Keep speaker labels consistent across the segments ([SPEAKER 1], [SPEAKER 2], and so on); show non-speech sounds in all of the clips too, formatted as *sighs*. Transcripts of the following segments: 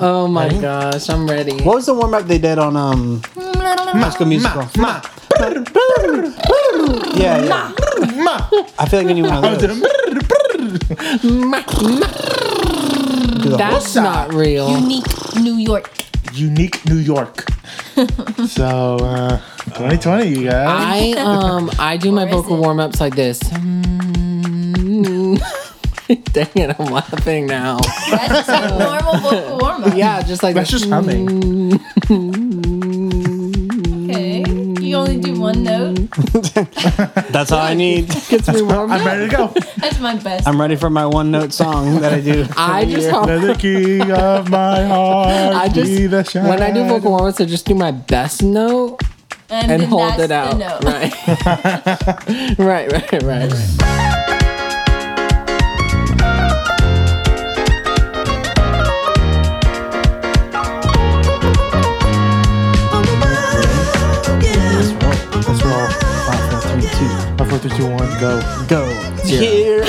[SPEAKER 1] Oh my gosh, I'm ready.
[SPEAKER 2] What was the warm up they did on um High School Musical?
[SPEAKER 3] Ma,
[SPEAKER 2] Yeah, yeah.
[SPEAKER 3] ma.
[SPEAKER 2] I feel like *laughs* I need one of those. Do the whole-
[SPEAKER 1] That's not real.
[SPEAKER 4] Unique New York.
[SPEAKER 3] *laughs* Unique New York. so, uh, 2020, you guys.
[SPEAKER 1] I um I do my
[SPEAKER 4] Or is
[SPEAKER 1] vocal
[SPEAKER 4] it?
[SPEAKER 1] warm ups like this. *laughs* Mm. Dang it, I'm laughing now.
[SPEAKER 4] That's just a normal vocal warm up.
[SPEAKER 1] Yeah, just like
[SPEAKER 3] That's
[SPEAKER 1] this. *laughs*
[SPEAKER 3] just humming.
[SPEAKER 4] Okay. You only do one note.
[SPEAKER 2] That's all I *laughs* need.
[SPEAKER 1] gets me warm.
[SPEAKER 3] I'm ready to go.
[SPEAKER 4] That's my best.
[SPEAKER 2] I'm ready for my one note song that I do.
[SPEAKER 1] I just
[SPEAKER 3] Let the key of my heart
[SPEAKER 1] I
[SPEAKER 3] be the
[SPEAKER 1] just
[SPEAKER 3] shine.
[SPEAKER 1] when I do vocal warm ups, I just do my best note
[SPEAKER 4] and
[SPEAKER 1] and
[SPEAKER 4] then
[SPEAKER 1] hold
[SPEAKER 4] that's
[SPEAKER 1] it
[SPEAKER 4] the
[SPEAKER 1] out.
[SPEAKER 4] note.
[SPEAKER 1] Right. *laughs* right, right, right, right.
[SPEAKER 2] Let's roll. Let's roll. Five, four, three, two.
[SPEAKER 3] Five, four, three, two, one, go.
[SPEAKER 2] Go. Here.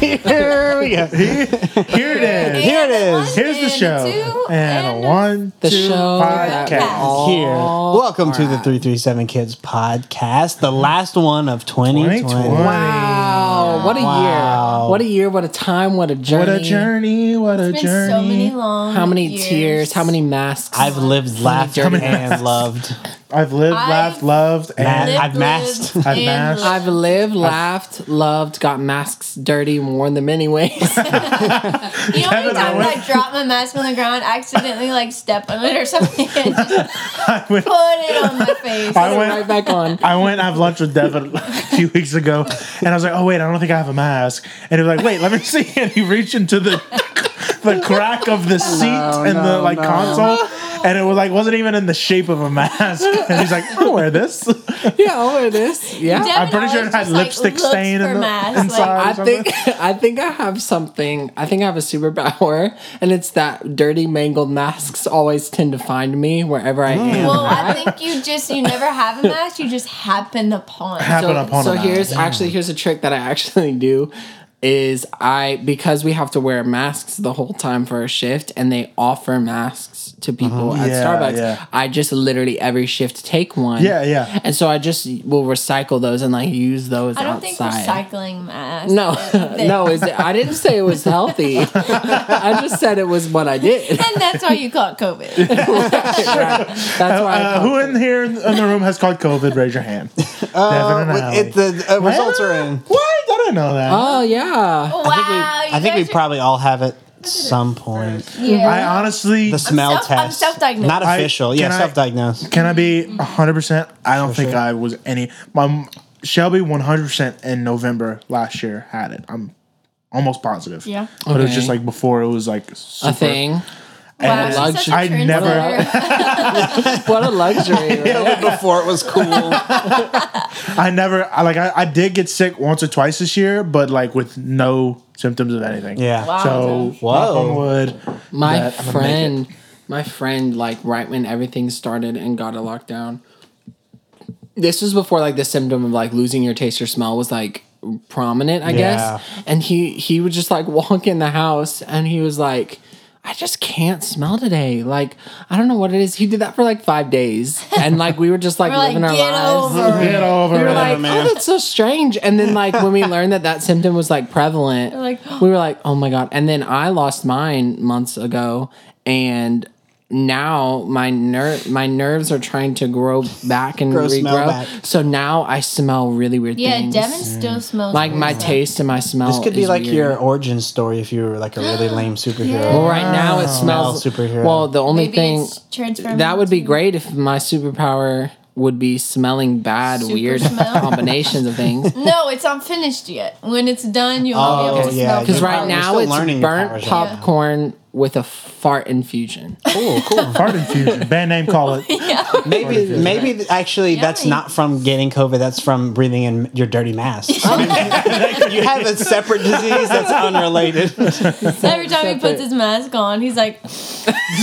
[SPEAKER 2] Here we go.
[SPEAKER 3] Here it is.
[SPEAKER 2] Here it
[SPEAKER 4] And a
[SPEAKER 2] is.
[SPEAKER 4] one,
[SPEAKER 3] Here's the
[SPEAKER 4] and a
[SPEAKER 3] show.
[SPEAKER 4] two,
[SPEAKER 3] and, a one,
[SPEAKER 1] The
[SPEAKER 3] two,
[SPEAKER 1] show that
[SPEAKER 4] we
[SPEAKER 3] podcast.
[SPEAKER 4] all
[SPEAKER 2] Here. Welcome to the 337 Kids podcast, the last one of 2020.
[SPEAKER 3] 2020.
[SPEAKER 1] Wow, what a
[SPEAKER 2] Wow.
[SPEAKER 1] year. What a year, what a time, what a journey.
[SPEAKER 3] What a journey. What a
[SPEAKER 4] It's been
[SPEAKER 3] journey.
[SPEAKER 4] so many long.
[SPEAKER 1] How many
[SPEAKER 4] years.
[SPEAKER 1] tears, how many masks.
[SPEAKER 2] I've lived, laughed,
[SPEAKER 1] dirty
[SPEAKER 2] and *laughs* loved.
[SPEAKER 3] I've lived,
[SPEAKER 4] I've
[SPEAKER 3] laughed, loved, and
[SPEAKER 2] I've
[SPEAKER 4] Lived,
[SPEAKER 2] masked.
[SPEAKER 4] lived,
[SPEAKER 3] I've
[SPEAKER 4] and
[SPEAKER 3] masked.
[SPEAKER 4] loved.
[SPEAKER 1] I've lived, laughed, loved, got masks dirty, and worn them *laughs* anyways.
[SPEAKER 4] You know how many
[SPEAKER 3] Kevin, I
[SPEAKER 4] times
[SPEAKER 3] went-
[SPEAKER 4] I drop my mask on the ground, accidentally like step on it or
[SPEAKER 3] *laughs*
[SPEAKER 4] something, and just
[SPEAKER 3] I went,
[SPEAKER 4] put it on my face?
[SPEAKER 3] I went,
[SPEAKER 1] right back on.
[SPEAKER 3] I went and have lunch with Devin *laughs* a few weeks ago, and I was like, "Oh wait, I don't think I have a mask." And he was like, "Wait, let me *laughs* see." And he reached into the the crack of the seat and the
[SPEAKER 2] no,
[SPEAKER 3] like
[SPEAKER 2] no.
[SPEAKER 3] console, and it was like wasn't even in the shape of a mask. *laughs* And he's like, "I'll
[SPEAKER 4] *laughs*
[SPEAKER 3] wear this."
[SPEAKER 1] *laughs* Yeah, I'll wear this. Yeah.
[SPEAKER 4] Devin
[SPEAKER 3] I'm pretty sure
[SPEAKER 4] always
[SPEAKER 3] it had
[SPEAKER 4] just, like,
[SPEAKER 3] lipstick
[SPEAKER 4] looks
[SPEAKER 3] stain
[SPEAKER 4] for
[SPEAKER 3] in the,
[SPEAKER 4] masks,
[SPEAKER 3] inside.
[SPEAKER 1] I
[SPEAKER 3] or something.
[SPEAKER 1] think *laughs* I think I have something. I think I have a superpower, and it's that dirty mangled masks always tend to find me wherever I am.
[SPEAKER 4] Well, I think you just you never have a mask. You just happen upon. it.
[SPEAKER 3] happened
[SPEAKER 1] so,
[SPEAKER 3] upon
[SPEAKER 1] so
[SPEAKER 3] a mask.
[SPEAKER 1] here's actually here's a trick that I *laughs* actually do is I because we have to wear masks the whole time for a shift and they offer masks to people at
[SPEAKER 3] Uh-huh. Yeah,
[SPEAKER 1] Starbucks.
[SPEAKER 3] yeah.
[SPEAKER 1] I just literally every shift take one.
[SPEAKER 3] Yeah, yeah.
[SPEAKER 1] And so I just will recycle those and like use those
[SPEAKER 4] I don't think
[SPEAKER 1] outside.
[SPEAKER 4] recycling masks.
[SPEAKER 1] no,
[SPEAKER 4] *laughs* is-
[SPEAKER 1] *laughs* no, is it, I didn't say it was
[SPEAKER 3] *laughs*
[SPEAKER 1] healthy. I just said it was what I did.
[SPEAKER 4] And that's why you caught COVID.
[SPEAKER 1] That's why. I
[SPEAKER 3] Uh,
[SPEAKER 1] called
[SPEAKER 3] who in here in the room has caught COVID? Raise your hand. Devin
[SPEAKER 2] *laughs*
[SPEAKER 3] and
[SPEAKER 2] Uh,
[SPEAKER 3] Allie.
[SPEAKER 2] it, the uh, results are in. Uh,
[SPEAKER 3] What? I didn't know that.
[SPEAKER 1] Oh yeah.
[SPEAKER 4] wow,
[SPEAKER 2] I think we probably all have it some point.
[SPEAKER 4] probably.
[SPEAKER 3] I honestly
[SPEAKER 2] The smell
[SPEAKER 4] self- I'm
[SPEAKER 2] test.
[SPEAKER 4] self-diagnosed.
[SPEAKER 2] Not
[SPEAKER 3] I-
[SPEAKER 2] official. yeah,
[SPEAKER 3] can I-
[SPEAKER 2] self diagnosed.
[SPEAKER 3] Can I be 100%? I don't think I was any. My Shelby 100% in November last year had it. I'm almost positive.
[SPEAKER 4] Yeah.
[SPEAKER 3] But it was just
[SPEAKER 1] Okay.
[SPEAKER 3] like before it was like
[SPEAKER 4] Oh.
[SPEAKER 3] super,
[SPEAKER 1] A thing.
[SPEAKER 4] Wow, she's
[SPEAKER 1] luxury-
[SPEAKER 4] such a
[SPEAKER 3] I never-
[SPEAKER 4] trendsetter.
[SPEAKER 1] What a
[SPEAKER 3] *laughs*
[SPEAKER 1] luxury. right?
[SPEAKER 2] Before it was cool.
[SPEAKER 3] I never, I like, I, I did get sick once or twice this year, but like with no symptoms of anything.
[SPEAKER 2] yeah.
[SPEAKER 4] Wow.
[SPEAKER 3] So,
[SPEAKER 2] Whoa.
[SPEAKER 3] knock on wood.
[SPEAKER 1] my
[SPEAKER 3] that I'm gonna make
[SPEAKER 1] friend my friend like right when everything started and got a lockdown this was before like the symptom of like losing your taste or smell was like prominent i
[SPEAKER 2] Yeah.
[SPEAKER 1] guess and he he would just like *laughs* walk in the house and he was like i just can't smell today like i don't know what it is he did that for like five days and like we were just like
[SPEAKER 4] We're like,
[SPEAKER 1] living our
[SPEAKER 4] get
[SPEAKER 1] lives
[SPEAKER 4] over
[SPEAKER 3] Get
[SPEAKER 4] it.
[SPEAKER 3] over
[SPEAKER 1] we were
[SPEAKER 3] it.
[SPEAKER 1] like,
[SPEAKER 2] man.
[SPEAKER 1] oh, that's so strange. And then, like,
[SPEAKER 2] *laughs*
[SPEAKER 1] when we learned that that symptom was like prevalent,
[SPEAKER 4] like,
[SPEAKER 1] we were like, oh my god. And then I lost mine months ago, and now my ner- my nerves are trying to grow back and
[SPEAKER 2] Grow,
[SPEAKER 1] regrow.
[SPEAKER 2] smell back.
[SPEAKER 1] So now I smell really weird
[SPEAKER 4] Yeah,
[SPEAKER 1] things.
[SPEAKER 4] Devin still smells
[SPEAKER 1] like my
[SPEAKER 4] weird.
[SPEAKER 1] taste and my smell.
[SPEAKER 2] This could be
[SPEAKER 1] is
[SPEAKER 2] like
[SPEAKER 1] weird.
[SPEAKER 2] your origin story if you were like a
[SPEAKER 4] *gasps*
[SPEAKER 2] really lame
[SPEAKER 1] Well,
[SPEAKER 2] superhero.
[SPEAKER 1] right now it smells
[SPEAKER 2] Smell superhero.
[SPEAKER 1] Well, the only
[SPEAKER 4] Maybe
[SPEAKER 1] thing
[SPEAKER 4] it's transferring
[SPEAKER 1] that would be
[SPEAKER 4] to-
[SPEAKER 1] great if my superpower would be smelling bad,
[SPEAKER 4] Super
[SPEAKER 1] weird
[SPEAKER 4] smell?
[SPEAKER 1] combinations of things.
[SPEAKER 4] No, it's not finished yet. When it's done, you'll be able
[SPEAKER 2] Oh,
[SPEAKER 4] to
[SPEAKER 2] yeah,
[SPEAKER 4] smell.
[SPEAKER 1] Because
[SPEAKER 2] You're
[SPEAKER 4] the
[SPEAKER 1] right
[SPEAKER 2] probably
[SPEAKER 4] product.
[SPEAKER 1] now
[SPEAKER 2] still
[SPEAKER 1] it's
[SPEAKER 2] learning
[SPEAKER 1] burnt
[SPEAKER 2] your powers, yeah.
[SPEAKER 1] popcorn with a fart infusion.
[SPEAKER 4] *laughs*
[SPEAKER 2] Cool, cool.
[SPEAKER 3] Fart infusion. Band name, call
[SPEAKER 2] *laughs*
[SPEAKER 3] it.
[SPEAKER 2] Maybe, maybe th- actually that's
[SPEAKER 4] Yummy.
[SPEAKER 2] not from getting COVID. That's from breathing in your dirty
[SPEAKER 4] *laughs*
[SPEAKER 2] mask.
[SPEAKER 4] Oh.
[SPEAKER 2] you have a separate disease that's unrelated.
[SPEAKER 4] Every time he puts his mask on, he's
[SPEAKER 1] *laughs*
[SPEAKER 4] like, it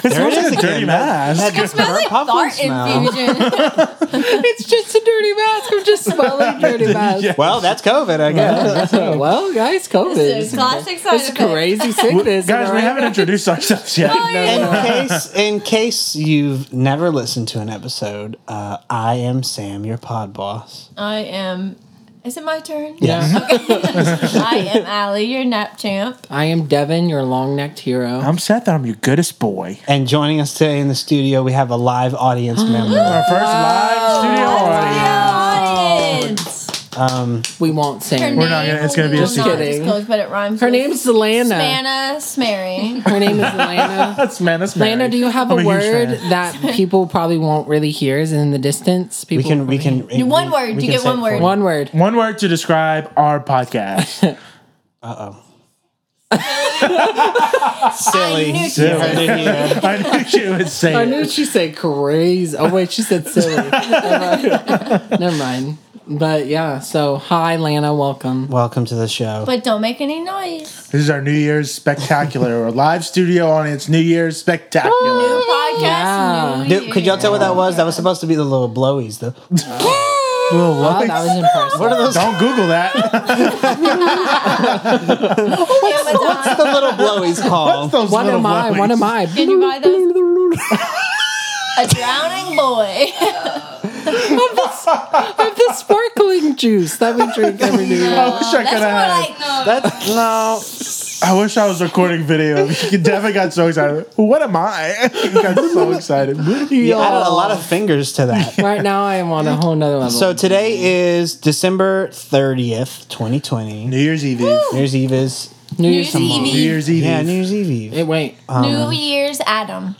[SPEAKER 2] There it is
[SPEAKER 3] Dirty
[SPEAKER 2] again.
[SPEAKER 3] mask.
[SPEAKER 2] That burnt
[SPEAKER 4] smells like
[SPEAKER 2] popcorn
[SPEAKER 1] *laughs*
[SPEAKER 4] fart infusion.
[SPEAKER 1] it's just a dirty mask. I'm just smelling dirty mask.
[SPEAKER 2] Well, that's COVID, I
[SPEAKER 1] *laughs*
[SPEAKER 2] guess.
[SPEAKER 1] well, guys, COVID.
[SPEAKER 4] It's a
[SPEAKER 1] It's,
[SPEAKER 4] classic side
[SPEAKER 1] it's
[SPEAKER 4] effect.
[SPEAKER 1] crazy sickness.
[SPEAKER 3] Guys, we haven't introduced ourselves yet.
[SPEAKER 4] Oh,
[SPEAKER 2] in case in case you've never listened to an episode, uh, I am Sam, your pod boss.
[SPEAKER 4] I am. Is it my turn?
[SPEAKER 1] *laughs*
[SPEAKER 2] Yes.
[SPEAKER 4] I am Allie, your nap champ.
[SPEAKER 1] I am Devin, your long necked hero.
[SPEAKER 3] I'm Seth. I'm your goodest boy.
[SPEAKER 2] And joining us today in the studio, we have a live
[SPEAKER 4] *gasps*
[SPEAKER 2] audience member.
[SPEAKER 3] Our first live studio
[SPEAKER 1] Oh.
[SPEAKER 3] audience.
[SPEAKER 4] Audience.
[SPEAKER 1] we won't
[SPEAKER 4] Her
[SPEAKER 1] sing.
[SPEAKER 3] We're not gonna- it's gonna be a
[SPEAKER 4] will
[SPEAKER 3] secret.
[SPEAKER 4] not disclose, but it rhymes.
[SPEAKER 1] Her
[SPEAKER 4] with
[SPEAKER 1] name's Lana.
[SPEAKER 4] Savannah Smary.
[SPEAKER 1] Her name is Lana.
[SPEAKER 3] That's man. That's Mary.
[SPEAKER 1] Lana, do you have
[SPEAKER 3] I'm
[SPEAKER 1] a
[SPEAKER 3] huge
[SPEAKER 1] word
[SPEAKER 3] fan.
[SPEAKER 1] that people probably won't really hear is in the distance?
[SPEAKER 2] We
[SPEAKER 1] People
[SPEAKER 2] can we can
[SPEAKER 4] One word. You get one word.
[SPEAKER 1] one word.
[SPEAKER 3] One word to describe our
[SPEAKER 2] *laughs*
[SPEAKER 3] podcast.
[SPEAKER 2] Uh oh.
[SPEAKER 4] I
[SPEAKER 2] Silly.
[SPEAKER 4] knew she
[SPEAKER 2] You heard it here.
[SPEAKER 3] I knew she would say
[SPEAKER 1] I
[SPEAKER 3] it.
[SPEAKER 1] knew she said crazy. Oh wait, she said
[SPEAKER 2] *laughs*
[SPEAKER 1] silly. Never mind. Never mind. But yeah, so hi Lana, welcome.
[SPEAKER 2] Welcome to the show.
[SPEAKER 4] But don't make any noise.
[SPEAKER 3] This is our New Year's spectacular or live studio audience New Year's
[SPEAKER 1] Oh,
[SPEAKER 3] spectacular.
[SPEAKER 4] Podcast.
[SPEAKER 1] Yeah.
[SPEAKER 4] New
[SPEAKER 2] Dude, could y'all
[SPEAKER 4] Year.
[SPEAKER 2] tell what that was? That was supposed to be the little blowies. The
[SPEAKER 3] Little
[SPEAKER 1] Oh,
[SPEAKER 3] lights.
[SPEAKER 1] that was impressive.
[SPEAKER 2] what are those?
[SPEAKER 3] Don't
[SPEAKER 1] *laughs*
[SPEAKER 3] Google that.
[SPEAKER 4] Yeah, but
[SPEAKER 2] What's *laughs* the little blowies
[SPEAKER 3] *laughs*
[SPEAKER 2] called?
[SPEAKER 3] Those
[SPEAKER 1] What
[SPEAKER 3] little
[SPEAKER 1] am I?
[SPEAKER 3] lights.
[SPEAKER 1] What am I?
[SPEAKER 4] Did you buy
[SPEAKER 3] *laughs*
[SPEAKER 4] those? a drowning boy. *laughs*
[SPEAKER 1] Of the sparkling juice that we drink every New
[SPEAKER 3] *laughs*
[SPEAKER 1] Year.
[SPEAKER 3] I wish I could have.
[SPEAKER 4] That's more like
[SPEAKER 2] That's no.
[SPEAKER 3] I wish I was recording video. *laughs* Devin got so excited. What am I? *laughs* He
[SPEAKER 1] *laughs*
[SPEAKER 3] got so excited.
[SPEAKER 2] You added a lot of fingers to that.
[SPEAKER 1] Right now, I am on a whole nother level.
[SPEAKER 2] So today is December 30th, 2020.
[SPEAKER 3] New Year's Eve. Eve.
[SPEAKER 2] New Year's Eve is.
[SPEAKER 1] New
[SPEAKER 4] New
[SPEAKER 1] Year's
[SPEAKER 4] Year's
[SPEAKER 1] tomorrow.
[SPEAKER 3] New
[SPEAKER 4] Eve.
[SPEAKER 3] Year's Eve.
[SPEAKER 2] Yeah,
[SPEAKER 3] Eve.
[SPEAKER 2] New Year's Eve Eve.
[SPEAKER 1] It, wait,
[SPEAKER 2] Uh,
[SPEAKER 3] um,
[SPEAKER 4] New Year's Adam.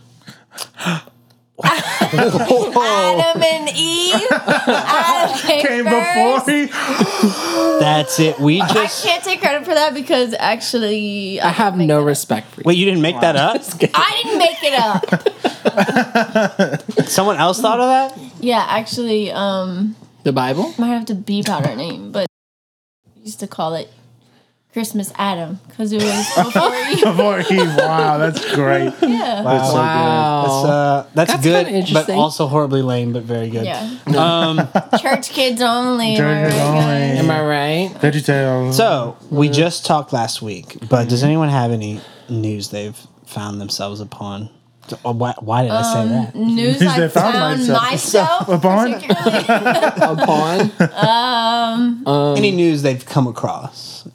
[SPEAKER 4] Adam and Eve.
[SPEAKER 3] *laughs*
[SPEAKER 4] Adam came,
[SPEAKER 3] Oh. Came
[SPEAKER 4] first.
[SPEAKER 3] before me.
[SPEAKER 2] That's it. We
[SPEAKER 4] I
[SPEAKER 2] just.
[SPEAKER 4] can't take credit for that because actually
[SPEAKER 1] I have no respect for you.
[SPEAKER 2] Wait, you didn't make that up?
[SPEAKER 4] I didn't make it
[SPEAKER 3] *laughs*
[SPEAKER 4] up.
[SPEAKER 2] Someone else thought of that?
[SPEAKER 4] yeah, actually, um,
[SPEAKER 1] The Bible?
[SPEAKER 4] might have to beep out her name, but we used to call it Christmas Adam because it was before you.
[SPEAKER 3] Before Eve. Wow,
[SPEAKER 1] *laughs*
[SPEAKER 3] that's great.
[SPEAKER 4] Yeah.
[SPEAKER 2] That's so
[SPEAKER 1] Wow.
[SPEAKER 2] good. That's, uh, that's,
[SPEAKER 1] That's kinda
[SPEAKER 2] good, but
[SPEAKER 1] interesting.
[SPEAKER 2] also horribly lame, but very good.
[SPEAKER 4] Yeah.
[SPEAKER 2] Um,
[SPEAKER 4] Church kids only. am I
[SPEAKER 3] Turn it
[SPEAKER 4] right, guys?
[SPEAKER 1] Am
[SPEAKER 3] on.
[SPEAKER 1] I
[SPEAKER 2] *laughs*
[SPEAKER 1] right?
[SPEAKER 3] Veggie Tales.
[SPEAKER 2] so,
[SPEAKER 3] uh,
[SPEAKER 2] we just talked last week, but
[SPEAKER 3] mm-hmm.
[SPEAKER 2] does anyone have any news they've found themselves upon? Oh, Why, why did I
[SPEAKER 1] Um,
[SPEAKER 2] say that?
[SPEAKER 4] News
[SPEAKER 3] News I
[SPEAKER 4] I
[SPEAKER 3] found
[SPEAKER 4] found, myself.
[SPEAKER 3] myself- upon.
[SPEAKER 4] particularly.
[SPEAKER 1] Upon?
[SPEAKER 2] Any news they've come across?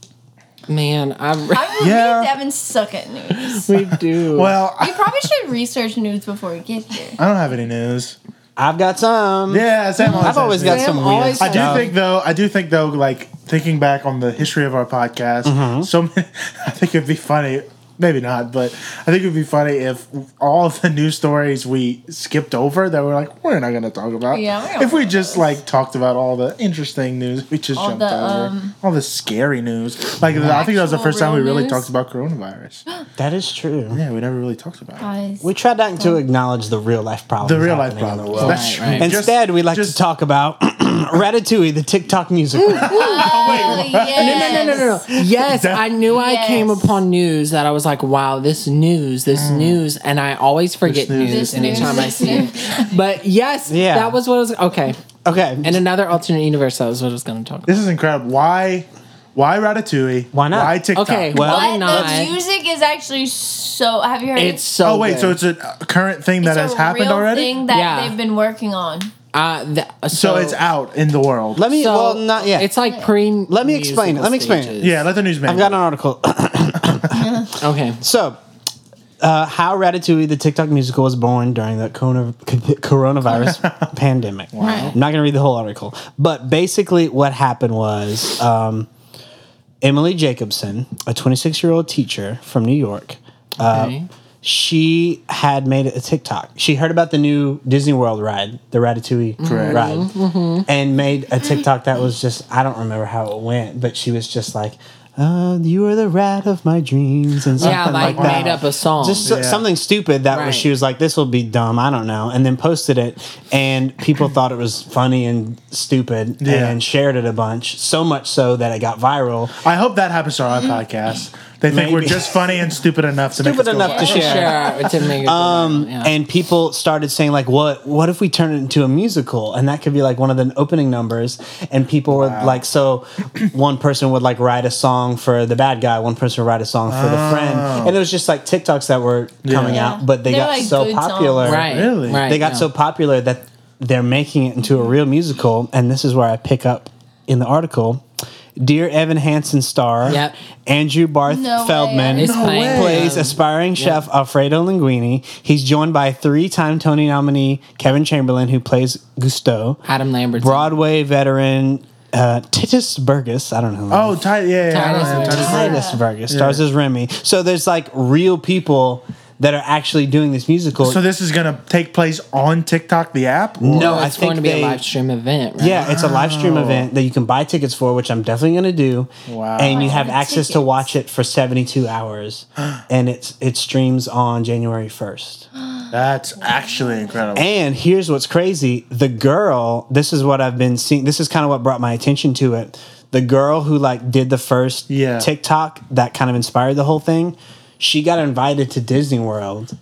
[SPEAKER 1] Man, I'm,
[SPEAKER 4] I believe
[SPEAKER 3] Yeah.
[SPEAKER 4] Devin suck at news.
[SPEAKER 1] we do.
[SPEAKER 3] Well, I
[SPEAKER 4] You probably should research news before we get here.
[SPEAKER 3] I don't have any news.
[SPEAKER 2] I've got some.
[SPEAKER 3] Yeah, Sam
[SPEAKER 2] I've always got
[SPEAKER 1] Sam
[SPEAKER 2] some weird
[SPEAKER 1] always
[SPEAKER 2] stuff.
[SPEAKER 3] I do think though. I do think though. Like thinking back on the history of our podcast,
[SPEAKER 4] Mm-hmm.
[SPEAKER 3] so many, *laughs* I think it'd be funny. Maybe not, but I think it'd be funny if all of the news stories we skipped over that we're like we're not going to talk about.
[SPEAKER 4] Yeah, we don't
[SPEAKER 3] if we
[SPEAKER 4] want
[SPEAKER 3] just like talked about all the interesting news we just
[SPEAKER 4] All
[SPEAKER 3] jumped
[SPEAKER 4] the,
[SPEAKER 3] over,
[SPEAKER 4] um,
[SPEAKER 3] all the scary news. Like I think that was
[SPEAKER 4] actual
[SPEAKER 3] the first time we
[SPEAKER 4] real
[SPEAKER 3] really
[SPEAKER 4] news?
[SPEAKER 3] talked about coronavirus.
[SPEAKER 4] *gasps*
[SPEAKER 2] That is true.
[SPEAKER 3] yeah, we never really talked about it.
[SPEAKER 4] Guys,
[SPEAKER 2] We tried not to acknowledge the real life problems.
[SPEAKER 3] the real life
[SPEAKER 2] happening in the
[SPEAKER 3] problem.
[SPEAKER 2] world.
[SPEAKER 3] That's
[SPEAKER 1] Right, right.
[SPEAKER 3] just-
[SPEAKER 2] Instead, we like
[SPEAKER 3] just-
[SPEAKER 2] to talk about *clears throat* Ratatouille, the
[SPEAKER 1] *laughs*
[SPEAKER 2] TikTok musical.
[SPEAKER 4] oh, yes.
[SPEAKER 1] no, no, no, no. Yes, I knew I
[SPEAKER 4] Yes.
[SPEAKER 1] came upon news that I was like, wow, this news, this
[SPEAKER 2] Mm.
[SPEAKER 1] news, and I always forget news,
[SPEAKER 4] This news,
[SPEAKER 1] anytime I
[SPEAKER 4] this
[SPEAKER 1] see
[SPEAKER 4] *laughs*
[SPEAKER 1] it. But yes,
[SPEAKER 2] Yeah.
[SPEAKER 1] that was what I was okay.
[SPEAKER 2] okay,
[SPEAKER 1] In another alternate universe, that was what I was going to talk about.
[SPEAKER 3] This is incredible. Why? Why Ratatouille?
[SPEAKER 2] Why not?
[SPEAKER 3] Why TikTok?
[SPEAKER 1] Okay,
[SPEAKER 2] Well-
[SPEAKER 1] why
[SPEAKER 4] But
[SPEAKER 1] not?
[SPEAKER 4] the music is actually so. Have you heard? it?
[SPEAKER 1] It's so.
[SPEAKER 3] oh wait,
[SPEAKER 1] good.
[SPEAKER 3] so it's a current thing that
[SPEAKER 4] It's a
[SPEAKER 3] has happened
[SPEAKER 4] real
[SPEAKER 3] already.
[SPEAKER 4] Thing that
[SPEAKER 1] Yeah.
[SPEAKER 4] they've been working on.
[SPEAKER 1] uh, th-
[SPEAKER 3] so, it's out in the world.
[SPEAKER 2] let me.
[SPEAKER 1] so-
[SPEAKER 2] well, not yet.
[SPEAKER 1] It's like pre.
[SPEAKER 2] Let me explain it. Let me explain it.
[SPEAKER 3] yeah, let the newsman.
[SPEAKER 2] I've got an article.
[SPEAKER 1] Okay.
[SPEAKER 2] so, uh, how Ratatouille, the TikTok musical, was born during the corona, coronavirus pandemic. I'm not going to read the whole article, but basically, what happened was. Um, Emily Jacobson, a 26 year old teacher from New York,
[SPEAKER 1] okay.
[SPEAKER 2] she had made a TikTok. She heard about the new Disney World ride, the Ratatouille
[SPEAKER 3] Correct.
[SPEAKER 2] ride,
[SPEAKER 1] Mm-hmm.
[SPEAKER 2] and made a TikTok that was just, I don't remember how it went, but she was just like, uh, You are the rat of my dreams, and something
[SPEAKER 1] Yeah, like,
[SPEAKER 2] like, that.
[SPEAKER 1] made up a song.
[SPEAKER 2] just so-
[SPEAKER 3] Yeah.
[SPEAKER 2] something stupid that was,
[SPEAKER 1] Right.
[SPEAKER 2] she was like, this will be dumb, I don't know. And then posted it, and
[SPEAKER 3] *clears throat*
[SPEAKER 2] people thought it was funny and stupid
[SPEAKER 3] Yeah.
[SPEAKER 2] and shared it a bunch, so much so that it got viral.
[SPEAKER 3] I hope that happens to our podcast. They think we're
[SPEAKER 2] Mm. Maybe.
[SPEAKER 3] just funny and stupid enough to
[SPEAKER 2] Stupid
[SPEAKER 3] make us go
[SPEAKER 2] enough to
[SPEAKER 3] viral.
[SPEAKER 2] share.
[SPEAKER 1] Sure, to make it
[SPEAKER 2] Um,
[SPEAKER 1] yeah.
[SPEAKER 2] And people started saying like, "What? What if we turn it into a musical?" And that could be like one of the opening numbers. And people would like, so one person would like write a song for the bad guy, one person would write a song for the friend,
[SPEAKER 1] Oh.
[SPEAKER 2] and it was just like TikToks that were coming
[SPEAKER 4] Yeah.
[SPEAKER 2] out, but they
[SPEAKER 4] They're,
[SPEAKER 2] got
[SPEAKER 4] like,
[SPEAKER 2] so
[SPEAKER 4] good songs.
[SPEAKER 2] popular,
[SPEAKER 1] right,
[SPEAKER 3] Really?
[SPEAKER 1] right,
[SPEAKER 2] they got
[SPEAKER 1] yeah.
[SPEAKER 2] so popular that they're making it into a real musical. And this is where I pick up in the article. Dear Evan Hansen star,
[SPEAKER 1] Yep.
[SPEAKER 2] Andrew Barth
[SPEAKER 4] No way.
[SPEAKER 2] Feldman
[SPEAKER 1] It's
[SPEAKER 3] No
[SPEAKER 1] playing
[SPEAKER 3] way.
[SPEAKER 2] plays
[SPEAKER 1] um,
[SPEAKER 2] aspiring chef Alfredo Linguini. He's joined by three-time Tony nominee Kevin Chamberlain, who plays Gusto,
[SPEAKER 1] Adam Lambert.
[SPEAKER 2] Broadway veteran uh, Titus Burgess. I don't know.
[SPEAKER 3] Oh, Ty, yeah, yeah, I don't
[SPEAKER 1] Titus
[SPEAKER 3] have
[SPEAKER 1] Burgess.
[SPEAKER 3] Titus Burgess.
[SPEAKER 2] Titus Burgess stars as Remy. So there's like real people that are actually doing this musical.
[SPEAKER 3] So this is gonna take place on TikTok, the app.
[SPEAKER 2] no, I
[SPEAKER 1] oh, it's
[SPEAKER 2] think
[SPEAKER 1] going to be
[SPEAKER 2] they-
[SPEAKER 1] a live stream event. Right?
[SPEAKER 2] Yeah, it's a live stream event that you can buy tickets for, which I'm definitely going to do.
[SPEAKER 3] Wow.
[SPEAKER 2] And you have
[SPEAKER 4] Wow,
[SPEAKER 2] access to
[SPEAKER 4] tickets.
[SPEAKER 2] watch it for 72
[SPEAKER 3] *gasps*
[SPEAKER 2] hours, and it's it streams on January 1st.
[SPEAKER 3] That's actually incredible.
[SPEAKER 2] And here's what's crazy: the girl. This is what I've been seeing. This is kind of what brought my attention to it. The girl who like did the first
[SPEAKER 3] Yeah.
[SPEAKER 2] TikTok that kind of inspired the whole thing. She got invited to Disney World,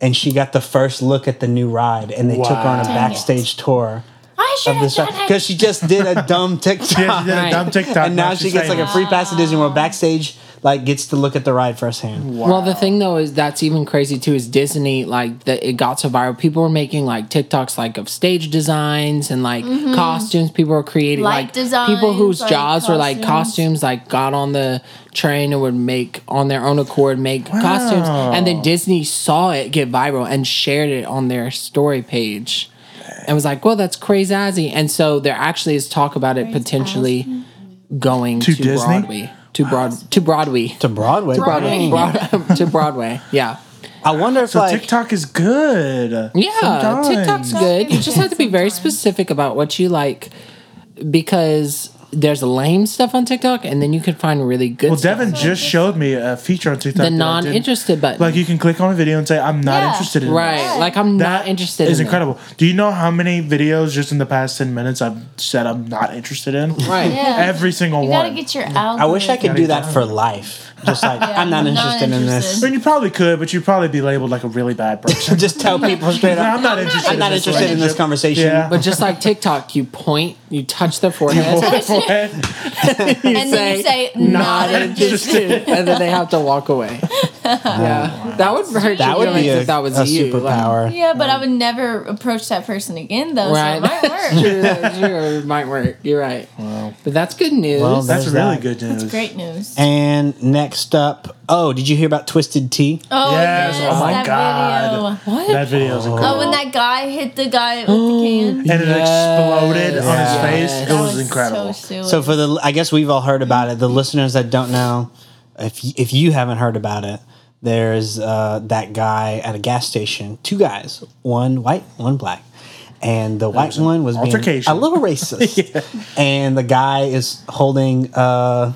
[SPEAKER 2] and she got the first look at the new ride, and they took her on a
[SPEAKER 3] Wow.
[SPEAKER 2] backstage tour
[SPEAKER 4] I should
[SPEAKER 2] of
[SPEAKER 4] have
[SPEAKER 2] this
[SPEAKER 4] done it.
[SPEAKER 2] because she just did a dumb TikTok.
[SPEAKER 3] *laughs* Yeah, she did a dumb
[SPEAKER 1] Right.
[SPEAKER 3] TikTok,
[SPEAKER 2] and now she gets like a
[SPEAKER 3] famous.
[SPEAKER 2] free pass to Disney World backstage. Like gets to look at the ride firsthand.
[SPEAKER 1] Well, the thing though is that's even crazy too. Is Disney like that? It got so viral. People were making like TikToks like of stage designs and like costumes. People were creating
[SPEAKER 4] Light
[SPEAKER 1] like people whose
[SPEAKER 4] designs, like,
[SPEAKER 1] jobs were like
[SPEAKER 4] costumes.
[SPEAKER 1] costumes. Like got on the train and would make on their own accord make costumes, and then Disney saw it get viral and shared it on their story page, and was like, "Well, that's crazy." And so there actually is talk about it potentially going
[SPEAKER 3] To
[SPEAKER 1] to,
[SPEAKER 3] Disney?
[SPEAKER 1] Broadway. To broad to Broadway.
[SPEAKER 2] To Broadway.
[SPEAKER 1] Broadway.
[SPEAKER 2] *laughs*
[SPEAKER 1] Broad- to Broadway. Yeah.
[SPEAKER 2] I wonder if
[SPEAKER 3] So
[SPEAKER 2] like
[SPEAKER 3] TikTok is good.
[SPEAKER 1] Yeah.
[SPEAKER 3] Sometimes.
[SPEAKER 1] TikTok's good. You just have to be very specific about what you like because there's lame stuff on TikTok and then you can find really good
[SPEAKER 3] Well,
[SPEAKER 1] stuff.
[SPEAKER 3] Devin just showed me a feature on TikTok.
[SPEAKER 1] The
[SPEAKER 3] that I didn't-
[SPEAKER 1] non interested button.
[SPEAKER 3] Like you can click on a video and say, "I'm not
[SPEAKER 4] Yeah.
[SPEAKER 3] interested in."
[SPEAKER 1] right.
[SPEAKER 3] This.
[SPEAKER 1] Like I'm not
[SPEAKER 3] That
[SPEAKER 1] interested
[SPEAKER 3] Is
[SPEAKER 1] in it.
[SPEAKER 3] incredible. Do you know how many videos just in the past ten minutes I've said I'm not interested in?
[SPEAKER 1] Right.
[SPEAKER 4] Yeah.
[SPEAKER 3] Every single
[SPEAKER 4] You
[SPEAKER 3] one.
[SPEAKER 4] gotta get your algorithm.
[SPEAKER 2] I wish I could do that for life. Just like I'm not
[SPEAKER 4] I'm not
[SPEAKER 2] interested in
[SPEAKER 3] I
[SPEAKER 2] this.
[SPEAKER 4] interested.
[SPEAKER 3] mean, you probably could, but you'd probably be labeled like a really bad person.
[SPEAKER 2] *laughs* Just tell people straight
[SPEAKER 3] No, I'm
[SPEAKER 2] up.
[SPEAKER 3] not
[SPEAKER 2] *laughs*
[SPEAKER 3] interested.
[SPEAKER 2] I'm not
[SPEAKER 3] this
[SPEAKER 2] interested in this
[SPEAKER 3] relationship.
[SPEAKER 2] conversation.
[SPEAKER 3] Yeah. *laughs*
[SPEAKER 1] But just like TikTok, you point, you touch their *laughs* forehead, you
[SPEAKER 4] And then you say, not
[SPEAKER 1] not
[SPEAKER 4] interested.
[SPEAKER 1] interested, and then they have to walk
[SPEAKER 3] *laughs*
[SPEAKER 1] away. Yeah, that would hurt
[SPEAKER 2] That
[SPEAKER 1] you
[SPEAKER 2] would be
[SPEAKER 1] feelings
[SPEAKER 2] a,
[SPEAKER 1] if that was
[SPEAKER 2] a
[SPEAKER 1] you. *laughs* Like,
[SPEAKER 2] superpower.
[SPEAKER 4] Yeah, but I would never approach that person again, though,
[SPEAKER 1] right?
[SPEAKER 4] so it might
[SPEAKER 1] *laughs*
[SPEAKER 4] work. *laughs*
[SPEAKER 1] True, that's true. It might work. You're right. But that's good news.
[SPEAKER 2] Well, that-
[SPEAKER 3] That's
[SPEAKER 2] There's
[SPEAKER 3] really
[SPEAKER 2] that.
[SPEAKER 3] good news.
[SPEAKER 4] It's great news.
[SPEAKER 2] And next up, oh, did you hear about Twisted Tea?
[SPEAKER 4] Oh,
[SPEAKER 3] Yes,
[SPEAKER 4] yes.
[SPEAKER 3] oh my
[SPEAKER 4] that
[SPEAKER 3] God.
[SPEAKER 4] Video.
[SPEAKER 1] what?
[SPEAKER 3] That video is incredible.
[SPEAKER 4] Oh, when that guy hit the guy with the can.
[SPEAKER 3] and it exploded on his
[SPEAKER 2] Yes.
[SPEAKER 3] face. It
[SPEAKER 4] Oh. That
[SPEAKER 3] was, incredible.
[SPEAKER 4] So,
[SPEAKER 2] So
[SPEAKER 4] so
[SPEAKER 2] for the, I guess we've all heard about it. The listeners that don't know, if y- if you haven't heard about it, there's uh, that guy at a gas station. Two guys, one white, one black, and the white one was being
[SPEAKER 3] altercation.
[SPEAKER 2] a little
[SPEAKER 3] *laughs*
[SPEAKER 2] racist, and the guy is holding uh,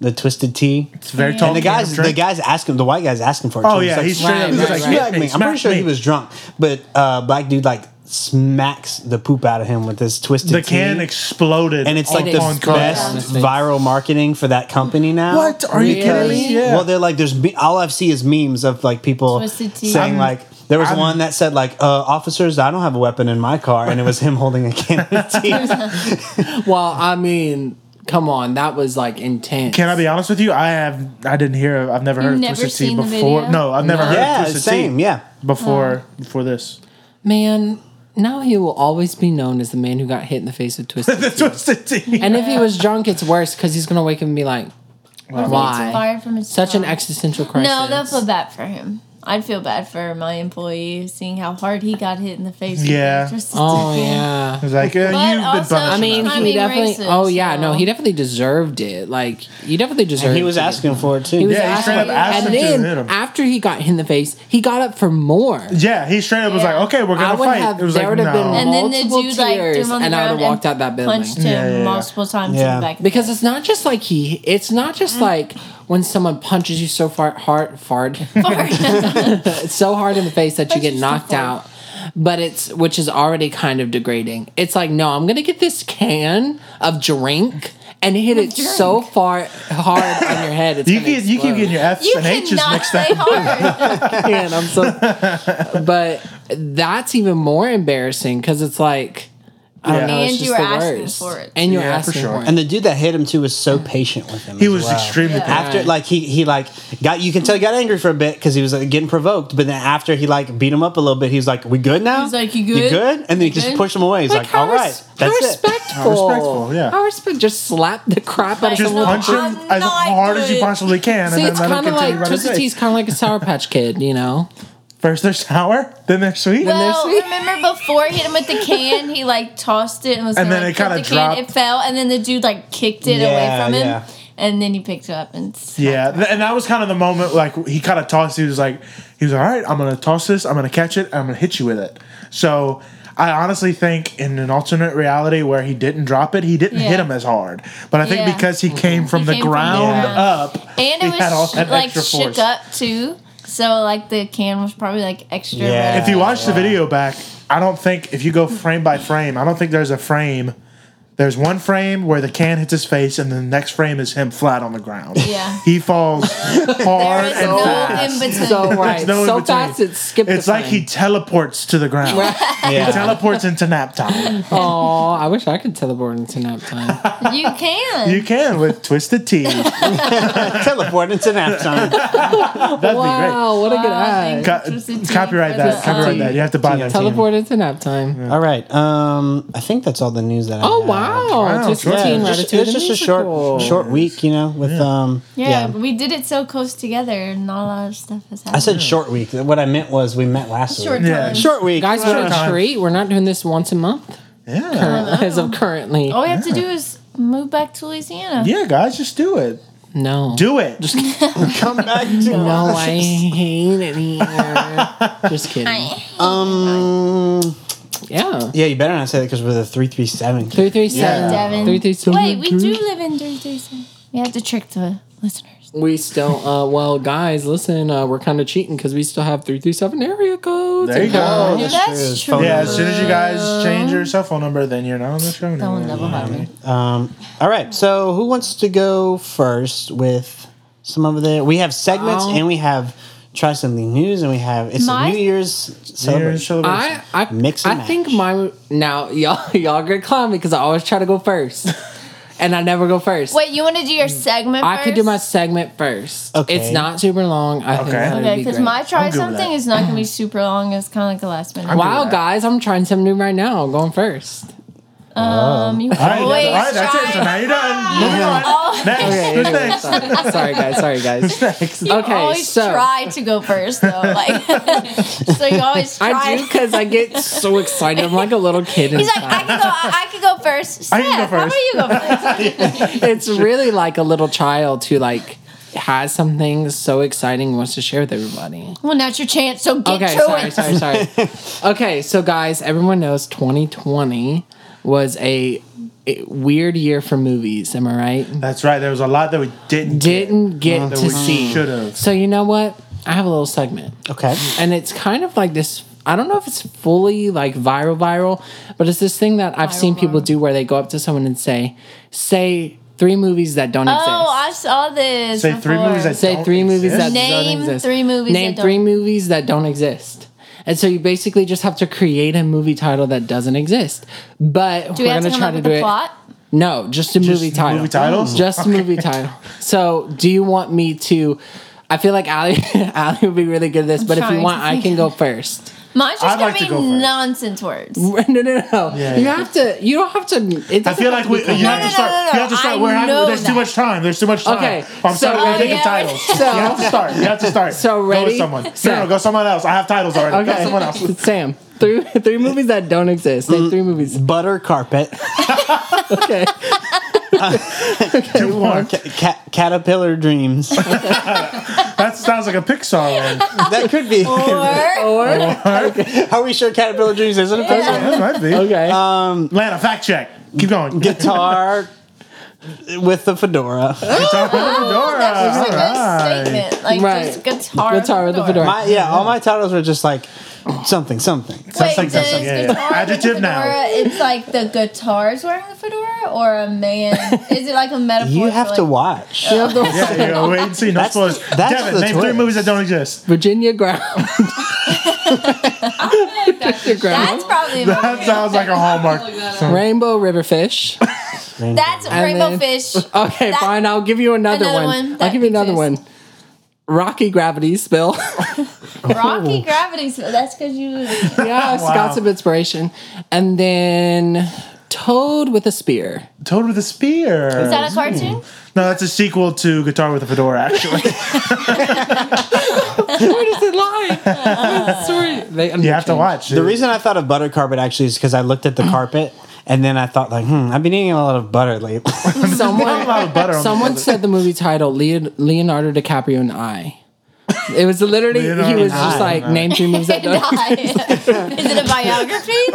[SPEAKER 2] the twisted tea.
[SPEAKER 3] it's very tall.
[SPEAKER 2] And the guys, the guys ask him. The white guys ask him for. It
[SPEAKER 3] Oh
[SPEAKER 2] too.
[SPEAKER 3] yeah,
[SPEAKER 2] like,
[SPEAKER 3] he's straight up. He's
[SPEAKER 1] right,
[SPEAKER 3] like,
[SPEAKER 1] right,
[SPEAKER 3] "Hit
[SPEAKER 2] smack
[SPEAKER 3] me,
[SPEAKER 2] me. I'm
[SPEAKER 3] smack
[SPEAKER 2] pretty sure
[SPEAKER 3] me."
[SPEAKER 2] he was drunk, but uh, black dude like smacks the poop out of him with this twisted.
[SPEAKER 3] The can
[SPEAKER 2] tea.
[SPEAKER 3] exploded,
[SPEAKER 2] and it's like
[SPEAKER 1] it
[SPEAKER 2] the
[SPEAKER 1] is
[SPEAKER 3] color.
[SPEAKER 2] best
[SPEAKER 1] honestly.
[SPEAKER 2] viral marketing for that company now.
[SPEAKER 3] What are you kidding me?
[SPEAKER 1] Really?
[SPEAKER 3] Yeah.
[SPEAKER 2] Well, they're like, there's me- all I see is memes of like people
[SPEAKER 4] Twisted tea.
[SPEAKER 2] saying
[SPEAKER 4] I'm-
[SPEAKER 2] like. There was
[SPEAKER 3] I'm-
[SPEAKER 2] one that said like, uh, "Officers, I don't have a weapon in my car," and it was him *laughs* holding a can of *laughs* tea.
[SPEAKER 1] Well, I mean, come on, that was like intense.
[SPEAKER 3] Can I be honest with you? I have. I didn't hear. I've never heard of
[SPEAKER 4] never
[SPEAKER 3] Twisted Tea
[SPEAKER 4] seen the
[SPEAKER 3] before.
[SPEAKER 4] video?
[SPEAKER 3] No, I've never heard
[SPEAKER 2] yeah,
[SPEAKER 3] of Twisted
[SPEAKER 2] same.
[SPEAKER 3] Tea
[SPEAKER 2] Yeah,
[SPEAKER 3] before
[SPEAKER 1] Oh.
[SPEAKER 3] before this.
[SPEAKER 1] man? Now he will always be known as the man who got hit in the face with twisted. *laughs*
[SPEAKER 3] *laughs* the Twisted Tea.
[SPEAKER 1] and if he was drunk, it's worse because he's gonna wake up and be like, "Why?"
[SPEAKER 4] fired from his
[SPEAKER 1] Such an
[SPEAKER 4] job.
[SPEAKER 1] existential crisis.
[SPEAKER 4] No, they'll feel bad for him. I'd feel bad for my employee seeing how hard he got hit in the face. with
[SPEAKER 3] Yeah.
[SPEAKER 4] that twisted
[SPEAKER 1] *laughs* Oh
[SPEAKER 4] can.
[SPEAKER 1] yeah.
[SPEAKER 3] It's like eh,
[SPEAKER 4] But
[SPEAKER 3] you've
[SPEAKER 4] also-
[SPEAKER 3] been punished.
[SPEAKER 1] I mean,
[SPEAKER 4] Kinda
[SPEAKER 1] he
[SPEAKER 4] being
[SPEAKER 1] definitely.
[SPEAKER 4] racist,
[SPEAKER 1] oh yeah, no,
[SPEAKER 4] so-
[SPEAKER 1] he definitely deserved it. Like, he definitely deserved.
[SPEAKER 2] he was
[SPEAKER 1] to get-
[SPEAKER 2] asking for it too.
[SPEAKER 1] He was
[SPEAKER 3] Yeah, he
[SPEAKER 1] asking,
[SPEAKER 3] straight up
[SPEAKER 1] and
[SPEAKER 3] asked him to
[SPEAKER 1] then
[SPEAKER 3] hit him.
[SPEAKER 1] after he got hit in the face, he got up for more.
[SPEAKER 3] yeah, he straight up was
[SPEAKER 4] Yeah.
[SPEAKER 3] like, "Okay, we're
[SPEAKER 1] I
[SPEAKER 3] gonna
[SPEAKER 1] would
[SPEAKER 3] fight."
[SPEAKER 1] have.
[SPEAKER 3] it was
[SPEAKER 1] there
[SPEAKER 3] like,
[SPEAKER 1] would have
[SPEAKER 3] "No."
[SPEAKER 1] been
[SPEAKER 4] And then the
[SPEAKER 1] multiple
[SPEAKER 4] dude like threw
[SPEAKER 1] tears,
[SPEAKER 4] him on the
[SPEAKER 1] and I would
[SPEAKER 4] ground
[SPEAKER 1] have walked
[SPEAKER 4] and
[SPEAKER 1] out that building.
[SPEAKER 4] punched him
[SPEAKER 3] Yeah, yeah, yeah.
[SPEAKER 4] multiple times in
[SPEAKER 2] Yeah.
[SPEAKER 4] the back.
[SPEAKER 1] Because it's not just like he. It's not just like when someone punches you so far hard, hard,
[SPEAKER 4] *laughs*
[SPEAKER 1] so hard in the face that you
[SPEAKER 4] Punches
[SPEAKER 1] get
[SPEAKER 4] you
[SPEAKER 1] knocked
[SPEAKER 4] so hard.
[SPEAKER 1] out. But it's which is already kind of degrading. It's like no, I'm gonna get this can of drink, and hit it
[SPEAKER 4] Drink.
[SPEAKER 1] so far hard on your head. It's
[SPEAKER 3] You
[SPEAKER 1] gonna
[SPEAKER 3] keep you keep
[SPEAKER 1] explode.
[SPEAKER 3] getting your F's
[SPEAKER 4] You
[SPEAKER 3] and H's
[SPEAKER 4] cannot
[SPEAKER 3] mixed
[SPEAKER 4] say
[SPEAKER 3] up. *laughs*
[SPEAKER 1] *laughs*
[SPEAKER 4] hard.
[SPEAKER 1] and I'm so. But that's even more embarrassing because it's like I don't
[SPEAKER 3] Yeah.
[SPEAKER 1] know.
[SPEAKER 4] And
[SPEAKER 1] it's
[SPEAKER 4] you
[SPEAKER 1] just
[SPEAKER 4] were
[SPEAKER 1] the
[SPEAKER 4] asking
[SPEAKER 1] worst.
[SPEAKER 4] for it.
[SPEAKER 1] and you're
[SPEAKER 3] Yeah, for
[SPEAKER 1] asking
[SPEAKER 3] sure.
[SPEAKER 1] for it.
[SPEAKER 2] And the dude that hit him too was so patient with him.
[SPEAKER 3] He
[SPEAKER 2] as
[SPEAKER 3] was
[SPEAKER 2] well.
[SPEAKER 3] extremely
[SPEAKER 4] Yeah.
[SPEAKER 3] bad.
[SPEAKER 2] After
[SPEAKER 1] Right.
[SPEAKER 2] like he he like got you can tell he got angry for a bit because he was like, getting provoked, but then after he like beat him up a little bit, he was like, "We good now?"
[SPEAKER 4] He's like, "You good?
[SPEAKER 2] good?" And then he
[SPEAKER 4] You
[SPEAKER 2] just
[SPEAKER 4] good?"
[SPEAKER 2] pushed him away. He's like,
[SPEAKER 1] how
[SPEAKER 2] "All right,
[SPEAKER 1] res- how
[SPEAKER 2] that's it."
[SPEAKER 1] respectful.
[SPEAKER 3] How respectful, yeah.
[SPEAKER 1] How respect. Just slap the crap out of
[SPEAKER 3] Just
[SPEAKER 1] someone.
[SPEAKER 3] punch him
[SPEAKER 4] I'm
[SPEAKER 3] as
[SPEAKER 4] not
[SPEAKER 3] hard as you
[SPEAKER 4] good.
[SPEAKER 3] possibly can,
[SPEAKER 1] See,
[SPEAKER 3] and
[SPEAKER 1] it's
[SPEAKER 3] then let him
[SPEAKER 1] kind of
[SPEAKER 3] continue
[SPEAKER 1] like
[SPEAKER 3] about his
[SPEAKER 1] Twisted
[SPEAKER 3] day.
[SPEAKER 1] Tea's kind of like a Sour Patch Kid, you know?
[SPEAKER 3] First they're sour, then they're sweet.
[SPEAKER 4] Well,
[SPEAKER 1] sweet.
[SPEAKER 4] remember before he hit him with the can, he like tossed it and was
[SPEAKER 3] And
[SPEAKER 4] gonna,
[SPEAKER 3] then
[SPEAKER 4] like,
[SPEAKER 3] it kinda
[SPEAKER 4] pick the can.
[SPEAKER 3] dropped.
[SPEAKER 4] It fell, and then the dude like kicked it
[SPEAKER 2] Yeah,
[SPEAKER 4] away from him,
[SPEAKER 2] yeah.
[SPEAKER 4] and then he picked it up and
[SPEAKER 3] Yeah, th- and that was kind of the moment like he kind of tossed. He was like, he was like, all right, I'm gonna toss this, I'm gonna catch it, and I'm gonna hit you with it. So I honestly think in an alternate reality where he didn't drop it, he didn't
[SPEAKER 4] Yeah.
[SPEAKER 3] hit him as hard. But I think
[SPEAKER 4] Yeah.
[SPEAKER 3] because he came from
[SPEAKER 4] He
[SPEAKER 3] the
[SPEAKER 4] came from the
[SPEAKER 3] ground
[SPEAKER 4] ground.
[SPEAKER 3] up,
[SPEAKER 4] and
[SPEAKER 3] he
[SPEAKER 4] it
[SPEAKER 3] had all
[SPEAKER 4] was sh-
[SPEAKER 3] that
[SPEAKER 4] like
[SPEAKER 3] extra
[SPEAKER 4] shook
[SPEAKER 3] force.
[SPEAKER 4] up too. So like the can was probably like extra.
[SPEAKER 2] Yeah.
[SPEAKER 4] red.
[SPEAKER 3] If you watch the video back, I don't think if you go frame by frame, I don't think there's a frame. There's one frame where the can hits his face, and the next frame is him flat on the ground.
[SPEAKER 4] Yeah.
[SPEAKER 3] he falls
[SPEAKER 4] *laughs* there
[SPEAKER 3] hard
[SPEAKER 4] is
[SPEAKER 3] and
[SPEAKER 4] no
[SPEAKER 3] fast.
[SPEAKER 4] in between.
[SPEAKER 3] *laughs*
[SPEAKER 1] So right.
[SPEAKER 3] no in
[SPEAKER 1] so
[SPEAKER 3] between.
[SPEAKER 1] fast it skipped
[SPEAKER 3] It's
[SPEAKER 1] the
[SPEAKER 3] like he teleports to the ground. *laughs* He
[SPEAKER 2] Yeah.
[SPEAKER 3] teleports into nap time.
[SPEAKER 1] Oh, I wish I could teleport into nap
[SPEAKER 3] *laughs*
[SPEAKER 1] time.
[SPEAKER 4] you can.
[SPEAKER 3] You can with twisted tea. That'd
[SPEAKER 2] Teleport into *laughs* nap time.
[SPEAKER 3] be
[SPEAKER 1] wow, what a good
[SPEAKER 4] Wow, thank
[SPEAKER 1] ad.
[SPEAKER 4] you.
[SPEAKER 3] great. Co-
[SPEAKER 4] Twisted Tea
[SPEAKER 3] copyright
[SPEAKER 4] for
[SPEAKER 3] that.
[SPEAKER 4] the-
[SPEAKER 3] Copyright that. You have to buy that.
[SPEAKER 1] Teleport into nap time.
[SPEAKER 2] all right. Um, I think that's all the news that. I
[SPEAKER 1] Oh
[SPEAKER 2] have.
[SPEAKER 1] wow,
[SPEAKER 3] Wow,
[SPEAKER 1] Twisted
[SPEAKER 3] sure.
[SPEAKER 1] Tea and
[SPEAKER 2] Yeah,
[SPEAKER 1] Ratatouille
[SPEAKER 2] just, it was
[SPEAKER 1] the
[SPEAKER 2] just a
[SPEAKER 1] musical.
[SPEAKER 2] short short week, you know, with um
[SPEAKER 4] Yeah,
[SPEAKER 2] yeah.
[SPEAKER 4] but we did it so close together, and not a lot of stuff has happened.
[SPEAKER 2] I said short week. What I meant was we met last
[SPEAKER 4] short
[SPEAKER 2] week.
[SPEAKER 4] time.
[SPEAKER 3] Yeah.
[SPEAKER 2] Short week.
[SPEAKER 1] Guys,
[SPEAKER 3] Short
[SPEAKER 1] what a
[SPEAKER 3] time. Uh-huh.
[SPEAKER 1] treat! We're not doing this once a month *laughs*
[SPEAKER 3] Team. Yeah.
[SPEAKER 1] as of currently.
[SPEAKER 3] Oh.
[SPEAKER 4] All we have to do is move back to Louisiana.
[SPEAKER 3] Yeah, guys, just do it.
[SPEAKER 1] No,
[SPEAKER 3] Do it. Just
[SPEAKER 2] come *laughs* back to
[SPEAKER 1] no, I hate it
[SPEAKER 3] *laughs*
[SPEAKER 1] here. just kidding.
[SPEAKER 2] um
[SPEAKER 1] Yeah,
[SPEAKER 2] yeah, you better not say that because we're the three three seven.
[SPEAKER 1] three three seven.
[SPEAKER 4] Devin.
[SPEAKER 1] Three, three, seven.
[SPEAKER 4] Wait, we do live in three three seven. We have to trick the listeners.
[SPEAKER 1] We still, uh, well, guys, listen, uh, we're kind of cheating because we still have three three seven area codes.
[SPEAKER 3] There you go.
[SPEAKER 2] that's true.
[SPEAKER 4] Yeah, that's
[SPEAKER 2] It's
[SPEAKER 4] true.
[SPEAKER 2] phone
[SPEAKER 3] Yeah, as soon as you guys change your cell phone number, then you're not on the show
[SPEAKER 4] That will never
[SPEAKER 3] anymore.
[SPEAKER 4] happen.
[SPEAKER 2] Um all right, so who wants to go first with some of the we have segments
[SPEAKER 1] I'll-
[SPEAKER 2] and we have try something news and we have it's
[SPEAKER 4] My-
[SPEAKER 2] a New Year's
[SPEAKER 3] Here's
[SPEAKER 2] celebration.
[SPEAKER 3] celebration.
[SPEAKER 1] I, I
[SPEAKER 2] Mix and
[SPEAKER 1] I think
[SPEAKER 2] match.
[SPEAKER 1] my now *laughs* y'all y'all gonna clown me because I always try to go first, and I never go first.
[SPEAKER 4] Wait, you want to do your
[SPEAKER 3] Mm.
[SPEAKER 4] segment?
[SPEAKER 1] I could do my
[SPEAKER 4] first?
[SPEAKER 1] segment first.
[SPEAKER 2] Okay.
[SPEAKER 1] It's not super long. I think
[SPEAKER 3] Okay.
[SPEAKER 1] that'd
[SPEAKER 4] Okay,
[SPEAKER 1] be
[SPEAKER 4] because
[SPEAKER 1] great.
[SPEAKER 4] my try
[SPEAKER 3] I'm good with
[SPEAKER 4] something
[SPEAKER 3] that.
[SPEAKER 4] is not gonna be super long. It's kind of like the last minute.
[SPEAKER 1] wow,
[SPEAKER 3] that.
[SPEAKER 1] guys, I'm trying something new right now. I'm going
[SPEAKER 4] *laughs*
[SPEAKER 1] first.
[SPEAKER 4] Um, you
[SPEAKER 3] Oh. All right,
[SPEAKER 4] always
[SPEAKER 3] all right, that's it. So
[SPEAKER 4] try. Oh.
[SPEAKER 3] now you're done. Moving
[SPEAKER 4] Always-
[SPEAKER 3] on. Next. Who's
[SPEAKER 1] anyway,
[SPEAKER 3] next?
[SPEAKER 1] sorry. sorry, guys. Sorry, guys.
[SPEAKER 4] You
[SPEAKER 1] Okay,
[SPEAKER 4] always
[SPEAKER 1] so-
[SPEAKER 4] try to go first though. Like, *laughs* so you always try.
[SPEAKER 1] I do because I get so excited. I'm like a little kid.
[SPEAKER 4] He's like,
[SPEAKER 1] Inside.
[SPEAKER 4] I can go. I, I can go first.
[SPEAKER 3] I can go
[SPEAKER 4] Seth, How about
[SPEAKER 3] first.
[SPEAKER 4] you go first?
[SPEAKER 1] it's really like a little child who like has something so exciting and wants to share with everybody.
[SPEAKER 4] *laughs* Well, now's your chance. So get
[SPEAKER 1] Okay,
[SPEAKER 4] to
[SPEAKER 1] sorry,
[SPEAKER 4] it.
[SPEAKER 1] sorry, sorry.
[SPEAKER 4] *laughs*
[SPEAKER 1] okay, so guys, everyone knows 2020 was a, a weird year for movies. Am I right?
[SPEAKER 3] That's right. There was a lot that we didn't
[SPEAKER 1] Didn't get to
[SPEAKER 3] we
[SPEAKER 1] see.
[SPEAKER 3] should've.
[SPEAKER 1] So you know what? I have a little segment.
[SPEAKER 2] Okay.
[SPEAKER 1] and it's kind of like this i don't know if it's fully like viral viral but it's this thing that i've seen people do where they go up to someone and say say three movies that don't exist
[SPEAKER 4] Oh, I saw this.
[SPEAKER 3] Say three
[SPEAKER 4] before.
[SPEAKER 3] movies that
[SPEAKER 1] say
[SPEAKER 3] don't
[SPEAKER 1] three movies
[SPEAKER 3] exist?
[SPEAKER 1] that
[SPEAKER 4] Name
[SPEAKER 1] don't exist
[SPEAKER 4] three movies
[SPEAKER 1] name
[SPEAKER 4] that
[SPEAKER 1] three
[SPEAKER 4] don't-
[SPEAKER 1] movies that don't exist and so you basically just have to create a movie title that doesn't exist but
[SPEAKER 4] Do we
[SPEAKER 1] we're going
[SPEAKER 4] have to
[SPEAKER 1] to
[SPEAKER 4] come
[SPEAKER 1] try
[SPEAKER 4] up
[SPEAKER 1] to
[SPEAKER 4] with
[SPEAKER 1] do
[SPEAKER 4] a
[SPEAKER 1] it
[SPEAKER 4] plot?
[SPEAKER 1] no just a movie title
[SPEAKER 3] movie titles?
[SPEAKER 1] just a movie title so do you want me to I feel like Ali, *laughs* Ali would be really good at this, but if you
[SPEAKER 4] trying
[SPEAKER 1] want,
[SPEAKER 4] to
[SPEAKER 1] I
[SPEAKER 4] think.
[SPEAKER 1] can go first. *laughs*
[SPEAKER 4] Mine's just
[SPEAKER 3] I'd
[SPEAKER 4] gonna
[SPEAKER 3] like to
[SPEAKER 4] be
[SPEAKER 3] go first.
[SPEAKER 4] nonsense words.
[SPEAKER 1] No, no, no.
[SPEAKER 3] Yeah,
[SPEAKER 1] you
[SPEAKER 3] yeah.
[SPEAKER 1] have to. You don't have to. It
[SPEAKER 3] I feel like we, you have to
[SPEAKER 4] no,
[SPEAKER 3] start.
[SPEAKER 4] no, no,
[SPEAKER 3] You have to
[SPEAKER 4] no. I
[SPEAKER 3] start. We're having,
[SPEAKER 4] know
[SPEAKER 3] there's too
[SPEAKER 4] that.
[SPEAKER 3] much time. There's too much time.
[SPEAKER 1] Okay,
[SPEAKER 3] I'm
[SPEAKER 1] so-
[SPEAKER 3] starting to think
[SPEAKER 4] Yeah.
[SPEAKER 3] of titles.
[SPEAKER 1] So-
[SPEAKER 3] you have to start. You have to start.
[SPEAKER 1] So
[SPEAKER 3] Go
[SPEAKER 1] ready?
[SPEAKER 3] with someone.
[SPEAKER 1] Set.
[SPEAKER 3] No, no, go someone else. I have titles already. Go
[SPEAKER 1] Okay. *laughs*
[SPEAKER 3] someone else. Mm.
[SPEAKER 1] Sam, three three movies that don't exist. Like three movies.
[SPEAKER 2] Butter carpet, *laughs*
[SPEAKER 1] Okay.
[SPEAKER 3] Do one.
[SPEAKER 2] ca- caterpillar dreams. *laughs*
[SPEAKER 3] That sounds like a Pixar one.
[SPEAKER 2] that could be.
[SPEAKER 4] Or
[SPEAKER 1] Or
[SPEAKER 2] Are we sure Caterpillar Dreams isn't a person?
[SPEAKER 3] That might be.
[SPEAKER 1] okay.
[SPEAKER 3] Lana, fact check. Keep going. *laughs*
[SPEAKER 2] Guitar with the fedora.
[SPEAKER 3] Guitar
[SPEAKER 4] that's just
[SPEAKER 3] Dora.
[SPEAKER 4] a good statement. Like
[SPEAKER 1] Right.
[SPEAKER 4] just guitar.
[SPEAKER 1] Guitar with a fedora.
[SPEAKER 2] My, yeah, all my titles were just like something, something.
[SPEAKER 3] Something,
[SPEAKER 4] Wait,
[SPEAKER 3] something,
[SPEAKER 4] does
[SPEAKER 3] yeah, yeah.
[SPEAKER 4] guitar with
[SPEAKER 3] Adjective
[SPEAKER 4] the
[SPEAKER 3] now.
[SPEAKER 4] fedora- It's like the guitar's wearing the fedora, or
[SPEAKER 1] *laughs*
[SPEAKER 4] a man. is it like a metaphor?
[SPEAKER 2] You
[SPEAKER 4] for,
[SPEAKER 2] have
[SPEAKER 4] like,
[SPEAKER 2] to watch.
[SPEAKER 1] You have the
[SPEAKER 3] Yeah, you know, wait and see. No
[SPEAKER 2] That's the-
[SPEAKER 3] spoilers.
[SPEAKER 2] that's
[SPEAKER 3] Devin,
[SPEAKER 2] the
[SPEAKER 3] name three
[SPEAKER 2] twist.
[SPEAKER 3] movies that don't exist. *laughs*
[SPEAKER 1] Virginia Ground. Virginia Ground.
[SPEAKER 4] That's
[SPEAKER 3] *laughs*
[SPEAKER 4] probably.
[SPEAKER 3] That sounds like a hallmark.
[SPEAKER 1] Rainbow River Fish.
[SPEAKER 4] That's
[SPEAKER 1] And
[SPEAKER 4] rainbow
[SPEAKER 1] then- *laughs*
[SPEAKER 4] fish.
[SPEAKER 1] Okay,
[SPEAKER 4] That-
[SPEAKER 1] fine. I'll give you another,
[SPEAKER 4] another
[SPEAKER 1] one.
[SPEAKER 4] one
[SPEAKER 1] I'll
[SPEAKER 4] that
[SPEAKER 1] give you another
[SPEAKER 4] exists.
[SPEAKER 1] one. Rocky Spill. *laughs* Oh.
[SPEAKER 4] Rocky gravity. So that's because you.
[SPEAKER 1] yeah, it's got some inspiration. And then Toad with a Spear.
[SPEAKER 3] Toad with a spear.
[SPEAKER 4] Is that a cartoon?
[SPEAKER 3] no, that's a sequel to Guitar with a Fedora. Actually,
[SPEAKER 1] Where does it
[SPEAKER 4] *laughs*
[SPEAKER 1] lie? Sorry. They,
[SPEAKER 3] you have to watch.
[SPEAKER 2] The reason I thought of butter carpet actually is because I looked at the carpet and then I thought like, hmm, I've been eating a lot of butter lately. *laughs*
[SPEAKER 3] *laughs* Not a lot
[SPEAKER 1] Someone,
[SPEAKER 3] of butter on
[SPEAKER 1] someone
[SPEAKER 3] the
[SPEAKER 1] said the movie title Leo- Leonardo DiCaprio and I. It was literally, he
[SPEAKER 3] Leonardo
[SPEAKER 1] was just
[SPEAKER 3] DiCaprio
[SPEAKER 1] like,
[SPEAKER 3] and I.
[SPEAKER 1] name three movies
[SPEAKER 4] *laughs*
[SPEAKER 1] that
[SPEAKER 4] Die.
[SPEAKER 1] don't. *laughs*
[SPEAKER 4] Is it a biography? We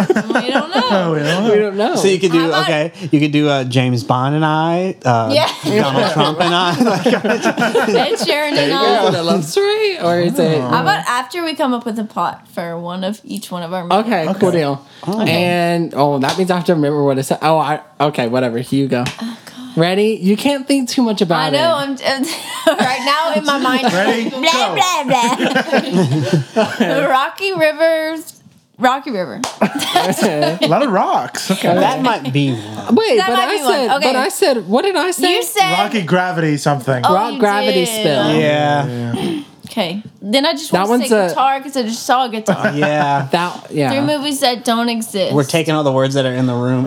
[SPEAKER 4] don't know.
[SPEAKER 3] Oh, yeah.
[SPEAKER 1] We don't know.
[SPEAKER 2] so you could
[SPEAKER 4] How
[SPEAKER 2] do
[SPEAKER 4] about-
[SPEAKER 2] okay, you could do uh, James Bond and I, uh,
[SPEAKER 4] Yeah.
[SPEAKER 2] Donald Trump and I. Like,
[SPEAKER 4] And Sharon and
[SPEAKER 1] Is
[SPEAKER 4] I.
[SPEAKER 1] it a love story or is it
[SPEAKER 4] How about after we come up with a pot for one of each one of our movies?
[SPEAKER 1] Okay, cool deal. And oh, that means I have to remember what it said. Oh, I okay, whatever. Here you go. Ready? You can't think too much about
[SPEAKER 4] Oh,
[SPEAKER 1] it.
[SPEAKER 4] I know. I'm *laughs* right now in my mind.
[SPEAKER 3] Ready?
[SPEAKER 4] Blah blah blah. Rocky Rivers. Rocky River.
[SPEAKER 3] a lot of rocks.
[SPEAKER 2] that might be one.
[SPEAKER 1] Wait,
[SPEAKER 4] That
[SPEAKER 1] but
[SPEAKER 4] might
[SPEAKER 1] I
[SPEAKER 4] be one.
[SPEAKER 1] said,
[SPEAKER 4] Okay.
[SPEAKER 1] but I said, what did I say?
[SPEAKER 4] You said
[SPEAKER 3] Rocky Gravity something.
[SPEAKER 4] Oh,
[SPEAKER 1] Rock
[SPEAKER 4] you
[SPEAKER 1] gravity
[SPEAKER 4] did.
[SPEAKER 1] spill.
[SPEAKER 2] Yeah,
[SPEAKER 4] Okay. Then I just
[SPEAKER 1] That
[SPEAKER 4] want
[SPEAKER 1] one's
[SPEAKER 4] to say
[SPEAKER 1] a-
[SPEAKER 4] guitar because I just saw
[SPEAKER 3] Oh,
[SPEAKER 4] guitar.
[SPEAKER 2] yeah.
[SPEAKER 1] That
[SPEAKER 4] Three
[SPEAKER 1] yeah.
[SPEAKER 4] movies that don't exist.
[SPEAKER 2] We're taking all the words that are in the room.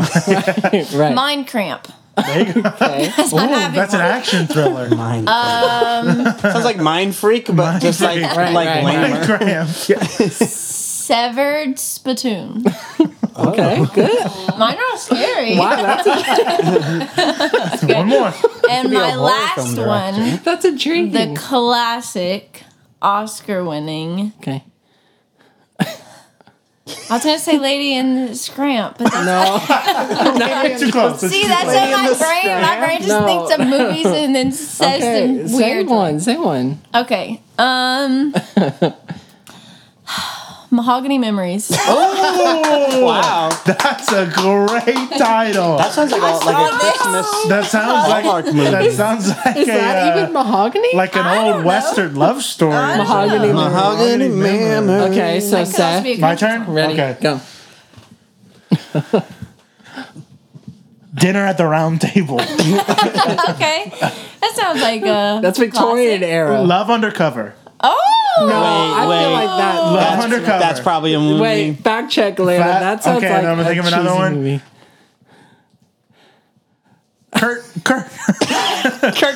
[SPEAKER 1] *laughs* right.
[SPEAKER 4] Mind Cramp.
[SPEAKER 3] There you go.
[SPEAKER 1] okay.
[SPEAKER 3] Ooh, that's an action thriller.
[SPEAKER 2] Mind. Sounds like Mind Freak, but just like
[SPEAKER 3] Freak.
[SPEAKER 1] Right,
[SPEAKER 2] like
[SPEAKER 1] right.
[SPEAKER 2] lamer.
[SPEAKER 3] Graham. Yeah.
[SPEAKER 4] Severed Spittoon.
[SPEAKER 1] *laughs* okay.
[SPEAKER 3] Oh.
[SPEAKER 1] Good.
[SPEAKER 4] Mine are scary.
[SPEAKER 1] Wow,
[SPEAKER 4] *laughs*
[SPEAKER 1] that's a,
[SPEAKER 3] One more.
[SPEAKER 4] And
[SPEAKER 2] be a
[SPEAKER 4] my
[SPEAKER 2] horror
[SPEAKER 4] last
[SPEAKER 2] film
[SPEAKER 4] one,
[SPEAKER 1] that's intriguing.
[SPEAKER 4] the classic Oscar winning.
[SPEAKER 1] okay.
[SPEAKER 4] I was going to say Lady in the Scramp, but that's,
[SPEAKER 1] No.
[SPEAKER 3] Way too close. It's
[SPEAKER 4] see,
[SPEAKER 3] too
[SPEAKER 4] that's
[SPEAKER 3] close.
[SPEAKER 4] in my brain. My brain just
[SPEAKER 1] No.
[SPEAKER 4] thinks of movies and
[SPEAKER 1] *laughs*
[SPEAKER 4] then says
[SPEAKER 1] Okay.
[SPEAKER 4] them
[SPEAKER 1] Say
[SPEAKER 4] weird
[SPEAKER 1] one. Say one.
[SPEAKER 4] Okay. Um *sighs* Mahogany
[SPEAKER 1] *laughs*
[SPEAKER 4] Memories.
[SPEAKER 2] Wow,
[SPEAKER 3] That's a great title.
[SPEAKER 2] that sounds like a, like a Christmas.
[SPEAKER 3] That sounds like
[SPEAKER 2] Hallmark movie.
[SPEAKER 3] that sounds like
[SPEAKER 1] Is
[SPEAKER 3] a
[SPEAKER 1] that
[SPEAKER 3] uh,
[SPEAKER 1] even mahogany?
[SPEAKER 3] like an
[SPEAKER 4] I
[SPEAKER 3] old
[SPEAKER 4] don't know.
[SPEAKER 3] western love story.
[SPEAKER 1] mahogany.
[SPEAKER 2] Mahogany memory.
[SPEAKER 1] Okay, so
[SPEAKER 4] Could also be
[SPEAKER 1] Seth,
[SPEAKER 4] a
[SPEAKER 3] My
[SPEAKER 4] Christmas
[SPEAKER 3] turn.
[SPEAKER 1] ready?
[SPEAKER 3] Okay.
[SPEAKER 1] Go.
[SPEAKER 3] Dinner at the round table.
[SPEAKER 4] song. Okay. That sounds like a
[SPEAKER 1] *laughs* That's Victorian
[SPEAKER 4] classic.
[SPEAKER 1] era.
[SPEAKER 3] Love undercover.
[SPEAKER 4] Oh *laughs*
[SPEAKER 1] I feel
[SPEAKER 2] Wait,
[SPEAKER 1] like that.
[SPEAKER 3] Love
[SPEAKER 2] That's,
[SPEAKER 3] undercover.
[SPEAKER 2] that's probably a movie.
[SPEAKER 1] Wait, fact check later.
[SPEAKER 3] Fact-
[SPEAKER 1] that sounds
[SPEAKER 3] okay,
[SPEAKER 1] like
[SPEAKER 3] and I'm
[SPEAKER 1] a
[SPEAKER 3] gonna think of another
[SPEAKER 1] cheesy
[SPEAKER 3] one.
[SPEAKER 1] Movie.
[SPEAKER 3] Kurt Kurt
[SPEAKER 1] Kirk,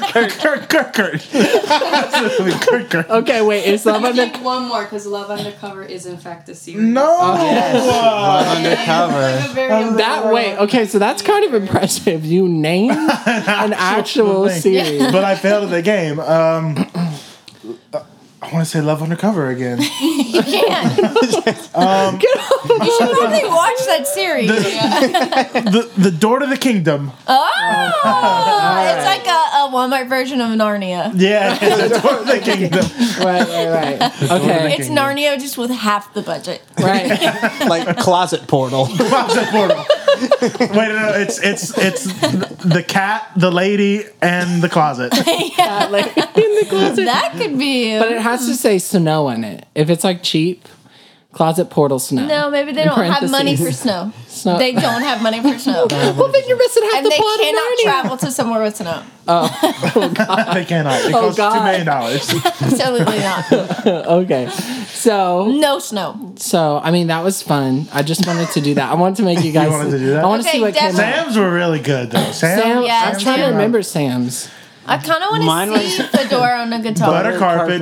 [SPEAKER 1] Kirk.
[SPEAKER 3] Kurt Kurt Kurt. That's the movie, Kurt Kurt.
[SPEAKER 1] Okay, wait. Is Love
[SPEAKER 5] I
[SPEAKER 3] *laughs*
[SPEAKER 1] Under?
[SPEAKER 5] need one more because Love Undercover is in fact a series.
[SPEAKER 3] No.
[SPEAKER 2] Love undercover.
[SPEAKER 5] Like a very old-
[SPEAKER 1] That way. Okay, so that's kind of impressive. You
[SPEAKER 3] *laughs*
[SPEAKER 1] named an actual
[SPEAKER 3] thing. *laughs*
[SPEAKER 1] series.
[SPEAKER 3] but I failed at the game. Um, uh, I want to say Love Undercover again.
[SPEAKER 4] you can't. you should probably watch that series.
[SPEAKER 3] the The Door to the Kingdom.
[SPEAKER 4] oh, it's like a, a Walmart version of Narnia.
[SPEAKER 3] Yeah, *laughs* The Door to the Kingdom.
[SPEAKER 1] Right, right,
[SPEAKER 3] *laughs*
[SPEAKER 1] right. Okay,
[SPEAKER 4] It's Narnia just with half the budget.
[SPEAKER 1] right.
[SPEAKER 2] like closet portal.
[SPEAKER 3] Closet portal. Wait, no, no, it's it's it's the cat, the lady, and the closet. *laughs*
[SPEAKER 1] That lady in the closet.
[SPEAKER 4] That could be.
[SPEAKER 1] But it has to say snow in it. If it's like cheap, closet portal snow.
[SPEAKER 4] no, maybe they don't have money for
[SPEAKER 1] parentheses.
[SPEAKER 4] snow.
[SPEAKER 1] Snow.
[SPEAKER 4] They don't have money for snow.
[SPEAKER 1] *laughs* Well, then you're missing half
[SPEAKER 4] and
[SPEAKER 1] the
[SPEAKER 4] they
[SPEAKER 1] plot. of
[SPEAKER 4] cannot
[SPEAKER 1] Narnia.
[SPEAKER 4] travel to somewhere with snow.
[SPEAKER 3] They cannot. It
[SPEAKER 1] Oh,
[SPEAKER 3] costs
[SPEAKER 1] God.
[SPEAKER 3] two million dollars.
[SPEAKER 4] Absolutely not.
[SPEAKER 1] Okay, so
[SPEAKER 4] No snow.
[SPEAKER 1] so I mean that was fun. I just wanted to do that. I wanted to
[SPEAKER 3] *laughs*
[SPEAKER 1] make you guys.
[SPEAKER 3] wanted to do that?
[SPEAKER 1] I want to
[SPEAKER 4] Okay,
[SPEAKER 1] see what came
[SPEAKER 4] Devin.
[SPEAKER 1] out.
[SPEAKER 3] Sam's were really good though. Sam,
[SPEAKER 1] Sam,
[SPEAKER 4] Yeah,
[SPEAKER 1] I was trying to
[SPEAKER 4] Sam.
[SPEAKER 1] remember Sam's.
[SPEAKER 4] I kind of
[SPEAKER 2] Mine
[SPEAKER 4] want to
[SPEAKER 2] was-
[SPEAKER 4] see Fedora on a guitar.
[SPEAKER 3] Butter Carpet.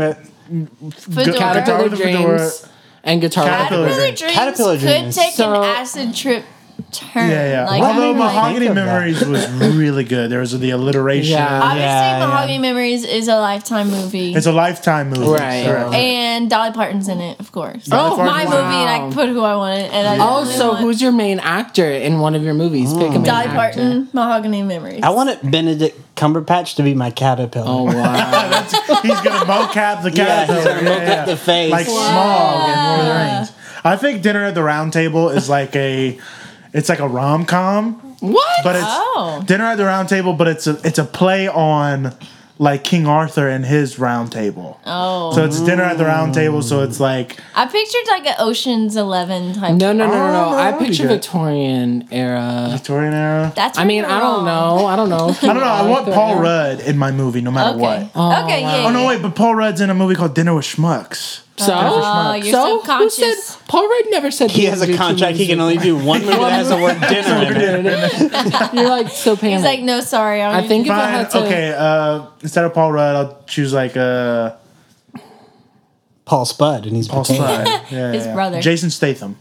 [SPEAKER 4] Fedora.
[SPEAKER 3] Caterpillar
[SPEAKER 1] Caterpillar
[SPEAKER 3] with a fedora.
[SPEAKER 1] Dreams and Guitar
[SPEAKER 3] Caterpillar.
[SPEAKER 1] Caterpillar.
[SPEAKER 4] Caterpillar
[SPEAKER 3] Caterpillar
[SPEAKER 4] Dreams
[SPEAKER 2] Caterpillar
[SPEAKER 4] could
[SPEAKER 2] Dreams.
[SPEAKER 4] take
[SPEAKER 1] So-
[SPEAKER 4] an acid trip turn.
[SPEAKER 3] Yeah, yeah.
[SPEAKER 4] Like,
[SPEAKER 3] Although
[SPEAKER 4] I mean, like,
[SPEAKER 3] Mahogany
[SPEAKER 2] think of that.
[SPEAKER 3] Memories was really good. There was the alliteration.
[SPEAKER 1] Yeah.
[SPEAKER 4] obviously
[SPEAKER 2] Yeah, yeah.
[SPEAKER 4] Mahogany Memories is a lifetime movie.
[SPEAKER 3] It's a lifetime movie.
[SPEAKER 1] Right.
[SPEAKER 3] Correct.
[SPEAKER 4] and Dolly Parton's in it, of course.
[SPEAKER 3] Dolly
[SPEAKER 4] oh,
[SPEAKER 3] Parton's
[SPEAKER 4] my
[SPEAKER 3] in it.
[SPEAKER 4] movie, and I
[SPEAKER 1] Wow.
[SPEAKER 4] can put who I wanted. And I
[SPEAKER 1] Oh,
[SPEAKER 4] really
[SPEAKER 1] so
[SPEAKER 4] want
[SPEAKER 1] who's your main actor in one of your movies? Pick a main
[SPEAKER 4] Dolly
[SPEAKER 1] actor.
[SPEAKER 4] Parton, Mahogany Memories.
[SPEAKER 2] I wanted Benedict Cumberbatch to be my caterpillar.
[SPEAKER 1] Oh
[SPEAKER 4] *laughs*
[SPEAKER 1] wow!
[SPEAKER 3] He's gonna mocap the
[SPEAKER 2] Yeah, he's
[SPEAKER 3] caterpillar.
[SPEAKER 2] gonna mocap the face.
[SPEAKER 3] Like Smog in Lord of the Rings. I think Dinner at the Round Table is like a, it's like a rom com,
[SPEAKER 1] What?
[SPEAKER 3] but it's
[SPEAKER 4] Oh.
[SPEAKER 3] Dinner at the Round Table, but it's a it's a play on like King Arthur and his Round Table.
[SPEAKER 4] Oh,
[SPEAKER 3] So it's Dinner at the Round Table. So it's like
[SPEAKER 4] I pictured like an Ocean's Eleven type.
[SPEAKER 1] no, no, no,
[SPEAKER 3] Oh,
[SPEAKER 1] no,
[SPEAKER 3] no,
[SPEAKER 1] no. I
[SPEAKER 3] that'd be
[SPEAKER 1] picture
[SPEAKER 3] good.
[SPEAKER 1] Victorian era.
[SPEAKER 3] Victorian era.
[SPEAKER 4] That's.
[SPEAKER 1] I
[SPEAKER 4] where
[SPEAKER 1] mean,
[SPEAKER 4] you're
[SPEAKER 1] I don't
[SPEAKER 4] wrong.
[SPEAKER 1] know. I don't know.
[SPEAKER 3] *laughs* I don't know. I want Paul Rudd in my movie, no matter
[SPEAKER 4] Okay.
[SPEAKER 3] what.
[SPEAKER 4] okay. Yeah.
[SPEAKER 3] Oh no,
[SPEAKER 4] yeah.
[SPEAKER 3] wait! But Paul Rudd's in a movie called Dinner with Schmucks.
[SPEAKER 1] So,
[SPEAKER 4] Oh, you're
[SPEAKER 1] so who
[SPEAKER 4] subconscious.
[SPEAKER 1] said Paul Rudd never said
[SPEAKER 2] He has a contract. He can only do one movie that has the
[SPEAKER 3] *laughs*
[SPEAKER 2] word dinner in
[SPEAKER 1] *laughs*
[SPEAKER 2] it. *laughs*
[SPEAKER 1] You're like so panicked.
[SPEAKER 4] He's like, no, sorry. I,
[SPEAKER 1] I think if I
[SPEAKER 3] Fine.
[SPEAKER 1] had to,
[SPEAKER 3] Okay. Uh, instead of Paul Rudd, I'll choose like uh,
[SPEAKER 2] Paul Spud, and he's
[SPEAKER 4] *laughs*
[SPEAKER 3] Paul Rudd.
[SPEAKER 2] pretending-
[SPEAKER 3] Yeah, yeah,
[SPEAKER 4] His
[SPEAKER 3] yeah.
[SPEAKER 4] brother.
[SPEAKER 3] Jason Statham.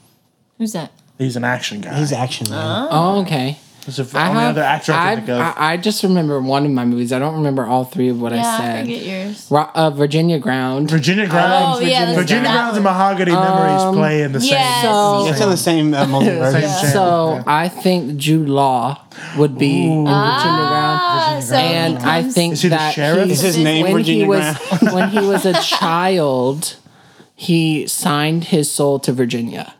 [SPEAKER 4] who's that?
[SPEAKER 3] He's an action guy.
[SPEAKER 2] He's action man.
[SPEAKER 1] oh, okay.
[SPEAKER 3] He's the
[SPEAKER 1] I
[SPEAKER 3] only
[SPEAKER 1] have.
[SPEAKER 3] other actor I, can
[SPEAKER 1] I've-
[SPEAKER 3] think of.
[SPEAKER 1] I, I just remember one of my movies. I don't remember all three of what
[SPEAKER 4] Yeah,
[SPEAKER 1] I
[SPEAKER 4] I
[SPEAKER 1] said.
[SPEAKER 4] forget yours.
[SPEAKER 1] Ro- uh, Virginia Ground.
[SPEAKER 3] Virginia Grounds.
[SPEAKER 4] Oh, yeah, that's
[SPEAKER 3] Virginia
[SPEAKER 4] that
[SPEAKER 3] Grounds and
[SPEAKER 4] one.
[SPEAKER 3] Mahogany Memories play in the
[SPEAKER 4] yes.
[SPEAKER 3] same.
[SPEAKER 1] Um, So-
[SPEAKER 2] It's in the same
[SPEAKER 3] *laughs*
[SPEAKER 2] uh, multiverse.
[SPEAKER 3] Same shit.
[SPEAKER 1] So
[SPEAKER 3] Yeah.
[SPEAKER 1] I think Jude Law would be in Virginia Ground.
[SPEAKER 4] Ah, so he
[SPEAKER 1] And I
[SPEAKER 4] comes-
[SPEAKER 1] think
[SPEAKER 3] Is he the
[SPEAKER 1] that
[SPEAKER 3] sheriff?
[SPEAKER 1] he-
[SPEAKER 2] Is his name
[SPEAKER 1] when
[SPEAKER 2] Virginia
[SPEAKER 1] he was *laughs* when he was a child, he signed his soul to Virginia,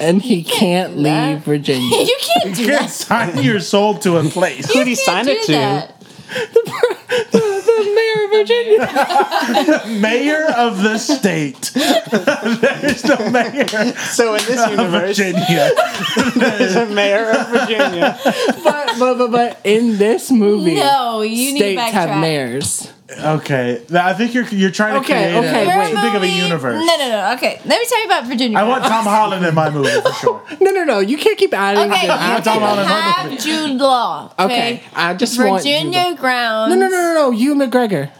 [SPEAKER 1] and he can't leave
[SPEAKER 4] *laughs*
[SPEAKER 1] Virginia.
[SPEAKER 4] *laughs* you can't
[SPEAKER 1] *laughs*
[SPEAKER 4] do
[SPEAKER 3] You can't
[SPEAKER 4] that.
[SPEAKER 3] sign your soul to a place.
[SPEAKER 2] Who did he
[SPEAKER 4] You
[SPEAKER 2] sign
[SPEAKER 4] can't
[SPEAKER 2] it
[SPEAKER 4] do
[SPEAKER 2] to?
[SPEAKER 4] that.
[SPEAKER 1] the mayor of Virginia.
[SPEAKER 3] mayor of the state. There's the mayor
[SPEAKER 2] So in
[SPEAKER 3] *laughs*
[SPEAKER 2] this *laughs*
[SPEAKER 3] of
[SPEAKER 2] universe,
[SPEAKER 3] Virginia.
[SPEAKER 2] there's a mayor of Virginia.
[SPEAKER 1] But, but but but in this movie,
[SPEAKER 4] No, you need to
[SPEAKER 1] states have
[SPEAKER 4] backtrack.
[SPEAKER 1] mayors.
[SPEAKER 3] Okay, Th- I think you're you're trying to
[SPEAKER 1] Okay,
[SPEAKER 3] create
[SPEAKER 1] okay,
[SPEAKER 3] a,
[SPEAKER 1] We're
[SPEAKER 4] Your
[SPEAKER 3] too big of a
[SPEAKER 4] movie-
[SPEAKER 3] universe.
[SPEAKER 4] No, no, no. Okay, let me tell you about Virginia.
[SPEAKER 3] I want Tom Holland in my movie for sure.
[SPEAKER 1] No no no, you can't keep adding.
[SPEAKER 4] Okay,
[SPEAKER 1] to- I
[SPEAKER 4] you
[SPEAKER 1] don't-
[SPEAKER 3] Tom Holland
[SPEAKER 4] can
[SPEAKER 3] in my
[SPEAKER 4] have Jude Law.
[SPEAKER 1] okay,
[SPEAKER 4] Okay,
[SPEAKER 1] I just want Jude Law.
[SPEAKER 4] Virginia Grounds.
[SPEAKER 1] No no no no no, you McGregor.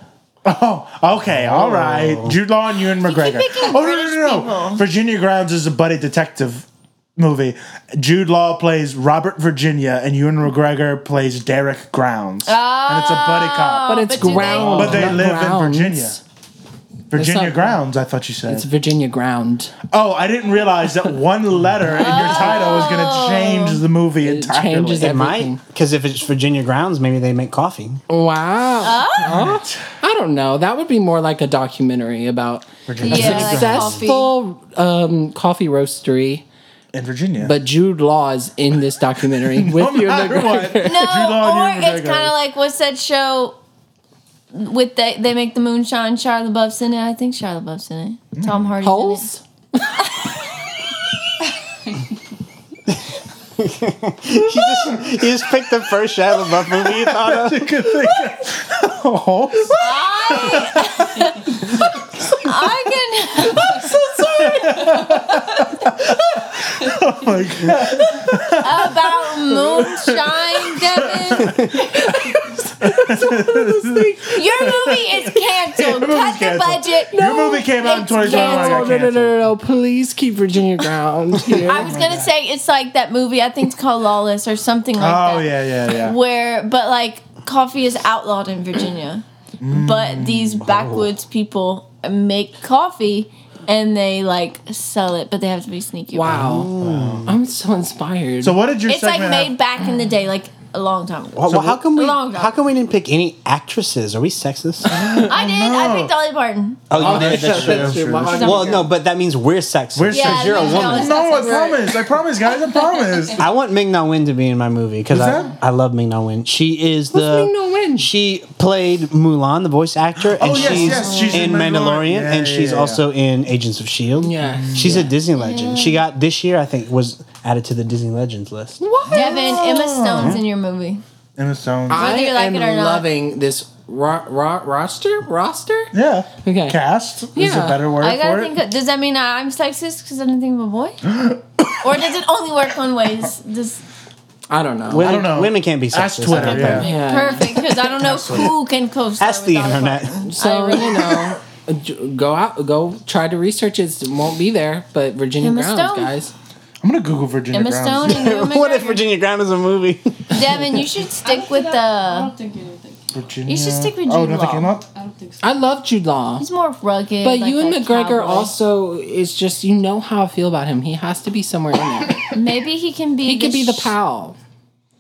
[SPEAKER 3] Oh, okay, all right.
[SPEAKER 1] Oh.
[SPEAKER 3] Jude Law and Ewan McGregor.
[SPEAKER 4] picking
[SPEAKER 3] Oh no, no, no,
[SPEAKER 4] British
[SPEAKER 3] no!
[SPEAKER 4] people.
[SPEAKER 3] Virginia Grounds is a buddy detective movie. Jude Law plays Robert Virginia, and Ewan McGregor plays Derek Grounds, and it's a buddy
[SPEAKER 4] Oh.
[SPEAKER 3] cop.
[SPEAKER 1] But it's
[SPEAKER 4] do they-
[SPEAKER 1] ground.
[SPEAKER 3] But they
[SPEAKER 1] not
[SPEAKER 3] live in
[SPEAKER 1] grounds.
[SPEAKER 3] Virginia. Virginia
[SPEAKER 1] not-
[SPEAKER 3] Grounds, I thought you said.
[SPEAKER 1] It's Virginia ground.
[SPEAKER 3] Oh, I didn't realize that one letter in your
[SPEAKER 4] Oh.
[SPEAKER 3] title was going to change the movie entirely.
[SPEAKER 1] changes
[SPEAKER 3] *laughs*
[SPEAKER 2] It might,
[SPEAKER 1] Everything.
[SPEAKER 2] because if it's Virginia grounds, maybe they make coffee.
[SPEAKER 1] Wow. Huh? I don't know. That would be more like a documentary about
[SPEAKER 4] Yeah, like
[SPEAKER 1] successful um, coffee roastery.
[SPEAKER 3] in Virginia.
[SPEAKER 1] But Jude Law is in this documentary with you.
[SPEAKER 3] matter what.
[SPEAKER 4] No,
[SPEAKER 3] Law
[SPEAKER 4] or
[SPEAKER 3] and Ewan
[SPEAKER 4] it's
[SPEAKER 3] McGregor.
[SPEAKER 4] kind of like what's that show with the, they make the moonshine? Shia LaBeouf's in it. I think Shia LaBeouf's in it. Tom Hardy's in
[SPEAKER 1] Holes?
[SPEAKER 2] You just picked the first Shia LaBeouf movie you thought
[SPEAKER 4] *laughs*
[SPEAKER 2] of.
[SPEAKER 3] You could think- oh,
[SPEAKER 4] it. I, I *laughs* can.
[SPEAKER 3] *laughs* Oh my God.
[SPEAKER 4] about moonshine, Devin? Your movie is canceled.
[SPEAKER 3] movie's
[SPEAKER 4] Cut the
[SPEAKER 3] canceled.
[SPEAKER 4] budget.
[SPEAKER 3] Your movie came out in
[SPEAKER 4] it's
[SPEAKER 3] 2021.
[SPEAKER 1] No, no, no,
[SPEAKER 3] I got
[SPEAKER 1] no,
[SPEAKER 3] canceled.
[SPEAKER 1] no, no. Please keep Virginia ground here.
[SPEAKER 4] I was gonna say it's like that movie. I think it's called Lawless or something like that.
[SPEAKER 3] Oh, yeah, yeah, yeah.
[SPEAKER 4] Where, but like coffee is outlawed in Virginia, but these backwoods people make coffee and they like sell it, but they have to be sneaky. about it.
[SPEAKER 1] wow. I'm so inspired.
[SPEAKER 3] So what did your
[SPEAKER 4] It's like
[SPEAKER 3] segment
[SPEAKER 4] made
[SPEAKER 3] have-
[SPEAKER 4] back in the day, like a long time ago.
[SPEAKER 2] Well, how come we?
[SPEAKER 4] Long
[SPEAKER 2] How come we didn't pick any actresses? Are we sexist?
[SPEAKER 4] I did. I picked Dolly Parton.
[SPEAKER 2] Oh, you did.
[SPEAKER 1] that's true. That's true.
[SPEAKER 2] Well, no, but that means we're sexist.
[SPEAKER 3] We're
[SPEAKER 2] 'cause
[SPEAKER 3] sexist.
[SPEAKER 2] you're a
[SPEAKER 4] Lizzie
[SPEAKER 2] woman.
[SPEAKER 4] Dolly-
[SPEAKER 3] No, I
[SPEAKER 4] That's right.
[SPEAKER 3] promise. I promise, guys. I
[SPEAKER 4] *laughs*
[SPEAKER 3] promise.
[SPEAKER 2] I want Ming Na Wen to be in my movie because
[SPEAKER 3] Who's
[SPEAKER 2] I,
[SPEAKER 3] that?
[SPEAKER 2] I love Ming Na Wen. She is
[SPEAKER 1] Who's
[SPEAKER 2] the
[SPEAKER 1] Ming-Na Wen?
[SPEAKER 2] She played Mulan, the voice actor, and
[SPEAKER 3] *gasps* Oh, yes,
[SPEAKER 2] she's,
[SPEAKER 3] yes, she's
[SPEAKER 2] in
[SPEAKER 3] in Mandalorian.
[SPEAKER 2] Mandalorian,
[SPEAKER 3] Yeah,
[SPEAKER 2] and
[SPEAKER 3] yeah,
[SPEAKER 2] she's
[SPEAKER 3] yeah,
[SPEAKER 2] also in Agents of Shield.
[SPEAKER 1] Yeah.
[SPEAKER 2] E she's a Disney legend. She got this year, I think, was added to the Disney Legends list.
[SPEAKER 1] what?
[SPEAKER 4] Devin, Emma Stone's in your movie.
[SPEAKER 3] Emma Stone.
[SPEAKER 1] I
[SPEAKER 4] Whether you like
[SPEAKER 1] am
[SPEAKER 4] it or not.
[SPEAKER 1] loving this ro- ro- roster. Roster?
[SPEAKER 3] yeah.
[SPEAKER 1] Okay.
[SPEAKER 3] Cast is a
[SPEAKER 1] Yeah.
[SPEAKER 3] better word
[SPEAKER 4] I
[SPEAKER 3] for
[SPEAKER 4] gotta
[SPEAKER 3] it.
[SPEAKER 4] think. Of, does that mean I'm sexist because I didn't think of a boy? or does it only work on ways? Does
[SPEAKER 1] I don't know.
[SPEAKER 2] Women,
[SPEAKER 3] don't know.
[SPEAKER 2] Women can't be sexist.
[SPEAKER 3] Ask
[SPEAKER 2] I
[SPEAKER 3] Twitter.
[SPEAKER 2] think.
[SPEAKER 3] Yeah.
[SPEAKER 1] Yeah.
[SPEAKER 4] perfect because I don't know who can co star.
[SPEAKER 2] Ask the internet. *laughs*
[SPEAKER 1] So you *laughs* know, j- go out, go try to research it. It won't be there, but Virginia
[SPEAKER 4] Emma
[SPEAKER 1] Grounds,
[SPEAKER 4] Stone.
[SPEAKER 1] guys.
[SPEAKER 3] I'm going to Google Virginia
[SPEAKER 4] Emma
[SPEAKER 3] Grounds.
[SPEAKER 4] Stone and
[SPEAKER 2] *laughs*
[SPEAKER 4] Ewan
[SPEAKER 2] what if
[SPEAKER 4] McGregor.
[SPEAKER 2] Virginia Ground is a movie?
[SPEAKER 4] Devin, you should
[SPEAKER 5] *laughs* I
[SPEAKER 4] stick
[SPEAKER 5] looked
[SPEAKER 4] with
[SPEAKER 5] it up. I
[SPEAKER 4] the.
[SPEAKER 5] don't think anything.
[SPEAKER 3] Virginia.
[SPEAKER 4] You should stick with
[SPEAKER 3] Oh,
[SPEAKER 4] Jude
[SPEAKER 3] nothing
[SPEAKER 4] Law.
[SPEAKER 3] came up?
[SPEAKER 5] I don't think so.
[SPEAKER 1] I love Jude Law,
[SPEAKER 4] He's more rugged.
[SPEAKER 1] but
[SPEAKER 4] like
[SPEAKER 1] you and
[SPEAKER 4] a
[SPEAKER 1] McGregor
[SPEAKER 4] cowboy.
[SPEAKER 1] also is just you know how I feel about him. He has to be somewhere in
[SPEAKER 4] *coughs*
[SPEAKER 1] there.
[SPEAKER 4] Maybe he can be.
[SPEAKER 1] He could be the
[SPEAKER 4] sh-
[SPEAKER 1] pal,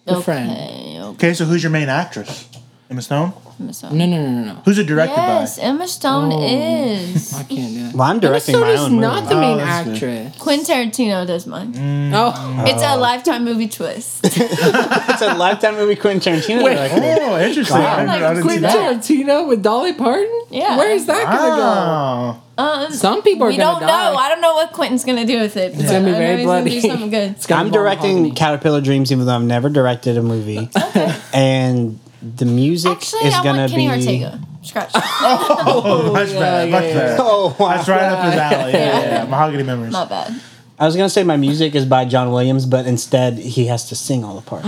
[SPEAKER 1] the friend.
[SPEAKER 4] Okay, okay.
[SPEAKER 3] Okay, so who's your main actress? Emma Stone?
[SPEAKER 4] Emma Stone.
[SPEAKER 1] No, no, no, no, no.
[SPEAKER 3] Who's it directed
[SPEAKER 4] yes, Emma Stone is.
[SPEAKER 1] I can't do that.
[SPEAKER 2] Well, I'm directing
[SPEAKER 1] Emma
[SPEAKER 2] my
[SPEAKER 1] Stone
[SPEAKER 2] own
[SPEAKER 1] is
[SPEAKER 2] movie.
[SPEAKER 1] not the main
[SPEAKER 3] that's good.
[SPEAKER 1] actress.
[SPEAKER 4] *laughs* Quentin Tarantino does mine.
[SPEAKER 2] Mm.
[SPEAKER 1] Oh,
[SPEAKER 4] It's a lifetime movie
[SPEAKER 1] *laughs*
[SPEAKER 4] twist.
[SPEAKER 2] *laughs* it's a lifetime movie. Quentin Tarantino.
[SPEAKER 1] Wait.
[SPEAKER 2] directed.
[SPEAKER 3] by? Oh, interesting. I,
[SPEAKER 4] I'm
[SPEAKER 3] didn't- I
[SPEAKER 4] like,
[SPEAKER 3] didn't see
[SPEAKER 1] Quentin
[SPEAKER 3] that.
[SPEAKER 1] Tarantino with Dolly Parton.
[SPEAKER 4] Yeah.
[SPEAKER 1] where is that gonna
[SPEAKER 3] Oh.
[SPEAKER 4] Um,
[SPEAKER 1] go? Some people are
[SPEAKER 4] we
[SPEAKER 1] gonna
[SPEAKER 4] don't
[SPEAKER 1] die.
[SPEAKER 4] know. I don't know what Quentin's gonna do with it. It's
[SPEAKER 1] gonna be very
[SPEAKER 4] He's
[SPEAKER 1] bloody.
[SPEAKER 4] gonna do
[SPEAKER 1] *laughs*
[SPEAKER 4] something good.
[SPEAKER 1] It's gonna
[SPEAKER 2] I'm
[SPEAKER 1] be Bob
[SPEAKER 2] directing
[SPEAKER 1] Mahoney.
[SPEAKER 2] Caterpillar Dreams, even though I've never directed a movie. And the music
[SPEAKER 4] Actually,
[SPEAKER 2] is
[SPEAKER 4] I
[SPEAKER 2] gonna
[SPEAKER 4] want Kenny
[SPEAKER 2] be.
[SPEAKER 4] Ortega.
[SPEAKER 1] *laughs*
[SPEAKER 4] Scratch.
[SPEAKER 3] Oh, *laughs* much better.
[SPEAKER 1] yeah,
[SPEAKER 3] Much
[SPEAKER 1] yeah.
[SPEAKER 3] better.
[SPEAKER 2] Oh, wow.
[SPEAKER 3] That's right up his alley. Yeah,
[SPEAKER 4] *laughs*
[SPEAKER 3] yeah, yeah. Mahogany Memories.
[SPEAKER 4] Not bad.
[SPEAKER 2] I was gonna say my music is by John Williams, but instead he has to sing all the parts.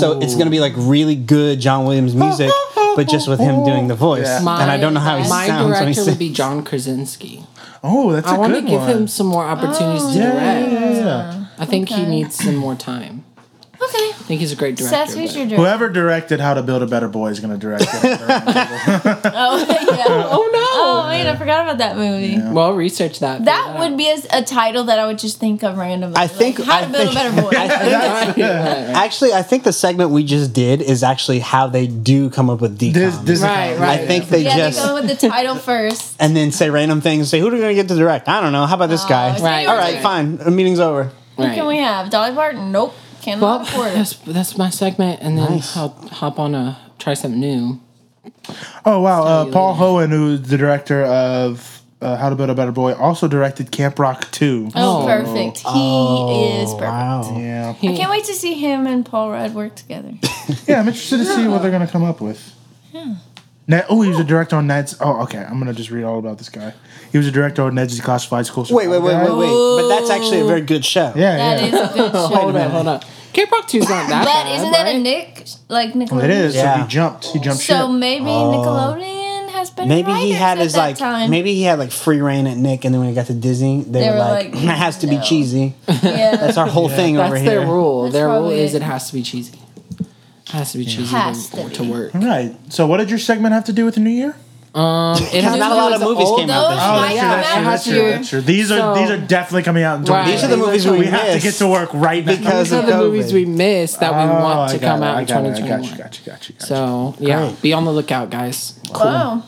[SPEAKER 2] so it's gonna be like really good John Williams music, but just with him doing the voice.
[SPEAKER 3] Yeah.
[SPEAKER 1] My-
[SPEAKER 2] and I don't know how he
[SPEAKER 1] My
[SPEAKER 2] sounds when he
[SPEAKER 1] director
[SPEAKER 2] sings.
[SPEAKER 1] would
[SPEAKER 3] *laughs*
[SPEAKER 1] be John Krasinski.
[SPEAKER 3] Oh, that's a
[SPEAKER 1] I want to
[SPEAKER 3] good
[SPEAKER 1] give
[SPEAKER 3] one.
[SPEAKER 1] him some more opportunities to
[SPEAKER 3] yeah, yeah,
[SPEAKER 1] direct.
[SPEAKER 3] yeah, yeah.
[SPEAKER 1] I think he
[SPEAKER 4] Oh, Okay.
[SPEAKER 1] needs some more time.
[SPEAKER 4] Okay.
[SPEAKER 1] I think he's a great director.
[SPEAKER 4] Seth, who's
[SPEAKER 1] but-
[SPEAKER 4] your director?
[SPEAKER 3] Whoever directed How to Build a Better Boy is going to direct it.
[SPEAKER 4] Oh, *laughs* yeah.
[SPEAKER 1] *laughs* oh no!
[SPEAKER 4] Oh, wait, I forgot about that movie.
[SPEAKER 1] Well, research that.
[SPEAKER 4] That would be a, a title that I would just think of randomly.
[SPEAKER 2] I think-
[SPEAKER 4] Like, how
[SPEAKER 2] I
[SPEAKER 4] to build
[SPEAKER 2] think- *laughs*
[SPEAKER 4] a better voice.
[SPEAKER 2] Actually, I think the segment we just did is actually how they do come up with decom.
[SPEAKER 3] This- this-
[SPEAKER 1] right,
[SPEAKER 2] I
[SPEAKER 1] right.
[SPEAKER 2] think they
[SPEAKER 4] yeah,
[SPEAKER 2] just
[SPEAKER 4] they go with the title first.
[SPEAKER 2] and then say random things. Say who are we gonna get to direct? I don't know. How about this guy?
[SPEAKER 4] it's
[SPEAKER 1] Right.
[SPEAKER 4] Kenny
[SPEAKER 2] All right,
[SPEAKER 4] Ortega.
[SPEAKER 2] fine. The meeting's over.
[SPEAKER 4] Who can we
[SPEAKER 1] Right.
[SPEAKER 4] have? Dolly Parton? Nope. Cannot
[SPEAKER 1] Well,
[SPEAKER 4] afford
[SPEAKER 1] that's
[SPEAKER 4] it.
[SPEAKER 1] that's my segment, and then
[SPEAKER 2] Nice.
[SPEAKER 1] I'll hop on a try something new.
[SPEAKER 3] oh, wow. Uh, Paul Hohen, who's the director of uh, How to Build a Better Boy, also directed Camp Rock 2.
[SPEAKER 4] Oh,
[SPEAKER 1] Oh.
[SPEAKER 4] perfect. He is
[SPEAKER 2] Oh,
[SPEAKER 4] perfect.
[SPEAKER 2] Wow.
[SPEAKER 3] Yeah.
[SPEAKER 4] I can't wait to see him and Paul Rudd
[SPEAKER 2] *laughs*
[SPEAKER 4] work together.
[SPEAKER 3] Yeah, I'm interested to see what they're going to come up with. Yeah. Oh, he was a director on Ned's. Oh, okay. I'm gonna just read all about this guy. He was a director on Ned's Classified School.
[SPEAKER 2] Wait, wait, wait,
[SPEAKER 3] Survival
[SPEAKER 2] wait,
[SPEAKER 3] Guide.
[SPEAKER 2] wait. But that's actually a very good show.
[SPEAKER 3] Yeah,
[SPEAKER 4] That
[SPEAKER 3] yeah.
[SPEAKER 4] is
[SPEAKER 2] *laughs*
[SPEAKER 4] a good show.
[SPEAKER 1] Hold up, hold up. K-pop two's not that
[SPEAKER 4] But
[SPEAKER 1] bad,
[SPEAKER 4] isn't that
[SPEAKER 1] right?
[SPEAKER 4] a Nick? Like Nickelodeon?
[SPEAKER 3] It is. So
[SPEAKER 2] Yeah.
[SPEAKER 3] he jumped. He jumped
[SPEAKER 4] So
[SPEAKER 3] ship.
[SPEAKER 4] maybe Nickelodeon has been
[SPEAKER 2] Oh. Maybe he
[SPEAKER 4] writers
[SPEAKER 2] had
[SPEAKER 4] at
[SPEAKER 2] his
[SPEAKER 4] that
[SPEAKER 2] like
[SPEAKER 4] time.
[SPEAKER 2] maybe he had like free reign at Nick and then when he got to Disney, they, were, like, It has to be
[SPEAKER 4] no."
[SPEAKER 2] cheesy.
[SPEAKER 4] yeah.
[SPEAKER 2] *laughs* That's our whole thing
[SPEAKER 1] That's
[SPEAKER 2] over
[SPEAKER 1] their
[SPEAKER 2] here.
[SPEAKER 1] rule.
[SPEAKER 4] That's
[SPEAKER 1] their rule
[SPEAKER 4] probably
[SPEAKER 1] is
[SPEAKER 4] it.
[SPEAKER 1] it has to be cheesy. Has to be cheesy
[SPEAKER 4] Has
[SPEAKER 1] to,
[SPEAKER 4] to
[SPEAKER 1] to
[SPEAKER 4] be.
[SPEAKER 3] *laughs*
[SPEAKER 1] work.
[SPEAKER 3] All right. So what did your segment have to do with the new year?
[SPEAKER 1] Um, it has
[SPEAKER 2] Not
[SPEAKER 1] to
[SPEAKER 2] a lot
[SPEAKER 1] do
[SPEAKER 2] of
[SPEAKER 1] with
[SPEAKER 2] movies
[SPEAKER 1] old-
[SPEAKER 2] came
[SPEAKER 4] Those
[SPEAKER 2] out
[SPEAKER 1] Oh,
[SPEAKER 4] might
[SPEAKER 1] yeah,
[SPEAKER 4] come
[SPEAKER 1] that's
[SPEAKER 4] out
[SPEAKER 1] true,
[SPEAKER 4] this
[SPEAKER 1] that's true,
[SPEAKER 4] year.
[SPEAKER 1] that's
[SPEAKER 3] Sure. These are
[SPEAKER 1] So-
[SPEAKER 3] these are definitely coming out in
[SPEAKER 1] Right.
[SPEAKER 3] 2020.
[SPEAKER 2] These are the movies we,
[SPEAKER 3] We have to get to work right now.
[SPEAKER 2] Because
[SPEAKER 1] These
[SPEAKER 2] of
[SPEAKER 1] are the
[SPEAKER 2] COVID.
[SPEAKER 1] movies we missed that we
[SPEAKER 3] Oh,
[SPEAKER 1] want
[SPEAKER 3] I
[SPEAKER 1] to
[SPEAKER 3] got
[SPEAKER 1] come
[SPEAKER 3] it,
[SPEAKER 1] out
[SPEAKER 3] I
[SPEAKER 1] in
[SPEAKER 3] got it, I
[SPEAKER 1] 2021.
[SPEAKER 3] got you. Got you. Got you. Got you.
[SPEAKER 1] So yeah,
[SPEAKER 2] Great.
[SPEAKER 1] be on the lookout, guys.
[SPEAKER 4] Wow.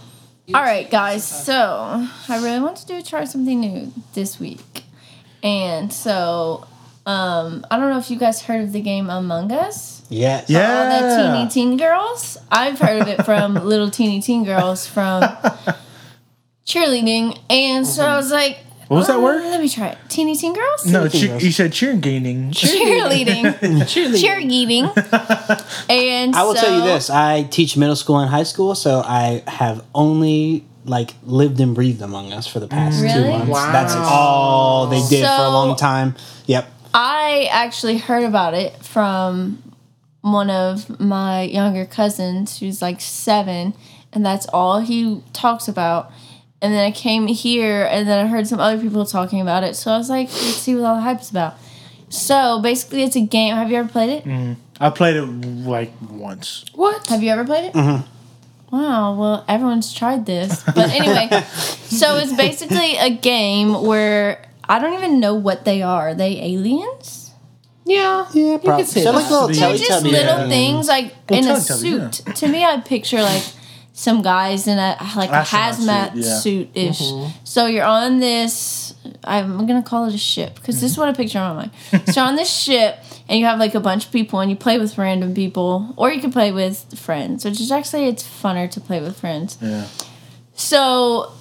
[SPEAKER 4] Oh. All right, guys. So I really want to do try something new this week, and so um, I don't know if you guys heard of the game Among Us.
[SPEAKER 2] Yes.
[SPEAKER 3] Yeah.
[SPEAKER 4] All the teeny teen girls. I've heard of it
[SPEAKER 3] *laughs*
[SPEAKER 4] from little teeny teen girls from cheerleading, and so I was like,
[SPEAKER 3] What was that
[SPEAKER 4] uh,
[SPEAKER 3] word?
[SPEAKER 4] Let me try it. Teeny teen girls.
[SPEAKER 3] No, che- you said cheerleading.
[SPEAKER 4] *laughs* Cheerleading,
[SPEAKER 1] Cheerleading.
[SPEAKER 4] cheerleading,
[SPEAKER 3] *laughs*
[SPEAKER 4] and
[SPEAKER 2] I will
[SPEAKER 4] so-
[SPEAKER 2] tell you this. I teach middle school and high school, so I have only like lived and breathed among us for the past two
[SPEAKER 4] Really?
[SPEAKER 2] months.
[SPEAKER 1] Wow.
[SPEAKER 2] That's all they did for a
[SPEAKER 4] So-
[SPEAKER 2] long time. Yep.
[SPEAKER 4] I actually heard about it from one of my younger cousins who's like seven, and that's all he talks about. And then I came here, and then I heard some other people talking about it. So I was like, let's see what all the hype's about. So basically, it's a game. Have you ever played it?
[SPEAKER 3] I played it like once.
[SPEAKER 1] What?
[SPEAKER 4] Have you ever played it? Wow, well, everyone's tried this. But anyway, so it's basically a game where I don't even know what they are. Are they aliens?
[SPEAKER 1] Yeah.
[SPEAKER 2] Yeah, probably.
[SPEAKER 1] could say
[SPEAKER 2] They're like
[SPEAKER 1] that.
[SPEAKER 2] little
[SPEAKER 4] They're just
[SPEAKER 2] Teletubbies.
[SPEAKER 3] uh,
[SPEAKER 4] little things like in a
[SPEAKER 3] Teletubbies, yeah.
[SPEAKER 4] suit. To me, I picture like some guys in a like a
[SPEAKER 3] Astronaut
[SPEAKER 4] hazmat
[SPEAKER 3] suit, yeah. Mm-hmm.
[SPEAKER 4] suit ish. So you're on this. I'm gonna call it a ship because this is what I picture in my
[SPEAKER 3] *laughs*
[SPEAKER 4] mind. so you're on this ship, and you have like a bunch of people, and you play with random people, or you can play with friends, which is actually it's funner to play with friends.
[SPEAKER 3] Yeah.
[SPEAKER 4] So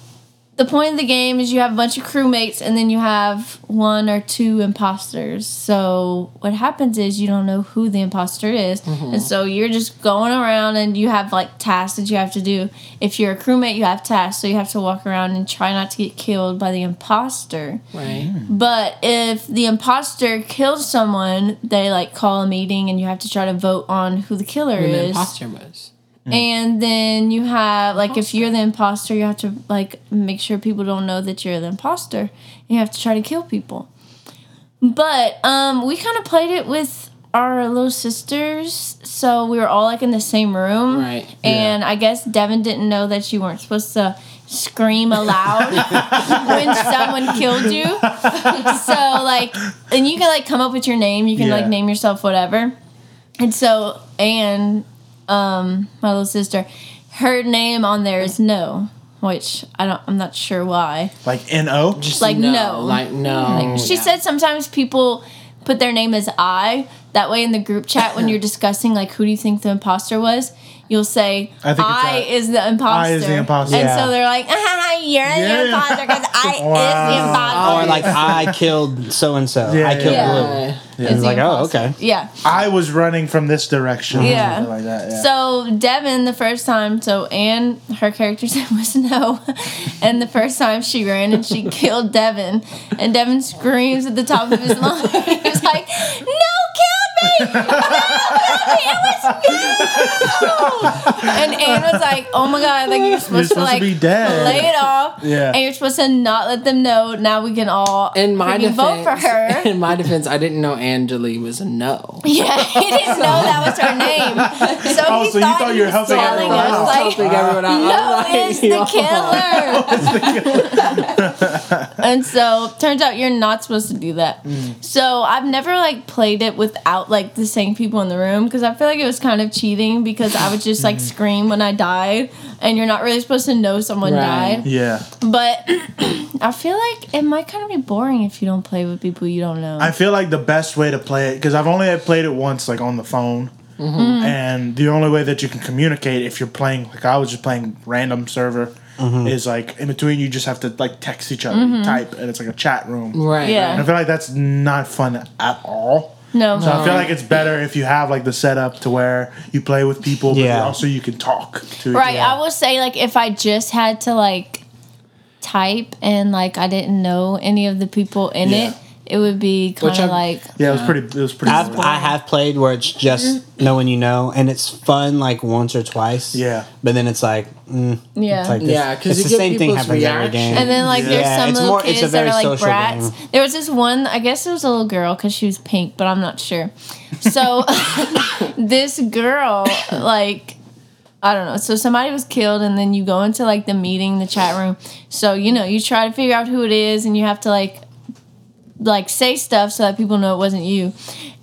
[SPEAKER 4] the point of the game is you have a bunch of crewmates and then you have one or two imposters. So what happens is you don't know who the imposter is.
[SPEAKER 1] Mm-hmm.
[SPEAKER 4] And so you're just going around and you have like tasks that you have to do. If you're a crewmate, you have tasks, so you have to walk around and try not to get killed by the imposter. Mm.
[SPEAKER 1] Right.
[SPEAKER 4] But if the imposter kills someone, they like call a meeting and you have to try to vote on who the killer
[SPEAKER 1] Who the
[SPEAKER 4] is
[SPEAKER 1] imposter was.
[SPEAKER 4] and then you have like if you're the imposter you have to like make sure people don't know that you're the imposter and you have to try to kill people but um we kind of played it with our little sisters so we were all like in the same room
[SPEAKER 1] Right.
[SPEAKER 4] and i guess devin didn't know that you weren't supposed to scream aloud when someone killed you so like and you can like come up with your name you can
[SPEAKER 3] Yeah.
[SPEAKER 4] like name yourself whatever and so and um, my little sister, her name on there is No, which I don't. I'm not sure why.
[SPEAKER 3] Like no.
[SPEAKER 1] Just
[SPEAKER 4] Like, no.
[SPEAKER 1] like no.
[SPEAKER 4] Like,
[SPEAKER 3] Oh,
[SPEAKER 4] she said sometimes people put their name as I. That way, in the group chat,
[SPEAKER 3] *laughs*
[SPEAKER 4] when you're discussing like who do you think the imposter was, you'll say
[SPEAKER 3] I think it's
[SPEAKER 4] I,
[SPEAKER 3] that.
[SPEAKER 4] is the imposter.
[SPEAKER 3] I is the imposter.
[SPEAKER 4] And
[SPEAKER 2] Yeah.
[SPEAKER 4] so they're like, *laughs* ah, you're
[SPEAKER 3] Yeah.
[SPEAKER 4] the imposter because
[SPEAKER 3] *laughs*
[SPEAKER 4] I is the
[SPEAKER 3] Wow.
[SPEAKER 4] imposter.
[SPEAKER 2] Or Oh, like I killed so and so.
[SPEAKER 3] *laughs* Yeah,
[SPEAKER 2] I killed
[SPEAKER 4] yeah.
[SPEAKER 2] Blue.
[SPEAKER 1] Yeah.
[SPEAKER 4] Is
[SPEAKER 2] And it's
[SPEAKER 4] the
[SPEAKER 2] like, oh,
[SPEAKER 4] imposter.
[SPEAKER 2] okay.
[SPEAKER 4] Yeah.
[SPEAKER 3] I was running from this direction.
[SPEAKER 4] Yeah.
[SPEAKER 3] Something Like that. *laughs* Yeah.
[SPEAKER 4] So Devin, the first time, so Anne, her character's *laughs* name was No, and the first time she ran and
[SPEAKER 3] *laughs*
[SPEAKER 4] she killed Devin, and Devin screams at the top of
[SPEAKER 3] *laughs*
[SPEAKER 4] his lungs, he's like, "No, kill me! No, kill me! It was you!" And Anne was like, "Oh my god! Like you're supposed,
[SPEAKER 3] supposed to
[SPEAKER 4] like
[SPEAKER 3] be dead.
[SPEAKER 4] lay it off,
[SPEAKER 3] Yeah.
[SPEAKER 4] and you're supposed to not let them know. Now we can all
[SPEAKER 1] in my
[SPEAKER 4] freaking
[SPEAKER 1] defense,
[SPEAKER 4] vote for her."
[SPEAKER 1] *laughs* in my defense, I didn't know Angeli was a no.
[SPEAKER 4] Yeah, he didn't know that was her
[SPEAKER 3] *laughs*
[SPEAKER 4] name. So
[SPEAKER 3] Oh,
[SPEAKER 4] he
[SPEAKER 3] so you
[SPEAKER 4] thought,
[SPEAKER 3] thought
[SPEAKER 4] he
[SPEAKER 3] you were
[SPEAKER 4] was *laughs*
[SPEAKER 3] helping
[SPEAKER 4] telling
[SPEAKER 3] everyone
[SPEAKER 4] us,
[SPEAKER 3] out.
[SPEAKER 4] like,
[SPEAKER 1] Helping everyone out.
[SPEAKER 4] no,
[SPEAKER 1] I was *laughs*
[SPEAKER 4] it's
[SPEAKER 1] like,
[SPEAKER 4] the killer. and so turns out you're not supposed to do that. So I've never like played it without like the same people in the room because I feel like it was kind of cheating because I would just like scream when I died and you're not really supposed to know someone
[SPEAKER 1] Right.
[SPEAKER 4] died.
[SPEAKER 3] *laughs* yeah.
[SPEAKER 4] But *clears throat* I feel like it might kind of be boring if you don't play with people you don't know.
[SPEAKER 3] I feel like the best way to play it because I've only played it once, like on the phone,
[SPEAKER 4] Mm-hmm.
[SPEAKER 3] and the only way that you can communicate if you're playing, like I was just playing random server,
[SPEAKER 2] Mm-hmm.
[SPEAKER 3] is like in between you just have to like text each other,
[SPEAKER 4] Mm-hmm.
[SPEAKER 3] type, and it's like a chat room.
[SPEAKER 1] Right.
[SPEAKER 4] Yeah.
[SPEAKER 3] And I feel like that's not fun at all.
[SPEAKER 4] no.
[SPEAKER 3] So I feel like it's better if you have like the setup to where you play with people, but
[SPEAKER 2] Yeah.
[SPEAKER 3] also you can talk to each
[SPEAKER 4] Right.
[SPEAKER 3] other.
[SPEAKER 4] I will say like if I just had to like type and like I didn't know any of the people in
[SPEAKER 3] Yeah.
[SPEAKER 4] it, it would be kind
[SPEAKER 1] Which I'm-
[SPEAKER 4] of like
[SPEAKER 3] Yeah, it was pretty. It was pretty.
[SPEAKER 2] I've,
[SPEAKER 3] boring.
[SPEAKER 2] I have played where it's just
[SPEAKER 1] Mm-hmm.
[SPEAKER 2] knowing you know, and it's fun like once or twice.
[SPEAKER 3] Yeah.
[SPEAKER 2] But then it's like, mm,
[SPEAKER 4] yeah.
[SPEAKER 2] it's like this,
[SPEAKER 1] Yeah, 'cause
[SPEAKER 2] it's
[SPEAKER 1] you
[SPEAKER 2] the
[SPEAKER 1] get
[SPEAKER 2] same thing
[SPEAKER 1] people's
[SPEAKER 2] happens every
[SPEAKER 1] reaction.
[SPEAKER 2] game.
[SPEAKER 4] and then like there's
[SPEAKER 2] Yeah,
[SPEAKER 4] some
[SPEAKER 2] it's
[SPEAKER 4] little
[SPEAKER 2] more- it's a
[SPEAKER 4] kids
[SPEAKER 2] very
[SPEAKER 4] that are like
[SPEAKER 2] social
[SPEAKER 4] brats.
[SPEAKER 2] game.
[SPEAKER 4] There was this one, I guess it was a little girl because she was pink, but I'm not sure. So *laughs* this girl, like, I don't know. So somebody was killed, and then you go into like the meeting, the chat room. So you know, you try to figure out who it is, and you have to like like say stuff so that people know it wasn't you.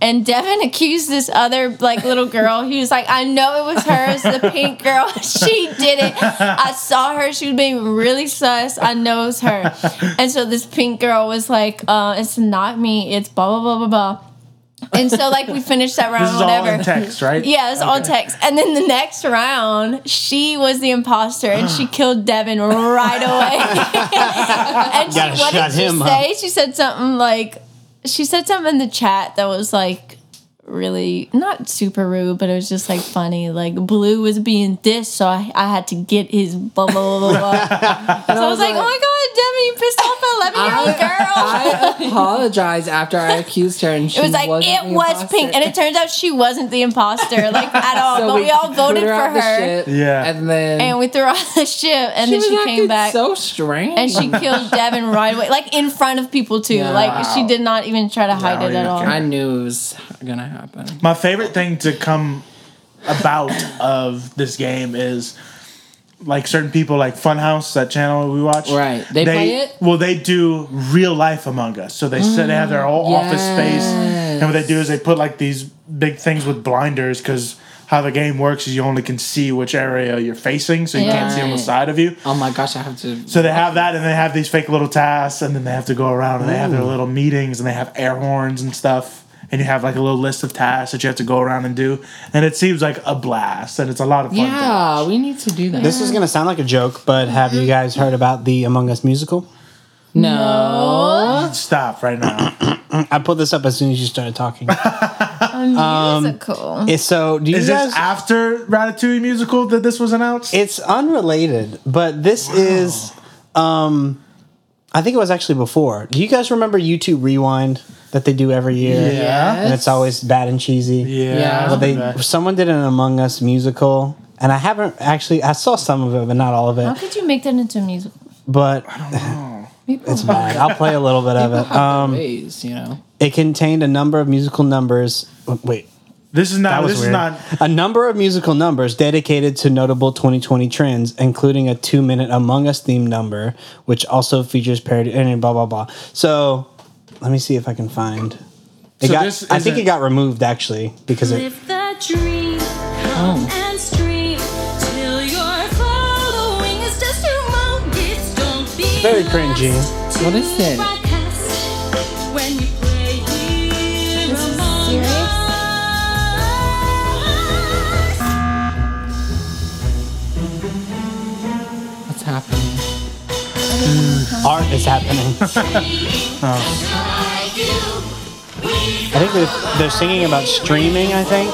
[SPEAKER 4] And Devin *laughs* accused this other like little girl. He was like, I know it was hers, the pink girl. *laughs* she did it. I saw her. She was being really sus. I know it was her. And so this pink girl was like, uh, it's not me. It's blah blah blah blah blah. And so like we finished that round
[SPEAKER 3] this is all
[SPEAKER 4] whatever.
[SPEAKER 3] in text, right?
[SPEAKER 4] Yeah, it was all text. And then the next round, she was the imposter
[SPEAKER 2] *gasps*
[SPEAKER 4] and she killed Devin right
[SPEAKER 2] *laughs*
[SPEAKER 4] away. and she,
[SPEAKER 2] Gotta
[SPEAKER 4] what
[SPEAKER 2] shut
[SPEAKER 4] did she
[SPEAKER 2] him up.
[SPEAKER 4] say? She said something like, she said something in the chat that was like really not super rude, but it was just like funny. Like Blue was being this, so I, I had to get his blah blah
[SPEAKER 2] *laughs*
[SPEAKER 4] blah blah. blah. so I was like, oh my god, Devin, you pissed off an eleven year old girl.
[SPEAKER 1] I apologized after I accused her, and she
[SPEAKER 4] It was like
[SPEAKER 1] wasn't
[SPEAKER 4] it
[SPEAKER 1] the
[SPEAKER 4] was
[SPEAKER 1] imposter.
[SPEAKER 4] pink, and it turns out she wasn't the imposter,
[SPEAKER 1] *laughs*
[SPEAKER 4] like at all.
[SPEAKER 1] So
[SPEAKER 4] but we, all voted
[SPEAKER 1] threw
[SPEAKER 4] for
[SPEAKER 1] out the
[SPEAKER 4] her,
[SPEAKER 1] ship,
[SPEAKER 3] Yeah.
[SPEAKER 1] and then
[SPEAKER 4] and we threw her *laughs* on the ship, and then
[SPEAKER 1] was
[SPEAKER 4] she came
[SPEAKER 1] acting
[SPEAKER 4] back,
[SPEAKER 1] So strange. *laughs*
[SPEAKER 4] and she killed Devin right away, like in front of people too.
[SPEAKER 1] Yeah.
[SPEAKER 4] Like she did not even try to hide it
[SPEAKER 3] you
[SPEAKER 4] at all.
[SPEAKER 1] I knew it was gonna happen.
[SPEAKER 3] My favorite thing to come about of this game is like certain people like Funhouse, that channel we watch.
[SPEAKER 1] Right. They play it?
[SPEAKER 3] Well, they do real life Among Us. So they sit, they have their whole office space, and what they do is they put like these big things with blinders because. How the game works is you only can see which area you're facing, so you can't see on the
[SPEAKER 1] Right.
[SPEAKER 3] side of you.
[SPEAKER 1] Oh my gosh, I have to.
[SPEAKER 3] So they have that, and they have these fake little tasks, and then they have to go around and they have their little meetings, and they have air horns and stuff, and you have like a little list of tasks that you have to go around and do, and it seems like a blast, and it's a lot of fun.
[SPEAKER 1] Yeah, we need to do that.
[SPEAKER 2] this is going to sound like a joke, but have
[SPEAKER 1] Mm-hmm.
[SPEAKER 2] you guys heard about the Among Us musical?
[SPEAKER 1] no.
[SPEAKER 3] But Stop right now.
[SPEAKER 2] I pulled this up as soon as you started talking.
[SPEAKER 3] *laughs*
[SPEAKER 4] A
[SPEAKER 1] Um,
[SPEAKER 4] musical.
[SPEAKER 2] it's so, do you
[SPEAKER 3] Is
[SPEAKER 2] guys?
[SPEAKER 3] this after Ratatouille musical that this was announced?
[SPEAKER 2] It's unrelated, but this is um I think it was actually before. Do you guys remember YouTube Rewind that they do every year?
[SPEAKER 3] yeah.
[SPEAKER 2] And it's always bad and cheesy.
[SPEAKER 3] Yeah.
[SPEAKER 1] Yeah.
[SPEAKER 2] Well, they
[SPEAKER 3] Okay.
[SPEAKER 2] someone did an Among Us musical, and I haven't actually. I saw some of it, but not all of
[SPEAKER 4] How
[SPEAKER 2] it.
[SPEAKER 4] could you make that into a musical?
[SPEAKER 2] But
[SPEAKER 4] People
[SPEAKER 2] it's bad. I'll play a little
[SPEAKER 1] *laughs*
[SPEAKER 2] bit of it.
[SPEAKER 1] Um,
[SPEAKER 2] Um,
[SPEAKER 1] ways, you know.
[SPEAKER 2] it contained a number of musical numbers. Wait,
[SPEAKER 3] This is
[SPEAKER 2] that
[SPEAKER 3] not.
[SPEAKER 2] was
[SPEAKER 3] This
[SPEAKER 2] weird.
[SPEAKER 3] is not.
[SPEAKER 2] A number of musical numbers dedicated to notable 2020 trends, including a two-minute Among Us themed number, which also features parody and blah blah blah. So, let me see if I can find. It
[SPEAKER 3] So
[SPEAKER 2] got,
[SPEAKER 3] this
[SPEAKER 2] I think
[SPEAKER 3] isn't-
[SPEAKER 2] it got removed actually because it
[SPEAKER 6] Live the dream. Come and
[SPEAKER 2] Very cringy.
[SPEAKER 1] What is it?
[SPEAKER 4] This is serious.
[SPEAKER 1] What's happening?
[SPEAKER 2] Art is happening. I think they're, they're singing about streaming, I think.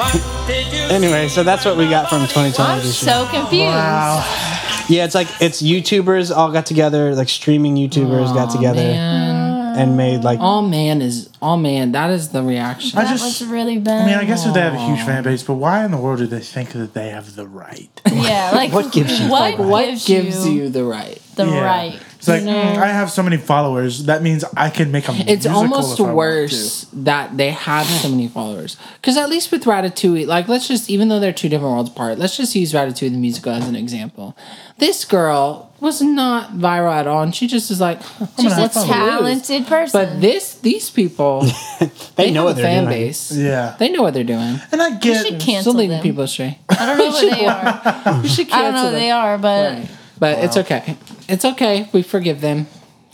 [SPEAKER 2] Anyway, so that's what we got from 2020
[SPEAKER 4] I'm
[SPEAKER 2] this year.
[SPEAKER 4] so confused.
[SPEAKER 2] yeah, it's like it's YouTubers all got together, like streaming YouTubers got together
[SPEAKER 1] Man.
[SPEAKER 2] and made like
[SPEAKER 1] Oh man is oh man, that is the reaction.
[SPEAKER 3] I
[SPEAKER 4] That
[SPEAKER 3] just-
[SPEAKER 4] was really bad.
[SPEAKER 3] I mean, I guess if they have a huge fan base, but why in the world do they think that they have the right?
[SPEAKER 1] *laughs*
[SPEAKER 4] yeah, like
[SPEAKER 2] What gives you
[SPEAKER 4] what
[SPEAKER 1] What
[SPEAKER 4] gives,
[SPEAKER 1] gives you, the right?
[SPEAKER 4] the
[SPEAKER 3] Yeah.
[SPEAKER 4] right?
[SPEAKER 3] It's like
[SPEAKER 4] you know?
[SPEAKER 3] I have so many followers. That means I can make a.
[SPEAKER 1] It's
[SPEAKER 3] musical
[SPEAKER 1] almost
[SPEAKER 3] if I want
[SPEAKER 1] worse that they have so many followers. Because at least with Ratatouille, like let's just even though they're two different worlds apart, let's just use Ratatouille the musical as an example. This girl was not viral at all, and she just is like,
[SPEAKER 4] She's
[SPEAKER 1] "What's
[SPEAKER 4] a
[SPEAKER 1] loose?"
[SPEAKER 4] talented person.
[SPEAKER 1] But this, these people,
[SPEAKER 2] *laughs* they,
[SPEAKER 1] they,
[SPEAKER 2] know
[SPEAKER 1] know
[SPEAKER 2] what
[SPEAKER 1] have a
[SPEAKER 2] they're
[SPEAKER 1] fan
[SPEAKER 2] doing.
[SPEAKER 1] base.
[SPEAKER 3] to. Yeah,
[SPEAKER 1] They know what they're doing.
[SPEAKER 3] and I
[SPEAKER 4] we
[SPEAKER 3] get.
[SPEAKER 4] should
[SPEAKER 1] Still
[SPEAKER 4] cancel
[SPEAKER 1] leading
[SPEAKER 4] them.
[SPEAKER 1] people astray.
[SPEAKER 4] *laughs* I don't know what
[SPEAKER 1] *laughs*
[SPEAKER 4] they are.
[SPEAKER 1] We should
[SPEAKER 4] I don't know
[SPEAKER 1] cancel
[SPEAKER 4] what
[SPEAKER 1] them.
[SPEAKER 4] they are, but
[SPEAKER 1] Right. But it's okay. It's okay. We forgive them.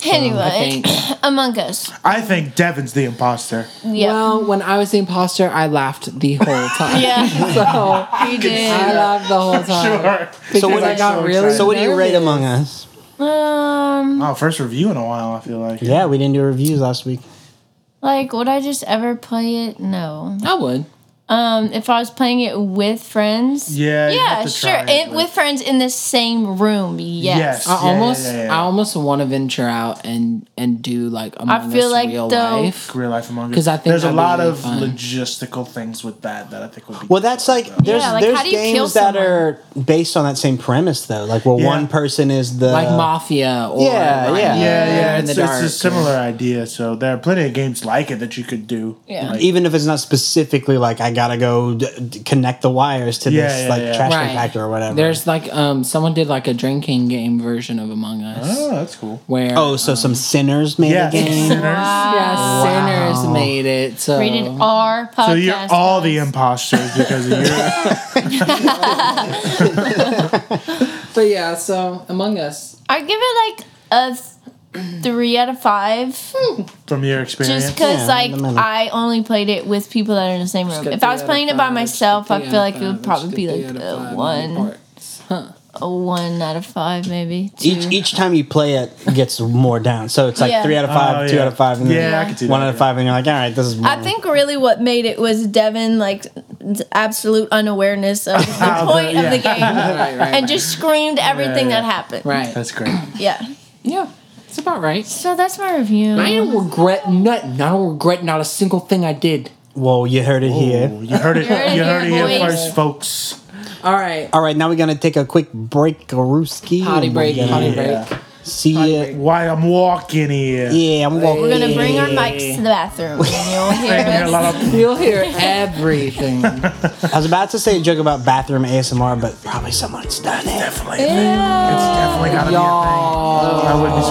[SPEAKER 4] anyway,
[SPEAKER 1] Um, think.
[SPEAKER 4] *coughs* Among Us.
[SPEAKER 3] I think Devin's the imposter.
[SPEAKER 4] Yeah,
[SPEAKER 1] Well, when I was the imposter, I laughed the
[SPEAKER 4] *laughs*
[SPEAKER 1] whole time.
[SPEAKER 4] Yeah.
[SPEAKER 1] *laughs* So
[SPEAKER 4] you did.
[SPEAKER 1] I laughed the whole time.
[SPEAKER 3] *laughs* Sure.
[SPEAKER 1] Because
[SPEAKER 2] So what-
[SPEAKER 1] I got
[SPEAKER 3] So
[SPEAKER 1] really.
[SPEAKER 3] excited.
[SPEAKER 2] So what do you rate
[SPEAKER 1] nervous.
[SPEAKER 2] Among Us?
[SPEAKER 4] Um,
[SPEAKER 3] Oh, first review in a while. I feel like.
[SPEAKER 2] Yeah, we didn't do reviews last week.
[SPEAKER 4] like would I just ever play it? No.
[SPEAKER 1] I would.
[SPEAKER 4] Um, if I was playing it with friends.
[SPEAKER 3] Yeah. you
[SPEAKER 4] Yeah,
[SPEAKER 3] have to
[SPEAKER 4] sure.
[SPEAKER 3] try
[SPEAKER 4] It,
[SPEAKER 3] but-
[SPEAKER 4] with friends in the same room. Yes.
[SPEAKER 1] I
[SPEAKER 3] Yeah, yeah,
[SPEAKER 1] almost,
[SPEAKER 3] yeah, yeah.
[SPEAKER 1] I almost want to venture out and and do like Among I
[SPEAKER 4] feel like
[SPEAKER 1] real
[SPEAKER 4] though-
[SPEAKER 1] life.
[SPEAKER 3] real life Among Us.
[SPEAKER 1] 'Cause I think
[SPEAKER 3] there's a
[SPEAKER 1] that'd be
[SPEAKER 3] lot
[SPEAKER 1] really
[SPEAKER 3] of
[SPEAKER 1] fun.
[SPEAKER 3] logistical things with that that I think would be.
[SPEAKER 2] Well, that's like there's
[SPEAKER 4] like,
[SPEAKER 2] there's
[SPEAKER 4] how do you kill
[SPEAKER 2] games that
[SPEAKER 4] someone?
[SPEAKER 2] are based on that same premise though, like where
[SPEAKER 3] Yeah.
[SPEAKER 2] one person is the
[SPEAKER 1] Like mafia or
[SPEAKER 2] Yeah,
[SPEAKER 1] like,
[SPEAKER 2] yeah.
[SPEAKER 3] yeah, yeah,
[SPEAKER 1] in
[SPEAKER 3] it's,
[SPEAKER 1] the
[SPEAKER 3] it's a
[SPEAKER 1] dark.
[SPEAKER 3] similar idea. So there are plenty of games like it that you could do.
[SPEAKER 4] Yeah.
[SPEAKER 3] Like,
[SPEAKER 2] even if it's not specifically like I gotta go d- d- connect the wires to
[SPEAKER 3] Yeah,
[SPEAKER 2] this
[SPEAKER 3] yeah,
[SPEAKER 2] like
[SPEAKER 3] yeah.
[SPEAKER 2] trash
[SPEAKER 1] Right.
[SPEAKER 2] compactor or whatever.
[SPEAKER 1] There's like um someone did like a drinking game version of Among Us
[SPEAKER 3] oh, that's cool.
[SPEAKER 1] where
[SPEAKER 2] oh, so some sinners made
[SPEAKER 3] Yeah,
[SPEAKER 1] *laughs*
[SPEAKER 2] a game.
[SPEAKER 3] sinners.
[SPEAKER 1] yeah sinners made it so
[SPEAKER 4] Rated R podcast.
[SPEAKER 3] *laughs* So you're all the
[SPEAKER 4] guys.
[SPEAKER 3] imposters because of your
[SPEAKER 1] but yeah so Among Us
[SPEAKER 4] I give it like a th- three out of five.
[SPEAKER 3] from your
[SPEAKER 4] just
[SPEAKER 3] experience.
[SPEAKER 4] because
[SPEAKER 2] Yeah,
[SPEAKER 4] like
[SPEAKER 2] the minimum.
[SPEAKER 4] I only played it with people that are in the same room.
[SPEAKER 1] Get
[SPEAKER 4] If I
[SPEAKER 1] three out
[SPEAKER 4] was
[SPEAKER 1] of
[SPEAKER 4] playing it
[SPEAKER 1] five,
[SPEAKER 4] by
[SPEAKER 1] just
[SPEAKER 4] myself,
[SPEAKER 1] get
[SPEAKER 4] I
[SPEAKER 1] three
[SPEAKER 4] feel
[SPEAKER 1] out of
[SPEAKER 4] like it
[SPEAKER 1] five, just
[SPEAKER 4] would probably
[SPEAKER 1] get
[SPEAKER 4] be
[SPEAKER 1] three
[SPEAKER 4] like
[SPEAKER 1] out of
[SPEAKER 4] a
[SPEAKER 1] five *laughs*
[SPEAKER 4] one,
[SPEAKER 1] parts. Huh.
[SPEAKER 4] a one out of five maybe.
[SPEAKER 2] Each
[SPEAKER 4] two.
[SPEAKER 2] each time you play it gets more down. So it's like
[SPEAKER 4] Yeah.
[SPEAKER 2] three out of five,
[SPEAKER 3] Oh,
[SPEAKER 2] two
[SPEAKER 3] yeah.
[SPEAKER 2] out of five, and then
[SPEAKER 3] Yeah, I could do
[SPEAKER 2] one
[SPEAKER 3] that,
[SPEAKER 2] out of
[SPEAKER 3] yeah.
[SPEAKER 2] five, and you're like, all right, this is.
[SPEAKER 4] I
[SPEAKER 2] boring.
[SPEAKER 4] think really what made it was Devin like absolute unawareness of the
[SPEAKER 3] How the-
[SPEAKER 4] point of the
[SPEAKER 1] *laughs*
[SPEAKER 4] game
[SPEAKER 1] right right
[SPEAKER 4] and just screamed everything
[SPEAKER 3] Yeah, yeah.
[SPEAKER 4] that happened.
[SPEAKER 1] right Right.
[SPEAKER 3] That's great.
[SPEAKER 4] *laughs* Yeah.
[SPEAKER 1] yeah it's about right
[SPEAKER 4] So that's my review.
[SPEAKER 1] I don't regret nothing I don't regret not a single thing I did
[SPEAKER 2] Whoa, you heard it here.
[SPEAKER 3] Ooh, you heard it.
[SPEAKER 4] You heard it
[SPEAKER 3] You heard it
[SPEAKER 4] here,
[SPEAKER 3] here
[SPEAKER 4] boys.
[SPEAKER 3] first, folks.
[SPEAKER 1] all right
[SPEAKER 2] All right, now we're gonna take a quick break, Ruski.
[SPEAKER 1] potty break potty
[SPEAKER 3] Yeah.
[SPEAKER 1] break
[SPEAKER 2] See ya.
[SPEAKER 3] Why I'm walking here.
[SPEAKER 2] Yeah, I'm walking.
[SPEAKER 4] We're gonna bring our mics to the bathroom and you'll hear
[SPEAKER 3] I hear a
[SPEAKER 4] us.
[SPEAKER 3] lot of-
[SPEAKER 1] you'll hear *laughs* everything
[SPEAKER 2] I was about to say a joke about bathroom ASMR, but probably someone's done it.
[SPEAKER 3] definitely. It's definitely gotta be a thing.
[SPEAKER 1] y'all
[SPEAKER 3] I wouldn't be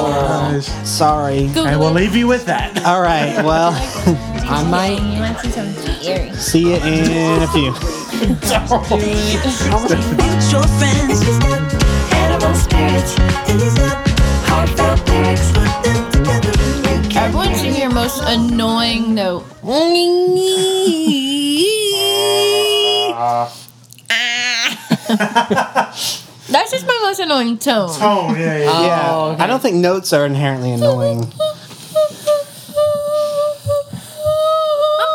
[SPEAKER 3] surprised.
[SPEAKER 2] Sorry.
[SPEAKER 3] And we'll leave you with
[SPEAKER 2] *laughs*
[SPEAKER 3] that.
[SPEAKER 2] All right, well,
[SPEAKER 1] *laughs* I might
[SPEAKER 4] You want to see something eerie?
[SPEAKER 2] see you in a few.
[SPEAKER 6] Thanks, your friends. It's just up, animal spirits. It is up, heartfelt lyrics. Put them together and you can.
[SPEAKER 4] Everyone should hear most annoying note. *laughs* That's just my most annoying tone.
[SPEAKER 3] *laughs* Oh yeah, yeah. yeah.
[SPEAKER 2] Yeah,
[SPEAKER 1] *laughs* Oh, okay.
[SPEAKER 2] I don't think notes are inherently annoying.
[SPEAKER 4] I'm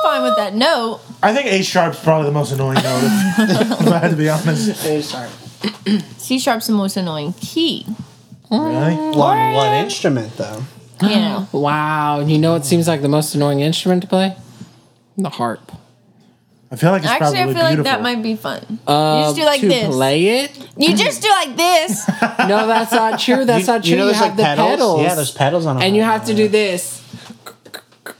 [SPEAKER 4] fine with that note.
[SPEAKER 3] I think A sharp's probably the most annoying note. *laughs* if I had to be honest.
[SPEAKER 4] C sharp's the most annoying key.
[SPEAKER 3] Really?
[SPEAKER 2] Well, on one instrument, though.
[SPEAKER 3] Ah,
[SPEAKER 4] You know.
[SPEAKER 1] Wow, you know what seems like the most annoying instrument to play? The harp.
[SPEAKER 3] I feel like it's
[SPEAKER 4] Actually, I feel
[SPEAKER 3] probably
[SPEAKER 4] like
[SPEAKER 3] beautiful.
[SPEAKER 4] that might be fun.
[SPEAKER 1] Uh,
[SPEAKER 4] you just do like
[SPEAKER 1] to
[SPEAKER 4] this.
[SPEAKER 1] play it?
[SPEAKER 4] You just do like
[SPEAKER 3] *laughs*
[SPEAKER 4] this.
[SPEAKER 1] No, that's not true. That's not true. *laughs* You, have the pedals.
[SPEAKER 2] Yeah, there's pedals on them.
[SPEAKER 1] and you have to do this.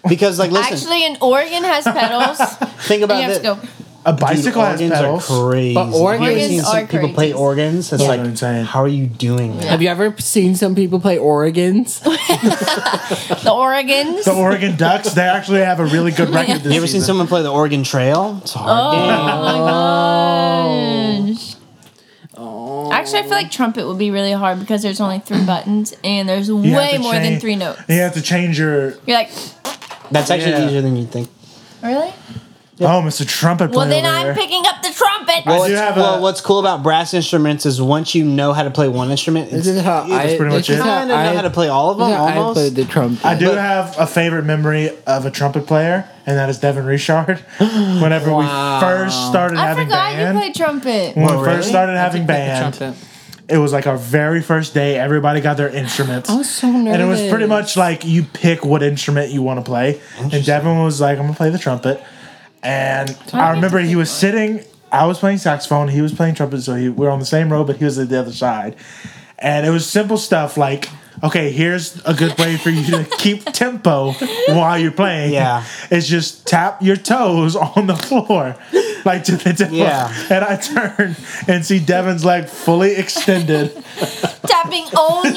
[SPEAKER 2] because like listen,
[SPEAKER 4] Actually, an organ has pedals.
[SPEAKER 3] *laughs*
[SPEAKER 2] think about
[SPEAKER 4] you have
[SPEAKER 2] this.
[SPEAKER 4] to go.
[SPEAKER 3] A bicycle has
[SPEAKER 2] organs are
[SPEAKER 3] pedals.
[SPEAKER 2] crazy.
[SPEAKER 1] But organs
[SPEAKER 2] Have you ever seen
[SPEAKER 4] are
[SPEAKER 2] some people play
[SPEAKER 4] crazy.
[SPEAKER 2] organs? It's
[SPEAKER 3] Yeah.
[SPEAKER 2] like,
[SPEAKER 3] That's what I'm saying.
[SPEAKER 2] how are you doing that?
[SPEAKER 1] Have you ever seen some people play organs?
[SPEAKER 4] The Oregons.
[SPEAKER 3] the Oregon Ducks, they actually have a
[SPEAKER 4] *laughs*
[SPEAKER 3] really good record this
[SPEAKER 2] You ever seen
[SPEAKER 3] season.
[SPEAKER 2] someone play the Oregon Trail? It's a hard game.
[SPEAKER 4] Oh my gosh.
[SPEAKER 3] Oh.
[SPEAKER 4] Actually, I feel like trumpet would be really hard because there's only three buttons and there's
[SPEAKER 3] You have
[SPEAKER 4] way
[SPEAKER 3] to
[SPEAKER 4] more than
[SPEAKER 3] change-
[SPEAKER 4] three notes.
[SPEAKER 3] You have to change your.
[SPEAKER 4] You're like,
[SPEAKER 2] That's actually
[SPEAKER 3] Yeah.
[SPEAKER 2] easier than you think.
[SPEAKER 4] really?
[SPEAKER 3] Oh, Mr. Trumpet.
[SPEAKER 4] Well,
[SPEAKER 3] player
[SPEAKER 4] then
[SPEAKER 3] over
[SPEAKER 4] I'm
[SPEAKER 3] there.
[SPEAKER 4] picking up the trumpet.
[SPEAKER 2] Well,
[SPEAKER 3] do
[SPEAKER 2] it's-
[SPEAKER 3] have
[SPEAKER 2] well,
[SPEAKER 3] a-
[SPEAKER 2] what's cool about brass instruments is once you know how to play one instrument,
[SPEAKER 1] *laughs*
[SPEAKER 2] it's
[SPEAKER 1] This is how I.
[SPEAKER 3] pretty much
[SPEAKER 1] this is
[SPEAKER 3] it.
[SPEAKER 1] how
[SPEAKER 2] kind of know
[SPEAKER 1] I-
[SPEAKER 2] how to play all of them.
[SPEAKER 1] this is how I
[SPEAKER 2] almost.
[SPEAKER 1] played the trumpet.
[SPEAKER 3] I do
[SPEAKER 2] But-
[SPEAKER 3] have a favorite memory of a trumpet player, and that is Devin Richard. *laughs* Whenever
[SPEAKER 1] Wow.
[SPEAKER 3] we first started
[SPEAKER 4] I
[SPEAKER 3] having
[SPEAKER 4] forgot you
[SPEAKER 3] band,
[SPEAKER 4] played trumpet.
[SPEAKER 3] when
[SPEAKER 2] Oh,
[SPEAKER 3] we
[SPEAKER 2] really?
[SPEAKER 3] first started having
[SPEAKER 1] I
[SPEAKER 3] band,
[SPEAKER 1] took the trumpet.
[SPEAKER 3] it was like our very first day. Everybody got their instruments.
[SPEAKER 1] I was so
[SPEAKER 3] And it was pretty
[SPEAKER 1] nervous.
[SPEAKER 3] much like you pick what instrument you want to play. And Devin was like, I'm going to play the trumpet. And I remember he was sitting, I was playing saxophone, he was playing trumpet. So he, we were on the same row, but he was at the other side. And it was simple stuff like, okay, here's a good way for you to *laughs* keep tempo while you're playing.
[SPEAKER 2] Yeah.
[SPEAKER 3] It's just tap your toes on the floor, like to the tempo.
[SPEAKER 2] Yeah.
[SPEAKER 3] And I turn and see Devin's leg fully extended.
[SPEAKER 4] Tapping only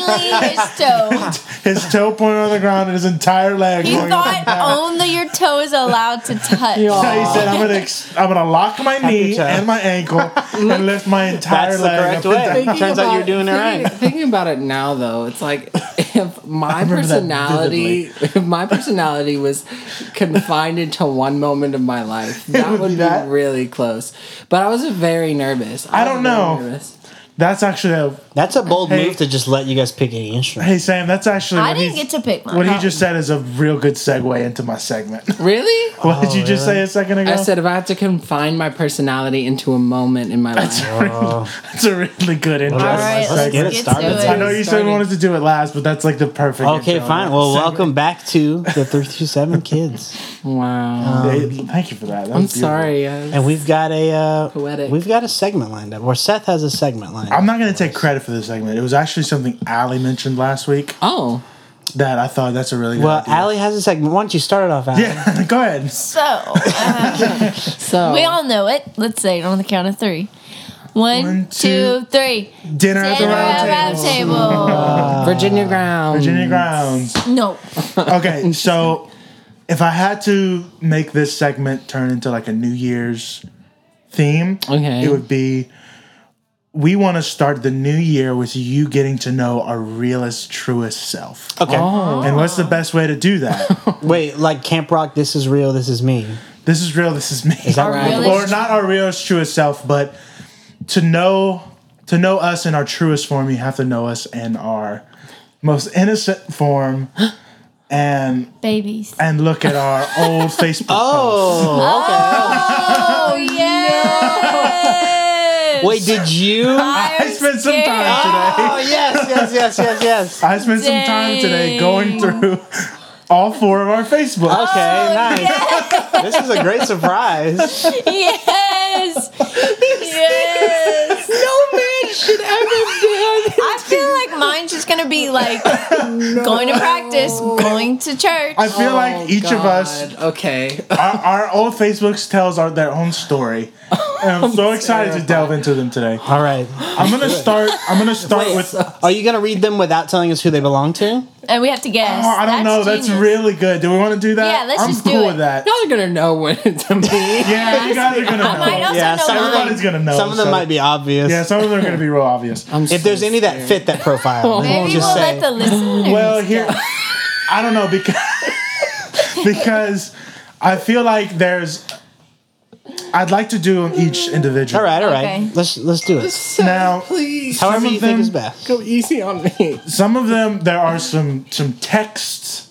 [SPEAKER 4] his toe.
[SPEAKER 3] his toe pointed on the ground and his entire leg.
[SPEAKER 4] He
[SPEAKER 3] going
[SPEAKER 4] thought "Oh." only your toe is allowed to touch.
[SPEAKER 3] so he said, "I'm gonna, ex- I'm gonna lock my knee
[SPEAKER 2] toe.
[SPEAKER 3] and my ankle and lift my entire
[SPEAKER 2] That's the
[SPEAKER 3] leg."
[SPEAKER 2] correct
[SPEAKER 3] up and
[SPEAKER 2] way.
[SPEAKER 3] down."
[SPEAKER 1] Thinking
[SPEAKER 2] Turns out you're doing it
[SPEAKER 1] thinking-
[SPEAKER 2] right.
[SPEAKER 1] Thinking about it now, though, it's like *laughs* if my
[SPEAKER 3] remember that
[SPEAKER 1] personality, if my personality was confined into one moment of my life, that
[SPEAKER 3] would
[SPEAKER 1] would
[SPEAKER 3] be
[SPEAKER 1] be
[SPEAKER 3] that.
[SPEAKER 1] really close. But I was very nervous.
[SPEAKER 3] I
[SPEAKER 1] was
[SPEAKER 3] don't
[SPEAKER 1] very
[SPEAKER 3] know.
[SPEAKER 1] nervous.
[SPEAKER 3] That's actually a.
[SPEAKER 2] That's a bold
[SPEAKER 3] Hey.
[SPEAKER 2] move to just let you guys pick any instrument.
[SPEAKER 3] Hey Sam, that's actually.
[SPEAKER 4] I
[SPEAKER 3] what
[SPEAKER 4] didn't
[SPEAKER 3] he's-
[SPEAKER 4] get to pick mine.
[SPEAKER 3] What he just said is a real good segue into my segment. *laughs*
[SPEAKER 1] Really?
[SPEAKER 3] what did you just
[SPEAKER 2] Oh, really?
[SPEAKER 3] say a second ago?
[SPEAKER 1] I said if I had to confine my personality into a moment in my life,
[SPEAKER 3] it's a really good intro.
[SPEAKER 4] All right,
[SPEAKER 2] Let's
[SPEAKER 4] let's
[SPEAKER 2] get
[SPEAKER 4] get,
[SPEAKER 2] it
[SPEAKER 4] to
[SPEAKER 2] started.
[SPEAKER 4] it.
[SPEAKER 3] I know you said we wanted to do it last, but that's like the perfect.
[SPEAKER 2] Okay,
[SPEAKER 3] intro.
[SPEAKER 2] fine. Well, welcome back to the 327 Kids.
[SPEAKER 1] wow.
[SPEAKER 3] Hey, Thank you for that. that
[SPEAKER 1] I'm
[SPEAKER 3] was Uh, beautiful.
[SPEAKER 1] sorry. I-
[SPEAKER 2] And we've got a uh,
[SPEAKER 1] Poetic.
[SPEAKER 2] We've got a segment lined up. Where Seth has a segment lined.
[SPEAKER 3] I'm
[SPEAKER 2] up.
[SPEAKER 3] not gonna take credit for this segment. It was actually something Allie mentioned last week
[SPEAKER 1] Oh,
[SPEAKER 3] that I thought that's a really good
[SPEAKER 2] Well,
[SPEAKER 3] idea.
[SPEAKER 2] Allie has a segment. Why don't you start it off, Allie?
[SPEAKER 3] Yeah, *laughs* go ahead.
[SPEAKER 4] So, uh,
[SPEAKER 1] so
[SPEAKER 3] Oh.
[SPEAKER 4] we all know it. Let's say it on the count of three. One,
[SPEAKER 3] One, two,
[SPEAKER 4] two, three.
[SPEAKER 3] Dinner at the
[SPEAKER 4] Dinner at
[SPEAKER 3] round
[SPEAKER 4] round
[SPEAKER 3] table.
[SPEAKER 4] table.
[SPEAKER 1] Virginia Ground.
[SPEAKER 3] Uh, Virginia
[SPEAKER 1] *laughs*
[SPEAKER 3] grounds.
[SPEAKER 4] No.
[SPEAKER 3] Okay, so if I had to make this segment turn into like a New Year's theme,
[SPEAKER 1] Okay.
[SPEAKER 3] it would be we want to start the new year with you getting to know our realest, truest self.
[SPEAKER 2] Okay.
[SPEAKER 4] Oh.
[SPEAKER 3] And what's the best way to do that?
[SPEAKER 2] Wait, like Camp Rock. This is real. This is me.
[SPEAKER 3] this is real, this is me.
[SPEAKER 2] Is that
[SPEAKER 4] Our
[SPEAKER 2] right?
[SPEAKER 4] realest-
[SPEAKER 3] or not our realest, truest self, but to know to know us in our truest form, you have to know us in our most innocent form. And
[SPEAKER 4] Babies.
[SPEAKER 3] and look at our old Facebook posts.
[SPEAKER 2] Oh,
[SPEAKER 4] Oh, yes.
[SPEAKER 2] wait. Did *laughs* you?
[SPEAKER 3] *laughs* I spent some time today.
[SPEAKER 2] Oh yes, yes, yes, yes, yes.
[SPEAKER 3] I spent some time today going through all four of our Facebook.
[SPEAKER 2] Okay,
[SPEAKER 4] Oh,
[SPEAKER 2] nice. This is a great surprise.
[SPEAKER 4] Yes. yes.
[SPEAKER 1] No man should ever do
[SPEAKER 4] I feel like mine's just going to be like going to practice, going to church.
[SPEAKER 3] I feel like each of us,
[SPEAKER 1] Oh Okay.
[SPEAKER 3] our, our old Facebooks tells our, their own story. And I'm, so excited to delve into them today.
[SPEAKER 2] All right.
[SPEAKER 3] I'm gonna start. I'm gonna start with. Oh,
[SPEAKER 2] Are you gonna read them without telling us who they belong to?
[SPEAKER 4] and we have to guess.
[SPEAKER 3] oh, I don't know. That's
[SPEAKER 4] genius.
[SPEAKER 3] really good. Do we want to do that?
[SPEAKER 4] Yeah, let's
[SPEAKER 3] I'm
[SPEAKER 4] just do
[SPEAKER 3] cool
[SPEAKER 4] it.
[SPEAKER 3] with that.
[SPEAKER 1] Y'all are gonna know when
[SPEAKER 3] *laughs*
[SPEAKER 1] it's a me.
[SPEAKER 3] Yeah, you guys are gonna
[SPEAKER 4] I might
[SPEAKER 3] know.
[SPEAKER 4] also
[SPEAKER 2] Yeah,
[SPEAKER 4] know
[SPEAKER 2] some of
[SPEAKER 4] mine.
[SPEAKER 2] them-
[SPEAKER 3] Everybody's gonna know.
[SPEAKER 2] Some of them
[SPEAKER 3] so-
[SPEAKER 2] might be obvious.
[SPEAKER 3] Yeah, some of them are gonna be real obvious.
[SPEAKER 1] I'm
[SPEAKER 2] If there's
[SPEAKER 1] so
[SPEAKER 2] any that
[SPEAKER 1] scared.
[SPEAKER 2] fit that profile, then
[SPEAKER 4] Maybe
[SPEAKER 2] just
[SPEAKER 4] we'll
[SPEAKER 2] say
[SPEAKER 4] let the listeners.
[SPEAKER 3] Well, here, I don't know because *laughs* because I feel like there's. I'd like to do them each individual.
[SPEAKER 2] All right, all right.
[SPEAKER 4] Okay.
[SPEAKER 2] Let's let's do it.
[SPEAKER 1] So,
[SPEAKER 3] Now-
[SPEAKER 1] please
[SPEAKER 2] However
[SPEAKER 3] of
[SPEAKER 2] you think is
[SPEAKER 3] them-
[SPEAKER 2] best.
[SPEAKER 1] go easy on me.
[SPEAKER 3] Some of them there are some some text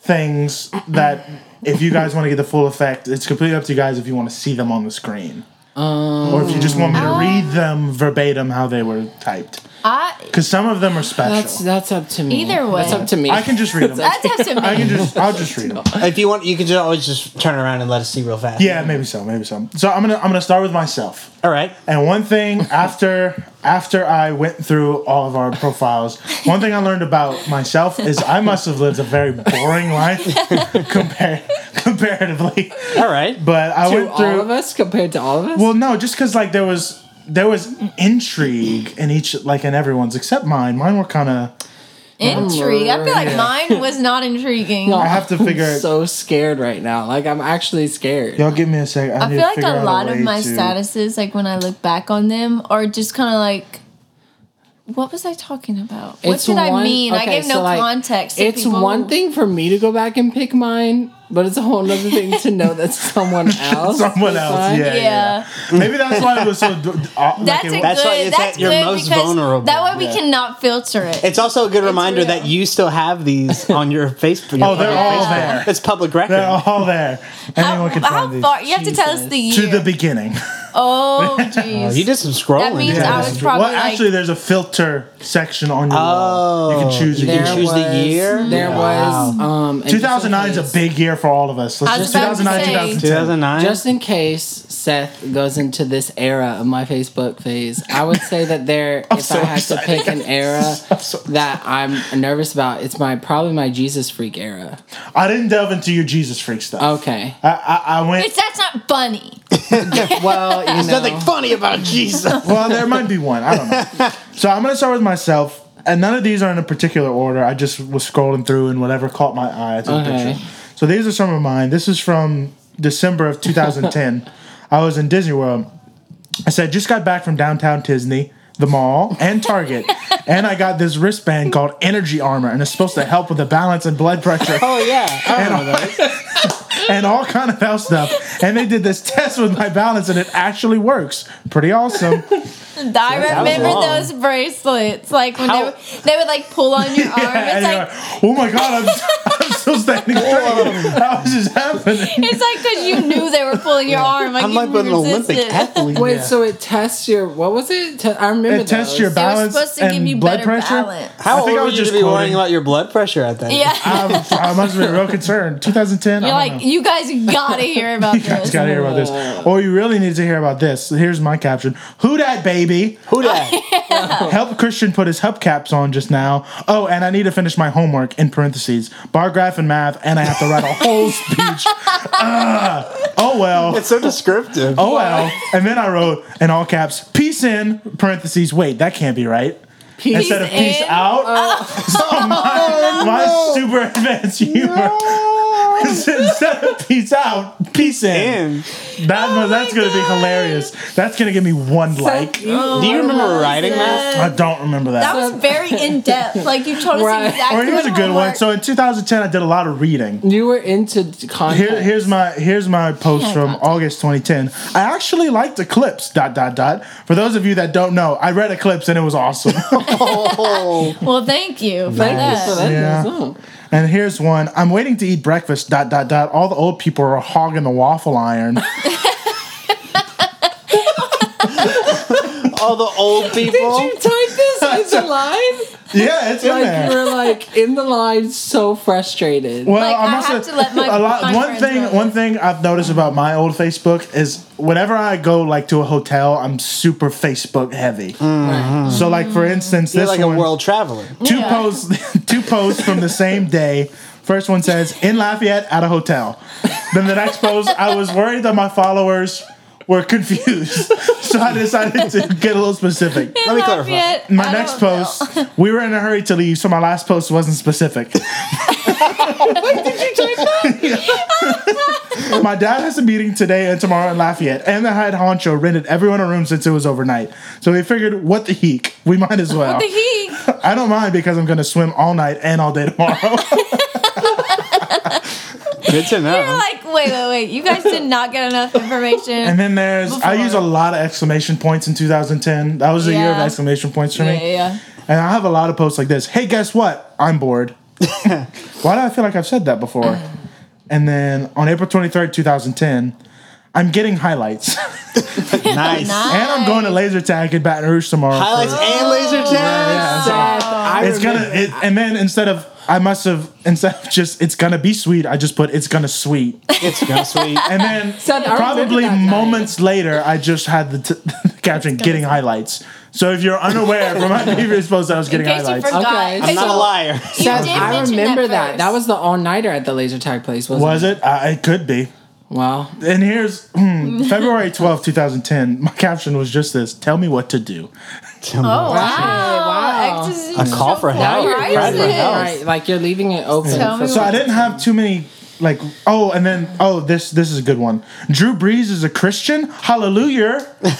[SPEAKER 3] things that if you guys want to get the full effect, it's completely up to you guys if you want to see them on the screen. or if you just want me to read them verbatim how they were typed,
[SPEAKER 4] I,
[SPEAKER 3] because some of them are special.
[SPEAKER 1] That's that's up to me.
[SPEAKER 4] Either way.
[SPEAKER 1] that's up to me.
[SPEAKER 3] I can just read them.
[SPEAKER 4] that's up to me.
[SPEAKER 3] *laughs* I can just. I'll just read them.
[SPEAKER 2] If you want, you can just always just turn around and let us see real fast.
[SPEAKER 3] Yeah, maybe so. Maybe so. So I'm gonna I'm gonna start with myself.
[SPEAKER 2] All right.
[SPEAKER 3] And one thing
[SPEAKER 4] *laughs*
[SPEAKER 3] after after I went through all of our profiles, one thing I
[SPEAKER 4] *laughs*
[SPEAKER 3] learned about myself is I must have lived a very boring life compared compared comparatively.
[SPEAKER 2] All right.
[SPEAKER 3] But I
[SPEAKER 1] to
[SPEAKER 3] went through
[SPEAKER 1] all of us compared to all of us.
[SPEAKER 3] Well, no, just because like there was there was intrigue in each like in everyone's except mine. Mine were kind of.
[SPEAKER 4] Intrigue. I feel like mine was not intriguing.
[SPEAKER 1] No,
[SPEAKER 3] I have to
[SPEAKER 1] I'm
[SPEAKER 3] figure-
[SPEAKER 1] So scared right now. Like I'm actually scared.
[SPEAKER 3] Y'all give me a second.
[SPEAKER 4] I
[SPEAKER 3] need
[SPEAKER 4] feel
[SPEAKER 3] to
[SPEAKER 4] like
[SPEAKER 3] figure out
[SPEAKER 4] a lot of
[SPEAKER 3] way
[SPEAKER 4] my
[SPEAKER 3] to-
[SPEAKER 4] statuses, like when I look back on them, are just kind of like, what was I talking about? What
[SPEAKER 1] It's
[SPEAKER 4] did I
[SPEAKER 1] one-
[SPEAKER 4] mean? I
[SPEAKER 1] okay,
[SPEAKER 4] gave no
[SPEAKER 1] so, like,
[SPEAKER 4] context. to
[SPEAKER 1] It's
[SPEAKER 4] people.
[SPEAKER 1] one thing for me to go back and pick mine, but it's a whole other thing to know
[SPEAKER 3] *laughs*
[SPEAKER 1] that someone else.
[SPEAKER 3] *laughs* Someone
[SPEAKER 1] picked
[SPEAKER 3] else,
[SPEAKER 1] mine.
[SPEAKER 3] yeah,
[SPEAKER 4] Yeah.
[SPEAKER 3] yeah. Maybe that's why it was so. d- d- uh, like
[SPEAKER 4] That's
[SPEAKER 3] it
[SPEAKER 4] a
[SPEAKER 3] was-
[SPEAKER 2] That's
[SPEAKER 4] good. That's,
[SPEAKER 2] why it's at your
[SPEAKER 4] good
[SPEAKER 2] most
[SPEAKER 4] because
[SPEAKER 2] vulnerable.
[SPEAKER 4] That way we
[SPEAKER 2] Yeah.
[SPEAKER 4] cannot filter it.
[SPEAKER 2] It's also a good reminder
[SPEAKER 4] real.
[SPEAKER 2] that you still have these on
[SPEAKER 3] *laughs*
[SPEAKER 2] your Facebook.
[SPEAKER 3] Oh, they're all
[SPEAKER 4] Yeah.
[SPEAKER 3] there.
[SPEAKER 2] It's public record.
[SPEAKER 3] *laughs* They're all there.
[SPEAKER 4] how,
[SPEAKER 3] Anyone can
[SPEAKER 4] how
[SPEAKER 3] find these.
[SPEAKER 4] far? You have to tell us the year.
[SPEAKER 3] To the beginning. *laughs*
[SPEAKER 4] oh,
[SPEAKER 2] Oh,
[SPEAKER 4] jeez.
[SPEAKER 2] you did some scrolling.
[SPEAKER 4] That means
[SPEAKER 2] didn't
[SPEAKER 4] I
[SPEAKER 2] you?
[SPEAKER 4] was
[SPEAKER 3] well,
[SPEAKER 4] probably like-
[SPEAKER 3] actually, there's a filter section on your wall. You can choose.
[SPEAKER 2] you can
[SPEAKER 3] your
[SPEAKER 1] Oh, There
[SPEAKER 3] year.
[SPEAKER 2] choose the
[SPEAKER 1] was-
[SPEAKER 2] year?
[SPEAKER 1] There was um. and just in
[SPEAKER 3] 2009 is a
[SPEAKER 1] case-
[SPEAKER 3] big year for all of us.
[SPEAKER 4] I
[SPEAKER 3] Let's
[SPEAKER 4] was
[SPEAKER 3] just
[SPEAKER 4] about to
[SPEAKER 3] 2009,
[SPEAKER 4] say.
[SPEAKER 3] 2010.
[SPEAKER 2] 2009.
[SPEAKER 1] Just in case Seth goes into this era of my Facebook phase, I would say that *laughs* there, if
[SPEAKER 3] so
[SPEAKER 1] I had to
[SPEAKER 3] excited.
[SPEAKER 1] pick an *laughs* era
[SPEAKER 3] *laughs* so
[SPEAKER 1] that I'm nervous about, it's my probably my Jesus freak era.
[SPEAKER 3] I didn't delve into your Jesus freak stuff.
[SPEAKER 1] Okay.
[SPEAKER 3] I, I, I went.
[SPEAKER 4] It's that's not funny.
[SPEAKER 2] *laughs*
[SPEAKER 3] *laughs*
[SPEAKER 1] Well, you know,
[SPEAKER 2] Nothing funny about Jesus.
[SPEAKER 3] *laughs* well, there might be one. I
[SPEAKER 2] *laughs*
[SPEAKER 3] don't know. So I'm gonna start with myself, and none of these are in a particular order. I just was scrolling through, and whatever caught my eye, I took
[SPEAKER 1] Okay.
[SPEAKER 3] a picture. So these are some of mine. This is from December
[SPEAKER 2] *laughs*
[SPEAKER 3] of 2010. I was in Disney World. I said, just got back from downtown Disney, the mall,
[SPEAKER 2] *laughs*
[SPEAKER 3] and Target, and I got this wristband called Energy Armor, and it's supposed to help with the balance and blood pressure
[SPEAKER 2] *laughs* Oh yeah, I
[SPEAKER 3] *laughs*
[SPEAKER 2] remember those.
[SPEAKER 3] and all kind of health stuff. And they did this test with my balance, and it actually works. Pretty awesome.
[SPEAKER 4] I
[SPEAKER 2] was
[SPEAKER 4] remember
[SPEAKER 2] long.
[SPEAKER 4] those bracelets. Like when
[SPEAKER 2] How-
[SPEAKER 4] they, would, they would like pull on
[SPEAKER 3] *laughs*
[SPEAKER 4] your arm.
[SPEAKER 3] and
[SPEAKER 4] It's
[SPEAKER 3] you're
[SPEAKER 4] like
[SPEAKER 3] like, oh my god, I'm, I'm still standing straight. How is this happening?
[SPEAKER 4] it's like because you knew they were pulling your arm. Like
[SPEAKER 2] I'm
[SPEAKER 4] you
[SPEAKER 2] like an Olympic
[SPEAKER 4] resisted.
[SPEAKER 2] athlete.
[SPEAKER 1] wait, so it tests your, what was it? Te- I remember
[SPEAKER 3] It tests
[SPEAKER 1] those.
[SPEAKER 3] your
[SPEAKER 4] They were
[SPEAKER 3] balance
[SPEAKER 4] supposed to
[SPEAKER 3] and
[SPEAKER 4] give you
[SPEAKER 3] blood
[SPEAKER 4] better
[SPEAKER 3] pressure.
[SPEAKER 4] balance.
[SPEAKER 2] How
[SPEAKER 3] I
[SPEAKER 2] old
[SPEAKER 3] think I
[SPEAKER 2] were
[SPEAKER 3] was
[SPEAKER 2] you
[SPEAKER 3] just
[SPEAKER 2] to be
[SPEAKER 3] quoting.
[SPEAKER 2] worrying about your blood pressure at that? age?
[SPEAKER 4] Yeah.
[SPEAKER 3] I'm, *laughs* I must have been real concerned. 2010.
[SPEAKER 4] You're
[SPEAKER 3] I don't
[SPEAKER 4] like,
[SPEAKER 3] know.
[SPEAKER 4] you guys gotta hear about
[SPEAKER 3] *laughs* You guys
[SPEAKER 4] this.
[SPEAKER 3] gotta hear about this. Or you really need to hear about this. Here's my caption. Who dat baby?
[SPEAKER 2] Who that?
[SPEAKER 3] Help Christian put his hubcaps on just now. Oh, and I need to finish my homework in parentheses. Bar graph and math, and I have to write a whole *laughs* speech. Ugh. oh well.
[SPEAKER 2] It's so descriptive. *laughs*
[SPEAKER 3] Oh well. And then I wrote in all caps, peace in parentheses. Wait, that can't be right.
[SPEAKER 1] Peace
[SPEAKER 3] Instead of peace
[SPEAKER 4] in? Oh.
[SPEAKER 3] out. *laughs* So
[SPEAKER 4] *laughs*
[SPEAKER 3] my, my super advanced humor. *laughs* is Instead of peace out, peace in.
[SPEAKER 2] Man.
[SPEAKER 3] That,
[SPEAKER 4] Oh,
[SPEAKER 3] that's gonna be hilarious. That's gonna give me one like.
[SPEAKER 1] Seth, you
[SPEAKER 2] Do you remember writing that? *laughs*
[SPEAKER 3] I don't remember
[SPEAKER 4] That was very in depth. Like you told us
[SPEAKER 1] Right.
[SPEAKER 4] exactly.
[SPEAKER 3] Or here's a
[SPEAKER 4] what
[SPEAKER 3] good one.
[SPEAKER 4] homework-
[SPEAKER 3] So in 2010, I did a lot of reading.
[SPEAKER 1] You were into content.
[SPEAKER 3] Here, here's my here's my post
[SPEAKER 4] Yeah,
[SPEAKER 3] from
[SPEAKER 4] God.
[SPEAKER 3] August 2010. I actually liked Eclipse. Dot dot dot. For those of you that don't know, I read Eclipse and it was awesome. *laughs*
[SPEAKER 2] Oh,
[SPEAKER 4] well, thank you for
[SPEAKER 1] Thank
[SPEAKER 4] that.
[SPEAKER 1] you for that.
[SPEAKER 3] Yeah.
[SPEAKER 1] song.
[SPEAKER 3] and here's one. I'm waiting to eat breakfast. Dot dot dot. All the old people are hogging the
[SPEAKER 4] *laughs*
[SPEAKER 3] waffle iron.
[SPEAKER 2] All the old people.
[SPEAKER 1] Did you type
[SPEAKER 3] *laughs*
[SPEAKER 1] this in the line?
[SPEAKER 3] yeah, it's in
[SPEAKER 1] Like you
[SPEAKER 3] there.
[SPEAKER 1] were like in the line, so frustrated.
[SPEAKER 3] Well,
[SPEAKER 4] Like,
[SPEAKER 3] I
[SPEAKER 4] I
[SPEAKER 3] must
[SPEAKER 4] have to let my-
[SPEAKER 3] a lot,
[SPEAKER 4] my
[SPEAKER 3] one
[SPEAKER 4] friends
[SPEAKER 3] thing.
[SPEAKER 4] know
[SPEAKER 3] One thing I've noticed about my old Facebook is whenever I go like to a hotel, I'm super Facebook heavy.
[SPEAKER 4] Mm-hmm.
[SPEAKER 1] Right.
[SPEAKER 3] So like for instance,
[SPEAKER 2] You're
[SPEAKER 3] this
[SPEAKER 2] like
[SPEAKER 3] one,
[SPEAKER 2] a world traveler.
[SPEAKER 3] two
[SPEAKER 4] Yeah.
[SPEAKER 3] posts *laughs* two posts from the same day first one says in lafayette at a hotel then the next post i was worried that my followers were confused *laughs* so i decided to get a little specific
[SPEAKER 2] Let me clarify.
[SPEAKER 4] Yet,
[SPEAKER 3] my
[SPEAKER 4] I
[SPEAKER 3] next
[SPEAKER 4] don't know.
[SPEAKER 3] post we were in a hurry to leave so my last post wasn't
[SPEAKER 4] *laughs*
[SPEAKER 3] specific My dad has a meeting today and tomorrow in Lafayette, and the head honcho rented everyone a room since it was overnight. So we figured, what the heck? We might as well.
[SPEAKER 4] The heat.
[SPEAKER 3] I don't mind because I'm going to swim all night and all day
[SPEAKER 4] *laughs*
[SPEAKER 3] tomorrow.
[SPEAKER 2] Good to
[SPEAKER 4] You're
[SPEAKER 2] know.
[SPEAKER 4] like, wait, wait, wait. You guys did not get enough information.
[SPEAKER 3] *laughs* And then there's I use a lot of exclamation points in 2010. That was the year of
[SPEAKER 4] Yeah.
[SPEAKER 3] exclamation points for
[SPEAKER 4] yeah,
[SPEAKER 3] me.
[SPEAKER 4] yeah.
[SPEAKER 3] And I have a lot of posts like this. Hey, guess what? I'm
[SPEAKER 4] *laughs*
[SPEAKER 3] bored. Why do I feel like I've said that before? And then on April 23rd, 2010, I'm getting highlights. *laughs*
[SPEAKER 2] Nice.
[SPEAKER 3] And I'm going to
[SPEAKER 4] Oh.
[SPEAKER 3] laser tag in Baton Rouge tomorrow. for-
[SPEAKER 2] Highlights and laser tags.
[SPEAKER 1] Seth, I
[SPEAKER 3] it's gonna,
[SPEAKER 1] remember-
[SPEAKER 3] it, and then instead of I must have instead of just it's gonna be sweet, I just put it's gonna sweet,
[SPEAKER 2] *laughs* It's kind of sweet.
[SPEAKER 3] and
[SPEAKER 4] *laughs*
[SPEAKER 3] then
[SPEAKER 1] Seth, I remember
[SPEAKER 3] probably
[SPEAKER 1] that night.
[SPEAKER 3] moments later, I just had the, t- *laughs* the caption getting highlights. So if you're unaware from
[SPEAKER 4] *laughs*
[SPEAKER 3] my previous post, that I was
[SPEAKER 4] In
[SPEAKER 3] getting
[SPEAKER 4] case you
[SPEAKER 3] highlights.
[SPEAKER 4] forgot.
[SPEAKER 1] Okay.
[SPEAKER 2] I'm not a liar.
[SPEAKER 4] You
[SPEAKER 1] Seth,
[SPEAKER 4] did
[SPEAKER 1] I
[SPEAKER 4] mention
[SPEAKER 1] remember that.
[SPEAKER 4] first.
[SPEAKER 1] That, was the all nighter at the laser tag place, wasn't
[SPEAKER 3] Was it? Uh, it could be.
[SPEAKER 1] Wow.
[SPEAKER 3] And here's *clears throat* hmm, February twelfth, two 2010. My caption was just this Tell me what to do.
[SPEAKER 4] Oh
[SPEAKER 2] *laughs*
[SPEAKER 4] wow!
[SPEAKER 1] wow.
[SPEAKER 4] Ecstasy
[SPEAKER 2] A call
[SPEAKER 4] so
[SPEAKER 2] for help.
[SPEAKER 4] cool, right?
[SPEAKER 2] Cry for help.
[SPEAKER 1] Right, like you're leaving it open.
[SPEAKER 4] Tell me
[SPEAKER 1] for-
[SPEAKER 3] So I didn't have too many. Like oh and then oh this this is a good one. Drew Brees is a Christian. Hallelujah!
[SPEAKER 1] Did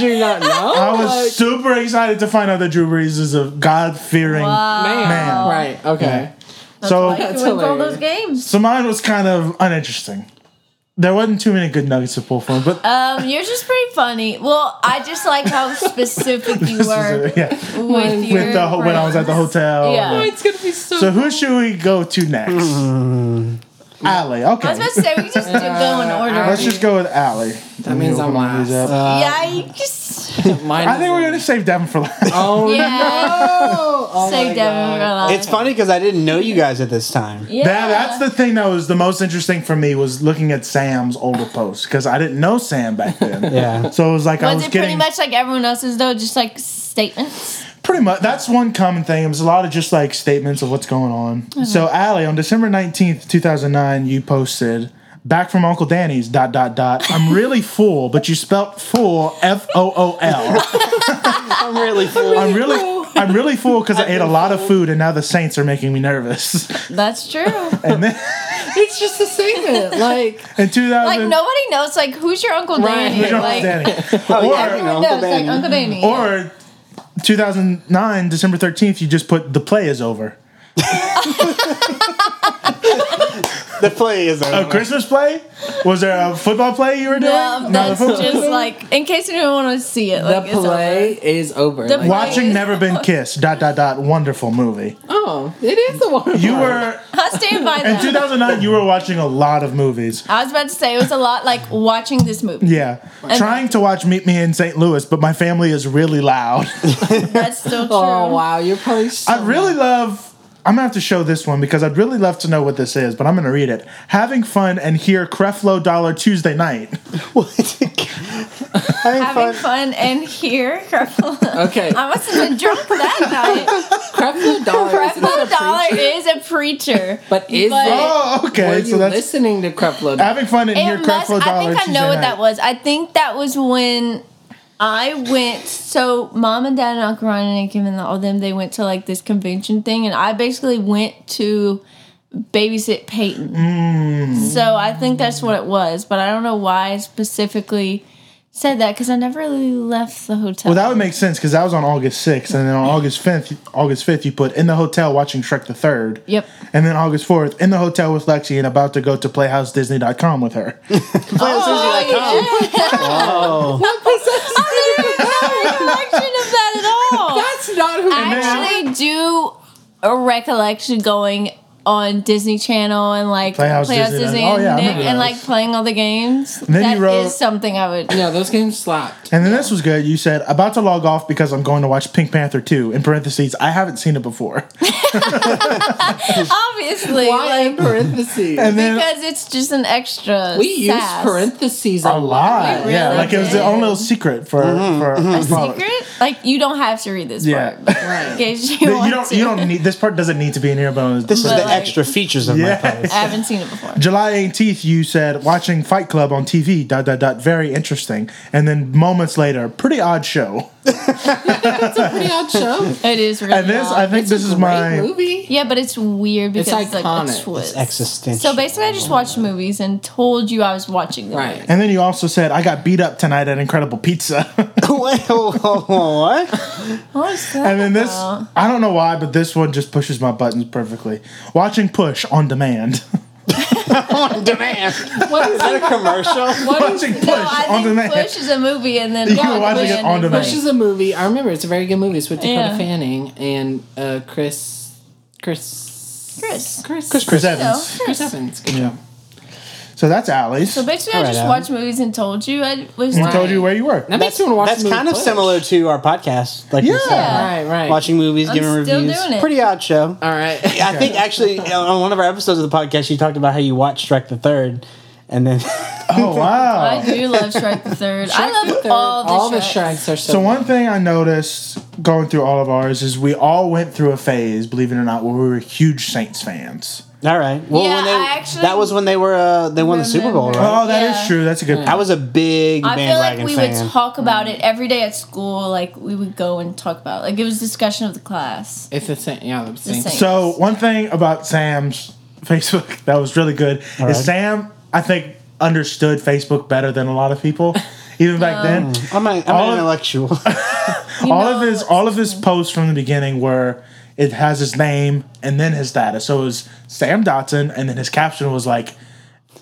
[SPEAKER 1] you not know? *laughs*
[SPEAKER 3] I was super excited to find out that Drew Brees is a God fearing.
[SPEAKER 4] Wow.
[SPEAKER 1] man.
[SPEAKER 3] Man.
[SPEAKER 1] Right. Okay.
[SPEAKER 3] So
[SPEAKER 4] Uh, Like,
[SPEAKER 1] That's
[SPEAKER 4] you went to all
[SPEAKER 1] hilarious.
[SPEAKER 4] those games.
[SPEAKER 3] so mine was kind of uninteresting. There wasn't too many good nuggets to pull from, but
[SPEAKER 4] Um, you're just pretty funny. Well, I just like
[SPEAKER 3] *laughs*
[SPEAKER 4] how specific you were
[SPEAKER 3] yeah,
[SPEAKER 4] with your
[SPEAKER 3] with the ho- when I was at the
[SPEAKER 4] friends.
[SPEAKER 3] hotel.
[SPEAKER 4] Yeah.
[SPEAKER 1] Oh, It's gonna be so.
[SPEAKER 3] So who should we go to next?
[SPEAKER 4] *laughs*
[SPEAKER 2] Mm.
[SPEAKER 3] Allie. Okay.
[SPEAKER 4] I was about to say we
[SPEAKER 3] *laughs*
[SPEAKER 4] just do go in order.
[SPEAKER 3] Let's just go uh, with Allie. That
[SPEAKER 1] means I'm last.
[SPEAKER 2] Uh,
[SPEAKER 4] Yikes!
[SPEAKER 1] Mine
[SPEAKER 3] I think
[SPEAKER 1] *laughs*
[SPEAKER 3] we're gonna save Devin for last.
[SPEAKER 1] Oh,
[SPEAKER 4] *laughs* Yeah,
[SPEAKER 1] oh
[SPEAKER 4] save
[SPEAKER 1] my
[SPEAKER 4] Devin for
[SPEAKER 1] God.
[SPEAKER 4] last.
[SPEAKER 2] It's funny because I didn't know you guys at this time.
[SPEAKER 4] Yeah.
[SPEAKER 3] *laughs* That, that's the thing that was the most interesting for me was looking at Sam's older posts because I didn't know Sam back
[SPEAKER 4] *laughs*
[SPEAKER 3] then.
[SPEAKER 2] Yeah.
[SPEAKER 3] So it was like I
[SPEAKER 4] was
[SPEAKER 3] was
[SPEAKER 4] it pretty
[SPEAKER 3] getting
[SPEAKER 4] much like everyone else's though? Just like statements.
[SPEAKER 3] Pretty much. That's one common thing. It was a lot of just like statements of what's going on.
[SPEAKER 4] Mm-hmm.
[SPEAKER 3] So, Allie, on December 19th, 2009, you posted, Back from Uncle Danny's, dot, dot, dot. I'm
[SPEAKER 4] *laughs*
[SPEAKER 3] really full, but you spelt full, F O O L.
[SPEAKER 2] I'm really full.
[SPEAKER 3] I'm really. I'm really full because I ate a lot of food and now the Saints are making me nervous. *laughs*
[SPEAKER 4] That's true.
[SPEAKER 3] And then
[SPEAKER 1] It's just a statement. Like
[SPEAKER 3] in 2000,
[SPEAKER 4] Like nobody knows. Like who's your uncle
[SPEAKER 1] Right.
[SPEAKER 4] Danny?
[SPEAKER 1] Who's
[SPEAKER 3] Uncle
[SPEAKER 4] like Oh,
[SPEAKER 3] Danny.
[SPEAKER 4] *laughs* everyone
[SPEAKER 2] Uncle
[SPEAKER 4] knows. Like
[SPEAKER 2] Danny.
[SPEAKER 4] Uncle Danny.
[SPEAKER 3] Or 2009, December 13th, you just put the play is over.
[SPEAKER 2] The play is over.
[SPEAKER 3] A Christmas play? Was there a football play you were doing?
[SPEAKER 4] Yeah. No,
[SPEAKER 3] No, the
[SPEAKER 4] that's
[SPEAKER 3] football-
[SPEAKER 4] just like in case you didn't want to see it.
[SPEAKER 1] the
[SPEAKER 4] Like, it's
[SPEAKER 1] play is over.
[SPEAKER 4] The
[SPEAKER 1] Like,
[SPEAKER 4] play-
[SPEAKER 3] Watching Never Been Kissed, dot dot dot, wonderful movie.
[SPEAKER 1] oh, it is the one.
[SPEAKER 3] You were
[SPEAKER 4] over. I stand by
[SPEAKER 3] in
[SPEAKER 4] that.
[SPEAKER 3] 2009. You were watching a lot of movies.
[SPEAKER 4] I was about to say it was a lot like watching this movie.
[SPEAKER 3] Yeah, trying to watch Meet Me in St. Louis, but my family is really loud.
[SPEAKER 4] That's still true.
[SPEAKER 1] Oh wow, you're probably. So
[SPEAKER 3] *laughs* I really love. I'm gonna have to show this one because I'd really love to know what this is, but I'm gonna read it. Having fun and hear Creflo Dollar Tuesday night.
[SPEAKER 2] *laughs* What? Having
[SPEAKER 4] Having
[SPEAKER 2] fun.
[SPEAKER 4] fun and here, *laughs* Creflo.
[SPEAKER 1] Okay,
[SPEAKER 4] I must have been drunk *laughs* that night.
[SPEAKER 1] *laughs* Creflo Dollar. Isn't that
[SPEAKER 4] Creflo
[SPEAKER 1] a
[SPEAKER 4] Dollar
[SPEAKER 1] preacher?
[SPEAKER 4] is a preacher.
[SPEAKER 1] But is
[SPEAKER 4] But-
[SPEAKER 1] it?
[SPEAKER 3] Oh,
[SPEAKER 1] Were
[SPEAKER 3] okay.
[SPEAKER 1] you
[SPEAKER 3] So that's
[SPEAKER 1] listening to Creflo? Dollar?
[SPEAKER 3] having fun and hear
[SPEAKER 4] It must,
[SPEAKER 3] Creflo
[SPEAKER 4] I
[SPEAKER 3] Dollar
[SPEAKER 4] think I
[SPEAKER 3] Tuesday
[SPEAKER 4] know what
[SPEAKER 3] night.
[SPEAKER 4] that was. I think that was when I went. So mom and dad and Uncle Ryan and Kim and all them they went to like this convention thing, and I basically went to babysit Peyton.
[SPEAKER 3] Mm.
[SPEAKER 4] So I think that's what it was, but I don't know why I specifically said that because I never really left the hotel.
[SPEAKER 3] Well, that would make sense because that was on August 6th, and then on August 5th, August 5th, you put in the hotel watching Shrek the Third.
[SPEAKER 4] Yep.
[SPEAKER 3] And then August 4th, in the hotel with Lexi and about to go to PlayhouseDisney.com with her.
[SPEAKER 4] Oh, *laughs* I don't have no recollection of that at all.
[SPEAKER 1] That's not who.
[SPEAKER 4] I actually do a recollection going on Disney Channel and like
[SPEAKER 3] Playhouse Disney. Oh,
[SPEAKER 4] and, Nick
[SPEAKER 3] yeah, I remember
[SPEAKER 4] and
[SPEAKER 3] those.
[SPEAKER 4] like playing all the games. That
[SPEAKER 3] then
[SPEAKER 4] is
[SPEAKER 3] you wrote-
[SPEAKER 4] something I would.
[SPEAKER 3] *laughs*
[SPEAKER 1] yeah, those games slapped.
[SPEAKER 3] And then this was good. You said, about to log off because I'm going to watch Pink Panther 2. In parentheses, I haven't seen
[SPEAKER 4] *laughs*
[SPEAKER 3] it before.
[SPEAKER 4] Obviously,
[SPEAKER 1] Why in
[SPEAKER 4] like
[SPEAKER 1] parentheses?
[SPEAKER 3] And then
[SPEAKER 4] because it's just an extra.
[SPEAKER 1] we use
[SPEAKER 4] sass.
[SPEAKER 1] parentheses
[SPEAKER 3] a lot.
[SPEAKER 4] We
[SPEAKER 3] yeah,
[SPEAKER 4] really
[SPEAKER 3] like it was
[SPEAKER 4] did.
[SPEAKER 3] the only little secret for.
[SPEAKER 2] Mm-hmm,
[SPEAKER 3] for a
[SPEAKER 4] secret. Like you don't have to read this
[SPEAKER 3] Yeah.
[SPEAKER 4] part. but In case you,
[SPEAKER 3] You
[SPEAKER 4] want
[SPEAKER 3] don't,
[SPEAKER 4] to.
[SPEAKER 3] you don't need, this part doesn't need to be in here, but
[SPEAKER 2] This is
[SPEAKER 4] But
[SPEAKER 2] the
[SPEAKER 4] like-
[SPEAKER 2] extra features of
[SPEAKER 3] Yeah.
[SPEAKER 2] my post.
[SPEAKER 4] I haven't seen it before.
[SPEAKER 3] July 18th, you said watching Fight Club on TV, dot, dot, dot, very interesting. And then moments later, pretty odd show.
[SPEAKER 1] Pretty odd
[SPEAKER 3] *laughs*
[SPEAKER 1] show.
[SPEAKER 4] It is really.
[SPEAKER 3] And this, I
[SPEAKER 4] odd.
[SPEAKER 3] think this is my.
[SPEAKER 1] Great movie.
[SPEAKER 4] Yeah, but it's weird
[SPEAKER 1] It's
[SPEAKER 4] because it's like
[SPEAKER 1] iconic.
[SPEAKER 4] a twist.
[SPEAKER 2] Existential.
[SPEAKER 4] So basically, I just watched movies and told you I was watching them.
[SPEAKER 1] Right.
[SPEAKER 3] And then you also said, I got beat up tonight at Incredible Pizza. *laughs*
[SPEAKER 2] *laughs* what?
[SPEAKER 4] What is that?
[SPEAKER 3] and then this,
[SPEAKER 4] about?
[SPEAKER 3] I don't know why, but this one just pushes my buttons perfectly. Watching Push on demand.
[SPEAKER 2] On demand. What is that a commercial?
[SPEAKER 3] *laughs* watching Push
[SPEAKER 4] No, I
[SPEAKER 3] on
[SPEAKER 4] think
[SPEAKER 3] demand.
[SPEAKER 4] Push is a movie, and then
[SPEAKER 3] *laughs* You were watching it on demand.
[SPEAKER 1] Which is a movie. I remember it's a very good movie. It's with Dakota
[SPEAKER 4] Yeah.
[SPEAKER 1] Fanning and uh, Chris, Chris,
[SPEAKER 4] Chris.
[SPEAKER 1] Chris,
[SPEAKER 3] Chris
[SPEAKER 4] No,
[SPEAKER 3] Evans.
[SPEAKER 1] Chris Evans. Good job.
[SPEAKER 3] So that's Allie's.
[SPEAKER 4] So basically, I
[SPEAKER 2] Alright,
[SPEAKER 4] just
[SPEAKER 2] Adam.
[SPEAKER 4] watched movies and told you. I was
[SPEAKER 3] we
[SPEAKER 4] like,
[SPEAKER 3] told you where you were.
[SPEAKER 1] That makes
[SPEAKER 2] That's,
[SPEAKER 1] you want to watch.
[SPEAKER 2] that's
[SPEAKER 1] the movie
[SPEAKER 2] kind of
[SPEAKER 1] first.
[SPEAKER 2] similar to our podcast. Like we
[SPEAKER 3] Yeah.
[SPEAKER 2] said.
[SPEAKER 1] Right, right.
[SPEAKER 2] Watching movies,
[SPEAKER 4] I'm
[SPEAKER 2] giving
[SPEAKER 4] still
[SPEAKER 2] reviews.
[SPEAKER 4] doing it.
[SPEAKER 2] Pretty odd show.
[SPEAKER 1] All right.
[SPEAKER 2] I think actually uh, on one of our episodes of the podcast, you talked about how you watched Strike the Third, and then *laughs*
[SPEAKER 3] Oh wow.
[SPEAKER 4] I do love Shrek the Third. I love
[SPEAKER 1] Third-
[SPEAKER 4] all the
[SPEAKER 1] all the
[SPEAKER 4] Shreks.
[SPEAKER 1] Shreks are so.
[SPEAKER 3] So one thing I noticed going through all of ours is we all went through a phase, believe it or not, where we were huge Saints fans.
[SPEAKER 2] all right, well,
[SPEAKER 4] Yeah,
[SPEAKER 2] when they,
[SPEAKER 4] I actually
[SPEAKER 2] that was when they were uh, they won the Super Bowl,
[SPEAKER 4] remember.
[SPEAKER 2] right?
[SPEAKER 3] Oh, that is
[SPEAKER 4] Yeah.
[SPEAKER 3] true. That's a good.
[SPEAKER 2] I was a big
[SPEAKER 4] I feel like
[SPEAKER 2] bandwagon
[SPEAKER 4] we
[SPEAKER 2] fan.
[SPEAKER 4] would talk about it every day at school. Like we would go and talk about. It. Like it was discussion of the class.
[SPEAKER 1] It's the same. Yeah, the same.
[SPEAKER 4] same.
[SPEAKER 3] So one thing about Sam's Facebook *laughs* that was really good is
[SPEAKER 2] right.
[SPEAKER 3] Sam, I think, understood Facebook better than a lot of people, even back then.
[SPEAKER 2] I'm, a, I'm
[SPEAKER 3] All
[SPEAKER 2] an
[SPEAKER 3] of-
[SPEAKER 2] intellectual.
[SPEAKER 4] You
[SPEAKER 3] all
[SPEAKER 4] know,
[SPEAKER 3] of his all of his posts from the beginning were it has his name and then his status. So it was Sam Dotson, and then his caption was like,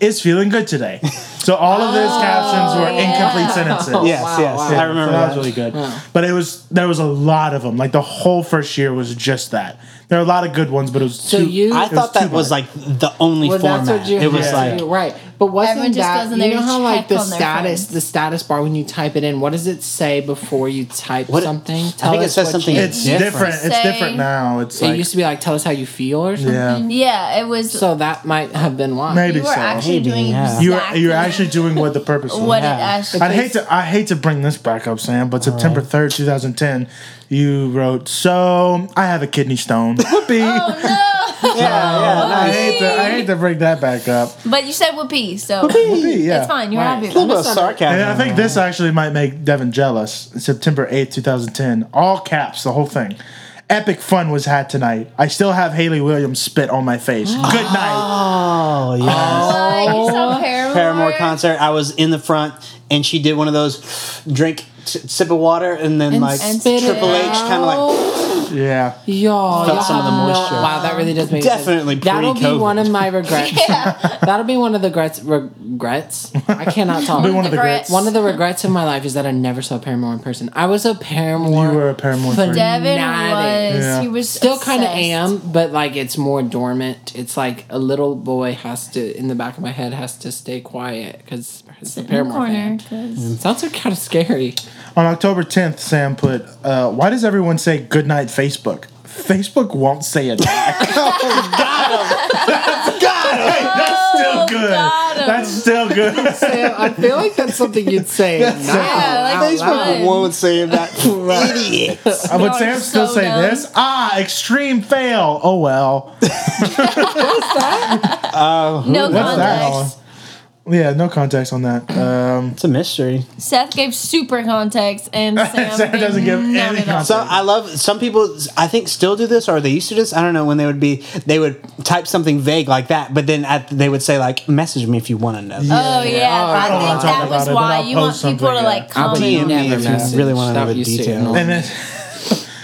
[SPEAKER 3] "It's feeling good
[SPEAKER 4] *laughs*
[SPEAKER 3] today." So all of
[SPEAKER 4] Oh,
[SPEAKER 3] his captions were incomplete sentences.
[SPEAKER 2] *laughs* yes,
[SPEAKER 1] wow,
[SPEAKER 2] yes,
[SPEAKER 1] wow.
[SPEAKER 2] I
[SPEAKER 1] Yeah,
[SPEAKER 2] remember
[SPEAKER 3] So that
[SPEAKER 2] that.
[SPEAKER 3] was really good. But it was there was a lot of them. Like the whole first year was just that. There are a lot of good ones, but it was
[SPEAKER 1] So
[SPEAKER 3] too,
[SPEAKER 1] you-
[SPEAKER 2] I
[SPEAKER 1] It
[SPEAKER 3] was
[SPEAKER 2] thought that
[SPEAKER 3] too
[SPEAKER 2] was like the only
[SPEAKER 1] Well,
[SPEAKER 2] format.
[SPEAKER 1] that's what you
[SPEAKER 2] it was
[SPEAKER 1] have
[SPEAKER 2] like
[SPEAKER 1] to do, right, but wasn't
[SPEAKER 4] Everyone just
[SPEAKER 1] that
[SPEAKER 4] goes in there
[SPEAKER 1] you know
[SPEAKER 4] to
[SPEAKER 1] how like
[SPEAKER 4] check
[SPEAKER 1] the
[SPEAKER 4] on their
[SPEAKER 1] status
[SPEAKER 4] friends.
[SPEAKER 1] the status bar when you type it in? What does it say before you type
[SPEAKER 2] What-
[SPEAKER 1] something?
[SPEAKER 2] I think it
[SPEAKER 1] us
[SPEAKER 2] says
[SPEAKER 1] what
[SPEAKER 2] something
[SPEAKER 1] you-
[SPEAKER 3] It's different. It's
[SPEAKER 4] Say-
[SPEAKER 3] different now. It's
[SPEAKER 1] It
[SPEAKER 3] like
[SPEAKER 1] used to be like tell us how you feel or something.
[SPEAKER 3] yeah.
[SPEAKER 4] Yeah, it was.
[SPEAKER 1] So that might have been why.
[SPEAKER 3] Maybe
[SPEAKER 4] you were
[SPEAKER 3] so.
[SPEAKER 4] actually
[SPEAKER 2] Maybe,
[SPEAKER 4] doing
[SPEAKER 2] yeah.
[SPEAKER 3] You're
[SPEAKER 4] exactly
[SPEAKER 3] you're actually doing what the purpose was.
[SPEAKER 4] *laughs* what
[SPEAKER 2] Yeah.
[SPEAKER 4] it actually.
[SPEAKER 3] I'd hate to I hate to bring this back up, Sam, but September third, two thousand ten, you wrote. So I have a kidney stone. Whoopee!
[SPEAKER 4] Oh
[SPEAKER 2] yeah,
[SPEAKER 4] no! *laughs*
[SPEAKER 2] yeah,
[SPEAKER 3] I
[SPEAKER 2] nice.
[SPEAKER 3] hate to I hate to bring that back up.
[SPEAKER 4] but you said whoopee, so
[SPEAKER 3] Whoopee! Yeah.
[SPEAKER 4] it's fine. You're
[SPEAKER 1] Right.
[SPEAKER 4] happy.
[SPEAKER 2] A little
[SPEAKER 4] With it.
[SPEAKER 2] bit of sarcasm.
[SPEAKER 3] And I think this actually might make Devin jealous. September 8th, 2010. All caps, the whole thing. Epic fun was had tonight. I still have Haley Williams spit on my face. Good night.
[SPEAKER 2] Oh yeah.
[SPEAKER 4] Oh, you saw Paramore.
[SPEAKER 2] Paramore concert. I was in the front, and she did one of those drink s- sip of water, and then like
[SPEAKER 1] and
[SPEAKER 4] spit it
[SPEAKER 2] Triple H kind of like.
[SPEAKER 3] Yeah.
[SPEAKER 1] Y'all, y'all
[SPEAKER 2] some of the
[SPEAKER 1] have no-
[SPEAKER 2] moisture.
[SPEAKER 1] wow, that really does make
[SPEAKER 2] Definitely
[SPEAKER 1] sense. That'll be
[SPEAKER 2] pre-COVID.
[SPEAKER 1] one of my regrets.
[SPEAKER 4] Yeah.
[SPEAKER 1] That'll be one of the regrets. Regrets. I
[SPEAKER 3] *laughs*
[SPEAKER 1] cannot talk.
[SPEAKER 3] Be one of the
[SPEAKER 4] Regrets.
[SPEAKER 3] greats.
[SPEAKER 1] One of the regrets of my life is that I never saw Paramore in person. I was a Paramore.
[SPEAKER 3] You were a Paramore
[SPEAKER 1] fanatic.
[SPEAKER 3] fan.
[SPEAKER 4] Devin was.
[SPEAKER 3] Yeah.
[SPEAKER 4] He was
[SPEAKER 1] Still kind of
[SPEAKER 4] obsessed.
[SPEAKER 1] am, but like it's more dormant. It's like a little boy has to in the back of my head has to stay quiet because it's a
[SPEAKER 4] in the
[SPEAKER 1] Paramore fan.
[SPEAKER 4] corner. 'cause-
[SPEAKER 1] Sounds like kind of scary.
[SPEAKER 3] On October 10th, Sam put, uh, Why does everyone say good night, Facebook? Facebook won't say it back. *laughs* Got him! That's, got him! Oh, Hey, that's still good.
[SPEAKER 4] got him.
[SPEAKER 3] That's still good.
[SPEAKER 1] Sam, I feel like that's something you'd
[SPEAKER 3] *laughs*
[SPEAKER 1] say.
[SPEAKER 4] Yeah, like
[SPEAKER 1] out
[SPEAKER 4] it's
[SPEAKER 1] loud.
[SPEAKER 4] fun.
[SPEAKER 2] woman saying that. Idiot.
[SPEAKER 3] Uh, would
[SPEAKER 4] No,
[SPEAKER 3] Sam
[SPEAKER 4] it's
[SPEAKER 3] still
[SPEAKER 4] so
[SPEAKER 3] say
[SPEAKER 4] dumb.
[SPEAKER 3] this? Ah, extreme fail. Oh well.
[SPEAKER 4] No
[SPEAKER 3] What's that?
[SPEAKER 4] context.
[SPEAKER 3] Yeah, no context on that. Um,
[SPEAKER 2] It's a mystery.
[SPEAKER 4] Seth gave super context,
[SPEAKER 3] *laughs*
[SPEAKER 4] and Sam,
[SPEAKER 3] Sam doesn't give any
[SPEAKER 4] context.
[SPEAKER 3] context.
[SPEAKER 2] So I love some people. I think still do this, or they used to do this. I don't know when they would be. They would type something vague like that, but then at, they would say like, "Message me if you want to know."
[SPEAKER 4] Oh yeah, I,
[SPEAKER 3] don't wanna
[SPEAKER 4] think
[SPEAKER 3] talk
[SPEAKER 4] that
[SPEAKER 3] about it,
[SPEAKER 4] was
[SPEAKER 3] but
[SPEAKER 4] why
[SPEAKER 3] I'll
[SPEAKER 4] you want
[SPEAKER 3] post
[SPEAKER 4] people to
[SPEAKER 3] something,
[SPEAKER 4] like
[SPEAKER 1] I would
[SPEAKER 2] DM
[SPEAKER 4] comment.
[SPEAKER 2] me
[SPEAKER 1] never
[SPEAKER 2] if Ah, you
[SPEAKER 1] message.
[SPEAKER 2] really wanna know
[SPEAKER 1] That
[SPEAKER 2] the
[SPEAKER 1] used to
[SPEAKER 2] detail.
[SPEAKER 1] annoy
[SPEAKER 3] And then *laughs*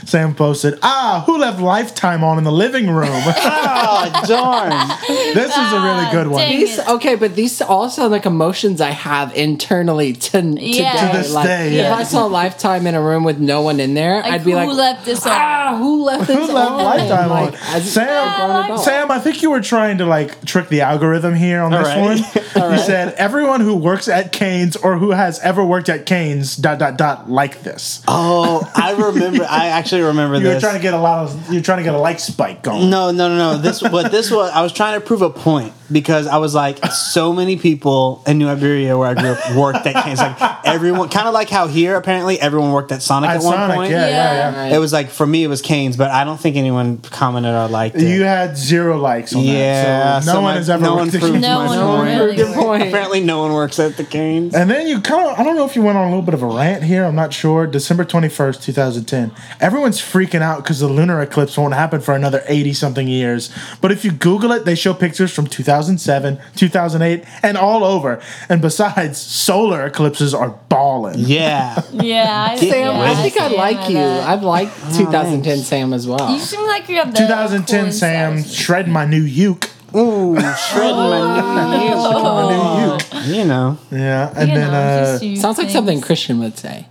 [SPEAKER 3] Sam posted, "Ah, who left Lifetime on in the living room? *laughs*
[SPEAKER 2] oh darn!
[SPEAKER 3] this is a really good one."
[SPEAKER 4] dang.
[SPEAKER 1] These, okay, but these all sound like emotions I have internally to,
[SPEAKER 4] Yeah.
[SPEAKER 1] today.
[SPEAKER 4] To
[SPEAKER 3] this
[SPEAKER 1] like,
[SPEAKER 3] day,
[SPEAKER 1] If
[SPEAKER 3] yeah.
[SPEAKER 1] I saw Lifetime in a room with no one in there,
[SPEAKER 4] Like,
[SPEAKER 1] I'd be
[SPEAKER 4] who
[SPEAKER 1] like,
[SPEAKER 4] left this on?
[SPEAKER 1] ah, who left this
[SPEAKER 3] Who left
[SPEAKER 1] on?"
[SPEAKER 3] Lifetime on?
[SPEAKER 1] Like, as- grown
[SPEAKER 4] Oh.
[SPEAKER 3] Sam,
[SPEAKER 1] adult.
[SPEAKER 3] Sam, I think you were trying to like trick the algorithm here on this
[SPEAKER 2] right.
[SPEAKER 4] *laughs*
[SPEAKER 3] one. You said everyone who works at Canes or who has ever worked at Canes dot dot dot like this.
[SPEAKER 2] Oh, I remember. I actually remember
[SPEAKER 3] You're
[SPEAKER 2] this.
[SPEAKER 3] trying to get a lot of you're trying to get a like spike going.
[SPEAKER 2] No, no, no, no. This, but this was I was trying to prove a point because I was like, so many people in New Iberia where I grew up worked at It's like everyone, kind of like how here apparently everyone worked at Sonic at,
[SPEAKER 3] At
[SPEAKER 2] one
[SPEAKER 3] Sonic,
[SPEAKER 2] point.
[SPEAKER 3] yeah, yeah, yeah.
[SPEAKER 4] Yeah.
[SPEAKER 1] Right.
[SPEAKER 2] It was like for me, it was Canes, but I don't think anyone commented or liked it.
[SPEAKER 3] You had zero likes on
[SPEAKER 2] yeah,
[SPEAKER 3] that. So no
[SPEAKER 2] so
[SPEAKER 3] one
[SPEAKER 2] my-
[SPEAKER 3] has ever
[SPEAKER 2] no one
[SPEAKER 3] worked at
[SPEAKER 2] proved
[SPEAKER 3] Canes.
[SPEAKER 4] No
[SPEAKER 2] my
[SPEAKER 4] one
[SPEAKER 2] point.
[SPEAKER 4] really
[SPEAKER 1] Good
[SPEAKER 4] worked.
[SPEAKER 1] point.
[SPEAKER 2] Apparently, no one works at the Canes.
[SPEAKER 3] And then you kind of, I don't know if you went on a little bit of a rant here. I'm not sure. December 21st, 2010. Everyone's freaking out because the lunar eclipse won't happen for another 80 something years. But if you Google it, they show pictures from 2007, 2008, and all over. And besides, solar eclipses are balling.
[SPEAKER 2] Yeah,
[SPEAKER 4] Yeah, I,
[SPEAKER 2] Get
[SPEAKER 4] yeah,
[SPEAKER 2] with
[SPEAKER 1] I think I
[SPEAKER 4] see
[SPEAKER 1] like
[SPEAKER 4] him
[SPEAKER 1] you.
[SPEAKER 4] at that.
[SPEAKER 1] I've
[SPEAKER 3] Oh,
[SPEAKER 1] liked 2010 Sam as well.
[SPEAKER 4] You seem like you have the
[SPEAKER 3] 2010
[SPEAKER 4] coolest
[SPEAKER 3] Sam
[SPEAKER 4] eyes.
[SPEAKER 3] shredding my new uke.
[SPEAKER 2] *laughs* ooh, shredding my
[SPEAKER 3] My new uke.
[SPEAKER 2] knees. You know,
[SPEAKER 3] Yeah. And
[SPEAKER 4] You
[SPEAKER 3] then,
[SPEAKER 4] know,
[SPEAKER 3] uh,
[SPEAKER 4] just you
[SPEAKER 1] Sounds like
[SPEAKER 4] things.
[SPEAKER 1] something Christian would say.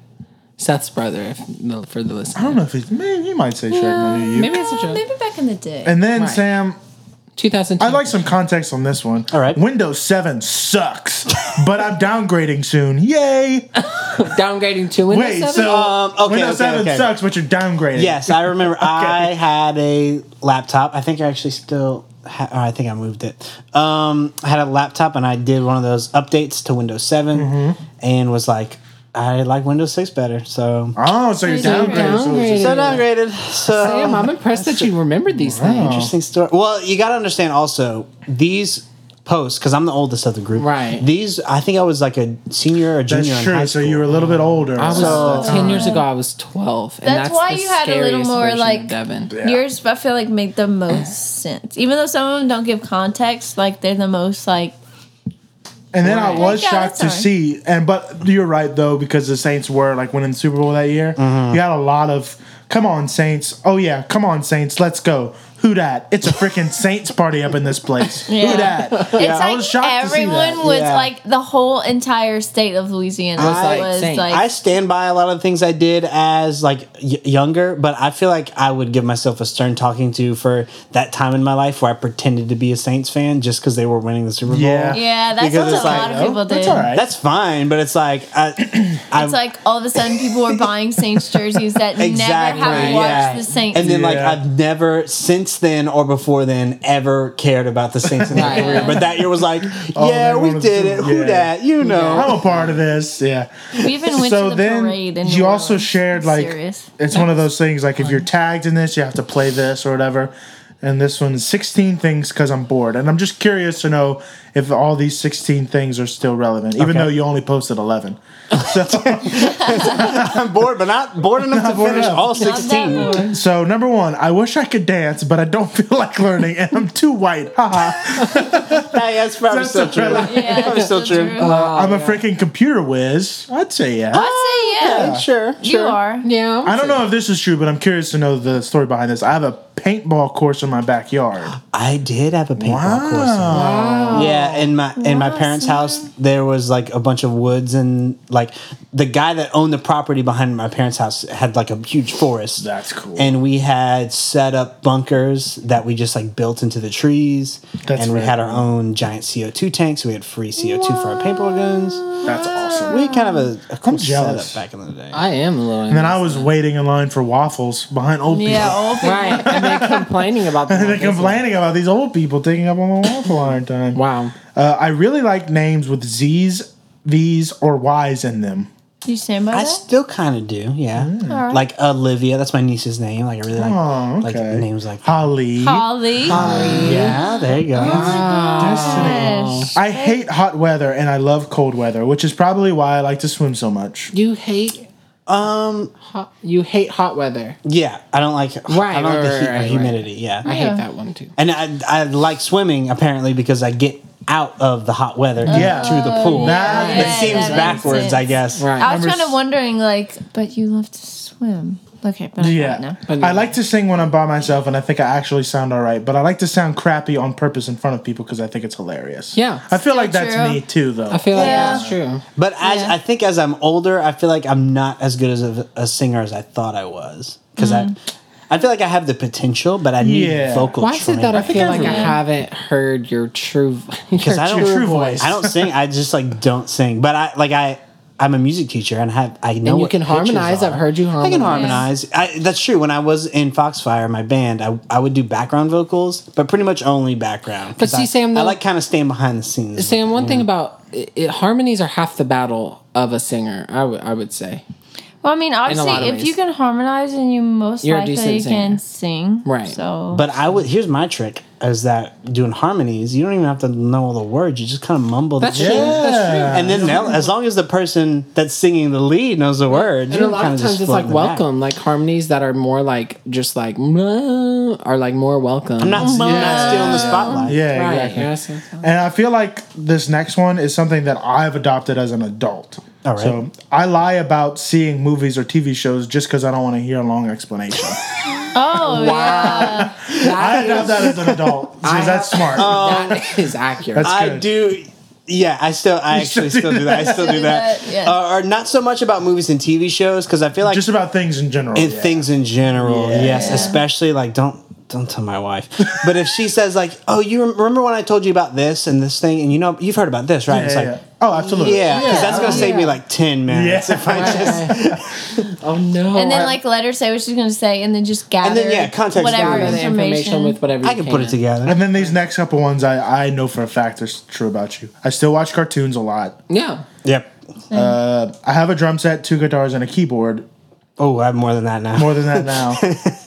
[SPEAKER 1] Seth's brother, if, no, for the
[SPEAKER 3] I
[SPEAKER 1] listener.
[SPEAKER 3] don't know if he's, man, you might say shredding my new uke.
[SPEAKER 1] Maybe it's a joke.
[SPEAKER 4] Maybe back in the day.
[SPEAKER 3] And then
[SPEAKER 1] Right.
[SPEAKER 3] Sam
[SPEAKER 1] 2010.
[SPEAKER 3] I'd like some context on this one.
[SPEAKER 2] All right.
[SPEAKER 3] Windows 7 sucks, but I'm downgrading soon. Yay!
[SPEAKER 1] downgrading to Windows
[SPEAKER 3] Wait,
[SPEAKER 1] 7?
[SPEAKER 3] so
[SPEAKER 2] Um, okay,
[SPEAKER 3] Windows
[SPEAKER 2] okay,
[SPEAKER 3] 7
[SPEAKER 2] okay.
[SPEAKER 3] sucks, but you're downgrading.
[SPEAKER 2] *laughs* Yes, I *laughs* remember. I had a laptop. I think I actually still. Ha- or I think I moved it. Um, I had a laptop, and I did one of those updates to Windows 7
[SPEAKER 3] Mm-hmm.
[SPEAKER 2] and was like, I like Windows six better, so
[SPEAKER 3] Oh, so you're
[SPEAKER 4] So you're
[SPEAKER 3] downgrading. So it's just-
[SPEAKER 2] so downgraded. So
[SPEAKER 1] Damn, I'm impressed that you remembered these things.
[SPEAKER 2] interesting story. Well, you got to understand also these posts because I'm the oldest of the group.
[SPEAKER 1] Right.
[SPEAKER 2] These, I think I was like a senior or junior.
[SPEAKER 3] That's
[SPEAKER 2] In high
[SPEAKER 3] true. So
[SPEAKER 2] school.
[SPEAKER 3] you were a little bit older.
[SPEAKER 1] I was
[SPEAKER 2] So-
[SPEAKER 1] 10 years ago. I was 12. And
[SPEAKER 4] That's
[SPEAKER 1] that's,
[SPEAKER 4] why
[SPEAKER 1] the
[SPEAKER 4] you had a little
[SPEAKER 1] scariest
[SPEAKER 4] more,
[SPEAKER 1] version of
[SPEAKER 4] like-
[SPEAKER 1] Devin.
[SPEAKER 4] Yours, I feel like, make the most
[SPEAKER 1] *clears throat*
[SPEAKER 4] sense. Even though some of them don't give context, like they're the most like
[SPEAKER 3] and then I
[SPEAKER 1] Right.
[SPEAKER 3] was
[SPEAKER 4] Yeah,
[SPEAKER 3] shocked to
[SPEAKER 4] that's fine.
[SPEAKER 3] see. And but you're right though, because the Saints were like winning the Super Bowl that year.
[SPEAKER 2] Mm-hmm.
[SPEAKER 3] You had a lot of "Come on Saints!" Oh yeah, come on Saints! Let's go. Who dat? It's a freaking Saints party up in this place. Who
[SPEAKER 4] Yeah.
[SPEAKER 3] dat?
[SPEAKER 4] *laughs* it's
[SPEAKER 3] I
[SPEAKER 4] like
[SPEAKER 3] was shocked to see
[SPEAKER 4] everyone
[SPEAKER 3] that.
[SPEAKER 4] was
[SPEAKER 2] Yeah.
[SPEAKER 4] like the whole entire state of Louisiana was
[SPEAKER 1] I-
[SPEAKER 4] like,
[SPEAKER 1] Saint.
[SPEAKER 2] I stand by a lot of things I did as like y- younger, but I feel like I would give myself a stern talking to for that time in my life where I pretended to be a Saints fan just because they were winning the Super Bowl.
[SPEAKER 3] Yeah.
[SPEAKER 4] yeah, that's
[SPEAKER 2] Because
[SPEAKER 4] what
[SPEAKER 2] it's
[SPEAKER 4] a lot
[SPEAKER 2] like,
[SPEAKER 4] of people
[SPEAKER 3] "Oh,
[SPEAKER 4] did.
[SPEAKER 3] that's all right."
[SPEAKER 2] That's fine, but it's like I,
[SPEAKER 4] It's like all of a sudden people were buying
[SPEAKER 3] *laughs*
[SPEAKER 4] Saints jerseys that
[SPEAKER 2] exactly
[SPEAKER 4] never have watched
[SPEAKER 2] yeah.
[SPEAKER 4] the Saints.
[SPEAKER 2] and then like
[SPEAKER 3] Yeah.
[SPEAKER 2] I've never since then or before then ever cared about the Saints in my
[SPEAKER 1] Right.
[SPEAKER 2] career. But that year was
[SPEAKER 3] *laughs*
[SPEAKER 2] like, yeah,
[SPEAKER 3] they
[SPEAKER 2] we
[SPEAKER 3] won the
[SPEAKER 2] did it.
[SPEAKER 3] Super-
[SPEAKER 2] Who
[SPEAKER 3] yeah.
[SPEAKER 2] that? You know.
[SPEAKER 3] I'm a part of this. Yeah.
[SPEAKER 4] we even went
[SPEAKER 3] so
[SPEAKER 4] to the
[SPEAKER 3] then
[SPEAKER 4] parade. And
[SPEAKER 3] you also shared like it's one of those things like if you're tagged in this you have to play this or whatever and this one's 16 things because i'm bored and i'm just curious to know if all these 16 things are still relevant even
[SPEAKER 2] Okay.
[SPEAKER 3] though you only posted 11
[SPEAKER 2] I'm bored, but not bored enough to
[SPEAKER 3] bored
[SPEAKER 2] finish
[SPEAKER 3] enough.
[SPEAKER 2] all sixteen.
[SPEAKER 3] *laughs* *laughs* so number one i wish i could dance but i don't *laughs* feel like learning and i'm too white haha
[SPEAKER 2] Hey, that's probably
[SPEAKER 3] That's
[SPEAKER 2] still
[SPEAKER 3] the
[SPEAKER 2] true.
[SPEAKER 3] problem.
[SPEAKER 4] Yeah,
[SPEAKER 2] Probably still
[SPEAKER 4] that's
[SPEAKER 2] true.
[SPEAKER 4] true.
[SPEAKER 3] i'm a freaking computer whiz i'd say yeah
[SPEAKER 4] Oh, I'd say yeah,
[SPEAKER 2] Sure,
[SPEAKER 4] you are.
[SPEAKER 1] Yeah.
[SPEAKER 3] i don't know if this is true but i'm curious to know the story behind this i have a paintball course in my backyard
[SPEAKER 2] I did have a *gasps* paintball course. Yeah, in my in my parents' house, there was like a bunch of woods and like the guy that owned the property behind my parents' house had like a huge forest.
[SPEAKER 3] That's cool.
[SPEAKER 2] And we had set up bunkers that we just like built into the trees.
[SPEAKER 3] That's
[SPEAKER 2] and we
[SPEAKER 3] very
[SPEAKER 2] had our own giant CO two tanks. We had free CO two for our paintball guns.
[SPEAKER 3] that's awesome
[SPEAKER 2] We had kind of a, a cool
[SPEAKER 3] jealous.
[SPEAKER 2] setup back in the day.
[SPEAKER 1] I am a little.
[SPEAKER 3] And then I was waiting in line for waffles behind old people.
[SPEAKER 4] Yeah, old people.
[SPEAKER 1] right, and
[SPEAKER 3] *laughs*
[SPEAKER 1] they're complaining about the
[SPEAKER 3] And they're
[SPEAKER 1] waffles.
[SPEAKER 3] complaining about these old people taking up on the
[SPEAKER 4] *laughs*
[SPEAKER 3] waffle iron time.
[SPEAKER 1] Wow.
[SPEAKER 3] Uh, I really like names with Z's, V's, or Y's in them.
[SPEAKER 4] Do you stand by
[SPEAKER 2] I
[SPEAKER 4] that?
[SPEAKER 2] still kind of do, yeah.
[SPEAKER 4] Alright.
[SPEAKER 2] Like Olivia, that's my niece's name. Like I really like
[SPEAKER 3] Mm. Oh,
[SPEAKER 2] like
[SPEAKER 3] okay.
[SPEAKER 2] names like that.
[SPEAKER 3] Holly.
[SPEAKER 4] Holly. Oh
[SPEAKER 2] Yeah, there you go.
[SPEAKER 4] Gosh.
[SPEAKER 3] I hate hot weather and I love cold weather, which is probably why I like to swim so much.
[SPEAKER 1] You hate
[SPEAKER 2] Um,
[SPEAKER 1] hot. You hate hot weather.
[SPEAKER 2] yeah, I don't like
[SPEAKER 1] Right,
[SPEAKER 2] I don't
[SPEAKER 1] right,
[SPEAKER 2] like the heat
[SPEAKER 1] right,
[SPEAKER 2] or
[SPEAKER 1] right,
[SPEAKER 2] humidity. Yeah,
[SPEAKER 1] I
[SPEAKER 4] Yeah.
[SPEAKER 1] hate that one too.
[SPEAKER 2] and I I like swimming apparently because I get out of the hot weather
[SPEAKER 3] Yeah.
[SPEAKER 2] yeah. to
[SPEAKER 1] Oh,
[SPEAKER 2] the pool.
[SPEAKER 3] That
[SPEAKER 2] it
[SPEAKER 3] makes
[SPEAKER 4] Yeah,
[SPEAKER 2] seems
[SPEAKER 4] that makes
[SPEAKER 2] backwards,
[SPEAKER 4] sense.
[SPEAKER 2] I guess.
[SPEAKER 1] Right.
[SPEAKER 4] I was
[SPEAKER 3] Number
[SPEAKER 4] kind of
[SPEAKER 3] s-
[SPEAKER 4] wondering, like, but you love to swim. Okay, but I yeah.
[SPEAKER 3] Yeah.
[SPEAKER 4] know.
[SPEAKER 1] no.
[SPEAKER 3] I like to sing when I'm by myself and I think I actually sound all right, but I like to sound crappy on purpose in front of people because I think it's hilarious.
[SPEAKER 1] Yeah.
[SPEAKER 3] I feel
[SPEAKER 4] Still
[SPEAKER 3] like that's
[SPEAKER 4] true.
[SPEAKER 3] me too, though.
[SPEAKER 1] I feel like
[SPEAKER 4] Yeah.
[SPEAKER 1] that's true.
[SPEAKER 2] But as
[SPEAKER 4] Yeah.
[SPEAKER 2] I think as I'm older, I feel like I'm not as good as a, a singer as I thought I was because I I feel like I have the potential, but I need
[SPEAKER 3] Yeah.
[SPEAKER 2] vocal.
[SPEAKER 1] Mm-hmm. Why is it
[SPEAKER 2] training.
[SPEAKER 1] that I,
[SPEAKER 3] think
[SPEAKER 1] feel
[SPEAKER 3] I've
[SPEAKER 1] like I
[SPEAKER 3] read-
[SPEAKER 1] haven't heard your true? *laughs* Because
[SPEAKER 2] I don't-
[SPEAKER 3] Your true voice.
[SPEAKER 2] I don't sing. I just like don't sing. But I like I. I'm a music teacher, and I have I know
[SPEAKER 1] And you
[SPEAKER 2] what
[SPEAKER 1] can
[SPEAKER 2] pitches
[SPEAKER 1] harmonize. I've
[SPEAKER 2] are.
[SPEAKER 1] heard you
[SPEAKER 2] I can
[SPEAKER 1] harmonize.
[SPEAKER 2] harmonize. I, that's true. When I was in Foxfire, my band, I, I would do background vocals, but pretty much only background. 'cause
[SPEAKER 1] But see,
[SPEAKER 2] I,
[SPEAKER 1] Sam,
[SPEAKER 2] I
[SPEAKER 1] though-
[SPEAKER 2] like kind of staying behind the scenes.
[SPEAKER 1] Sam, one thing about it, it, harmonies are half the battle of a singer. I would I would say
[SPEAKER 4] Well, I mean,
[SPEAKER 1] lot
[SPEAKER 4] obviously,
[SPEAKER 1] of
[SPEAKER 4] if you
[SPEAKER 1] ways.
[SPEAKER 4] can harmonize, and you most
[SPEAKER 1] You're a
[SPEAKER 4] likely
[SPEAKER 1] decent
[SPEAKER 4] can sing,
[SPEAKER 1] Right.
[SPEAKER 4] So,
[SPEAKER 2] But I would. Here's my trick: is that doing harmonies, you don't even have to know all the words. You just kind of mumble.
[SPEAKER 1] that's
[SPEAKER 2] the
[SPEAKER 1] true. That's true.
[SPEAKER 3] Yeah.
[SPEAKER 2] And then they'll- as long as the person that's singing the lead knows the words,
[SPEAKER 1] And a
[SPEAKER 2] you
[SPEAKER 1] lot
[SPEAKER 2] kinda
[SPEAKER 1] of
[SPEAKER 2] just
[SPEAKER 1] times it's
[SPEAKER 2] float
[SPEAKER 1] like
[SPEAKER 2] in the back.
[SPEAKER 1] welcome, like harmonies that are more like just like "Mwah," are like more welcome.
[SPEAKER 2] I'm not, I'm
[SPEAKER 3] Yeah.
[SPEAKER 2] not stealing the spotlight.
[SPEAKER 3] yeah,
[SPEAKER 1] right.
[SPEAKER 3] exactly.
[SPEAKER 1] you know what I'm saying?
[SPEAKER 3] And I feel like this next one is something that I've adopted as an adult.
[SPEAKER 2] All right.
[SPEAKER 3] So I lie about seeing movies or TV shows just because I don't want to hear a long explanation.
[SPEAKER 4] oh
[SPEAKER 1] *laughs*
[SPEAKER 4] yeah,
[SPEAKER 3] *laughs* *laughs* I
[SPEAKER 1] That
[SPEAKER 3] adopt that as an *laughs* adult uh, because that's smart.
[SPEAKER 1] that is accurate.
[SPEAKER 3] That's-
[SPEAKER 2] I
[SPEAKER 3] good.
[SPEAKER 2] do. Yeah, I still, I actually
[SPEAKER 3] still
[SPEAKER 2] still do that. I still do that.
[SPEAKER 4] that, yeah.
[SPEAKER 2] Uh, or not so much about movies and TV shows because I feel like
[SPEAKER 3] just about things in general.
[SPEAKER 2] in
[SPEAKER 3] yeah.
[SPEAKER 2] things in general.
[SPEAKER 3] Yeah.
[SPEAKER 2] Yes, especially like don't don't tell my
[SPEAKER 3] *laughs*
[SPEAKER 2] wife. But if she says like, "Oh, you rem- remember when I told you about this and this thing, and you know you've heard about this, right?"
[SPEAKER 3] Yeah,
[SPEAKER 2] it's
[SPEAKER 3] yeah,
[SPEAKER 2] like,
[SPEAKER 3] yeah. Oh, absolutely.
[SPEAKER 2] yeah, because that's gonna save me like ten minutes
[SPEAKER 3] Yeah.
[SPEAKER 2] if I just
[SPEAKER 1] Oh no!
[SPEAKER 4] And then
[SPEAKER 1] I-
[SPEAKER 4] like let her say what she's gonna say, and then just gather.
[SPEAKER 2] then, yeah, context
[SPEAKER 4] whatever
[SPEAKER 2] gather
[SPEAKER 1] the
[SPEAKER 4] information.
[SPEAKER 1] information with whatever
[SPEAKER 2] I
[SPEAKER 1] you
[SPEAKER 2] can put it together.
[SPEAKER 3] And then these next couple ones, I, I know for a fact is true about you. I still watch cartoons a lot.
[SPEAKER 1] Yeah,
[SPEAKER 2] Yep.
[SPEAKER 3] Uh, I have a drum set, two guitars, and a keyboard.
[SPEAKER 2] Oh, I have more than that now.
[SPEAKER 3] More than that
[SPEAKER 2] *laughs*
[SPEAKER 3] now.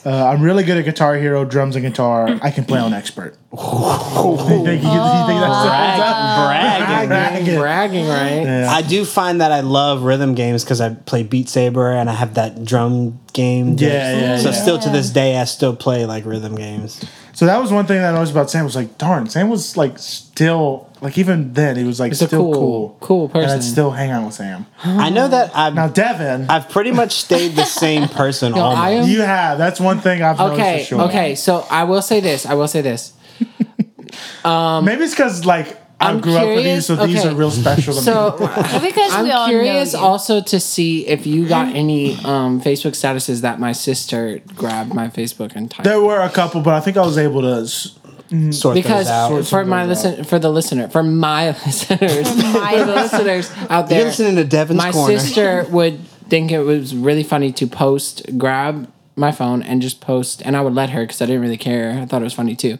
[SPEAKER 3] uh, I'm really good at Guitar Hero, drums, and guitar. I can play
[SPEAKER 2] *laughs*
[SPEAKER 3] on expert. you think, you think that's
[SPEAKER 2] Brag, bragging.
[SPEAKER 1] bragging, right?
[SPEAKER 2] I do find that I love rhythm games because I play Beat Saber and I have that drum game.
[SPEAKER 3] Yeah, yeah,
[SPEAKER 2] So
[SPEAKER 3] yeah.
[SPEAKER 2] still to this day, I still play like rhythm games.
[SPEAKER 3] So that was one thing that I noticed about Sam was like, darn, Sam was like still like even then he was like
[SPEAKER 1] He's a
[SPEAKER 3] still
[SPEAKER 1] cool-
[SPEAKER 3] cool,
[SPEAKER 1] cool
[SPEAKER 3] And
[SPEAKER 1] person.
[SPEAKER 3] I'd still hang out with Sam.
[SPEAKER 2] I know that
[SPEAKER 3] Now
[SPEAKER 2] I've
[SPEAKER 3] Devin,
[SPEAKER 2] I've pretty much stayed the same person.
[SPEAKER 1] No, I
[SPEAKER 2] almost.
[SPEAKER 1] am
[SPEAKER 3] you have that's one thing I've noticed
[SPEAKER 1] okay.
[SPEAKER 3] for sure.
[SPEAKER 1] Okay, so I will say this. I will say this.
[SPEAKER 3] maybe it's because like I
[SPEAKER 1] Um, I'm
[SPEAKER 3] grew up with
[SPEAKER 1] curious-
[SPEAKER 3] these, so these
[SPEAKER 1] okay.
[SPEAKER 3] are real special to
[SPEAKER 1] *laughs*
[SPEAKER 3] me.
[SPEAKER 1] So
[SPEAKER 4] Well, because we all
[SPEAKER 1] I'm curious
[SPEAKER 4] know you.
[SPEAKER 1] also to see if you got any um, Facebook statuses that my sister grabbed my Facebook and typed.
[SPEAKER 3] There were a couple, but I think I was able to. s-
[SPEAKER 2] sort
[SPEAKER 1] because
[SPEAKER 2] those out.
[SPEAKER 1] for my listen for the listener for my *laughs* listeners
[SPEAKER 4] *laughs*
[SPEAKER 1] for the listeners out
[SPEAKER 2] You're
[SPEAKER 1] there
[SPEAKER 2] listening to Devin's
[SPEAKER 1] my
[SPEAKER 2] corner. *laughs*
[SPEAKER 1] sister would think it was really funny to post grab my phone and just post and i would let her because i didn't really care i thought it was funny too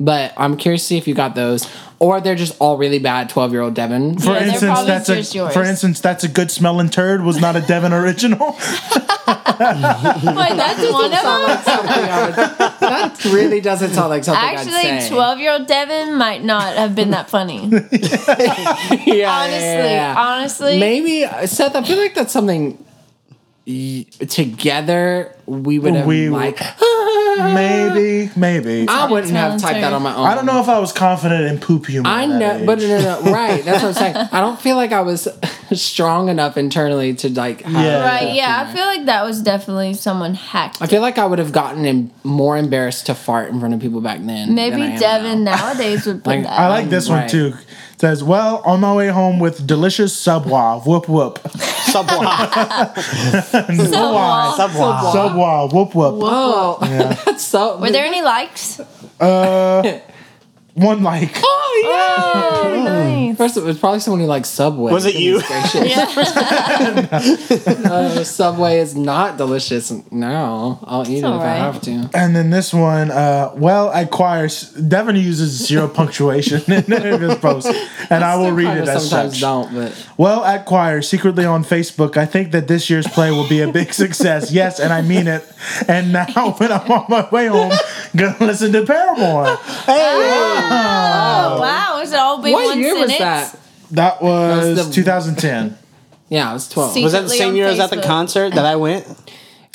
[SPEAKER 1] but i'm curious to see if you got those or they're just all really bad 12 year old
[SPEAKER 4] *laughs*
[SPEAKER 1] devin
[SPEAKER 3] For
[SPEAKER 4] Yeah, they're
[SPEAKER 3] instance,
[SPEAKER 4] probably
[SPEAKER 3] that's
[SPEAKER 4] just
[SPEAKER 3] a
[SPEAKER 4] yours.
[SPEAKER 3] for instance that's a good smelling turd was not a Devin original.
[SPEAKER 4] Wait, that's one of them.
[SPEAKER 1] that really doesn't sound like something I'd
[SPEAKER 4] Actually,
[SPEAKER 1] say.
[SPEAKER 4] twelve-year-old Devin might not have been
[SPEAKER 1] *laughs*
[SPEAKER 4] that funny.
[SPEAKER 1] Yeah, yeah,
[SPEAKER 4] honestly,
[SPEAKER 1] yeah.
[SPEAKER 4] honestly,
[SPEAKER 1] Maybe uh, Seth, I feel like that's something y- together we would have
[SPEAKER 3] We-
[SPEAKER 1] like.
[SPEAKER 3] maybe, maybe. I,
[SPEAKER 1] I wouldn't have typed that on my own.
[SPEAKER 3] don't know if I was confident in poop humor.
[SPEAKER 1] I
[SPEAKER 3] at that
[SPEAKER 1] know, but
[SPEAKER 3] age.
[SPEAKER 1] no,
[SPEAKER 3] *laughs*
[SPEAKER 1] no, no, right. That's what I'm saying. I don't feel like I was *laughs* strong enough internally to like. Have,
[SPEAKER 3] Yeah.
[SPEAKER 4] right? Yeah, I feel like that was definitely someone hacked.
[SPEAKER 1] I feel like I would have gotten em- more embarrassed to fart in front of people back then.
[SPEAKER 4] Maybe
[SPEAKER 1] than I am
[SPEAKER 4] *laughs* Devin
[SPEAKER 1] now.
[SPEAKER 4] nowadays would put
[SPEAKER 1] Like,
[SPEAKER 4] that.
[SPEAKER 3] I like this one
[SPEAKER 1] Right.
[SPEAKER 3] too. It says, "Well, on my way home with delicious subwa, whoop whoop,
[SPEAKER 1] *laughs*
[SPEAKER 2] *laughs* Subwa.
[SPEAKER 4] so, well,
[SPEAKER 2] Subwa.
[SPEAKER 3] subwa, whoop whoop."
[SPEAKER 1] Oh, *laughs* that's so.
[SPEAKER 4] were there any
[SPEAKER 1] *laughs*
[SPEAKER 4] likes?
[SPEAKER 3] One like,
[SPEAKER 1] Oh yeah.
[SPEAKER 4] Oh, nice.
[SPEAKER 1] First, it was probably someone who likes Subway.
[SPEAKER 2] Was it you?
[SPEAKER 1] Goodness *laughs* gracious. *laughs* no, Subway is not delicious now. I'll eat it if I
[SPEAKER 4] alright.
[SPEAKER 1] have to.
[SPEAKER 3] and then this one. Uh, well, I choir. Devin uses zero punctuation *laughs* in his post, and I will read
[SPEAKER 1] Kinda
[SPEAKER 3] it as
[SPEAKER 1] sometimes
[SPEAKER 3] such.
[SPEAKER 1] don't, but
[SPEAKER 3] Well, at choir, secretly on Facebook, I think that this year's play will be a
[SPEAKER 1] *laughs*
[SPEAKER 3] big success. Yes, and I mean it. And now, *laughs* when I'm on my way home, gonna listen to Paramore.
[SPEAKER 4] Oh wow, it's all been
[SPEAKER 1] what
[SPEAKER 4] one
[SPEAKER 1] year
[SPEAKER 4] sentence.
[SPEAKER 1] was that?
[SPEAKER 3] That was
[SPEAKER 1] That's the- *laughs*
[SPEAKER 3] 2010.
[SPEAKER 1] Yeah, it was twelve.
[SPEAKER 4] See-
[SPEAKER 2] Was that the
[SPEAKER 4] Secretly
[SPEAKER 2] same
[SPEAKER 4] on
[SPEAKER 2] year I was at the
[SPEAKER 4] Facebook.
[SPEAKER 2] concert that I went?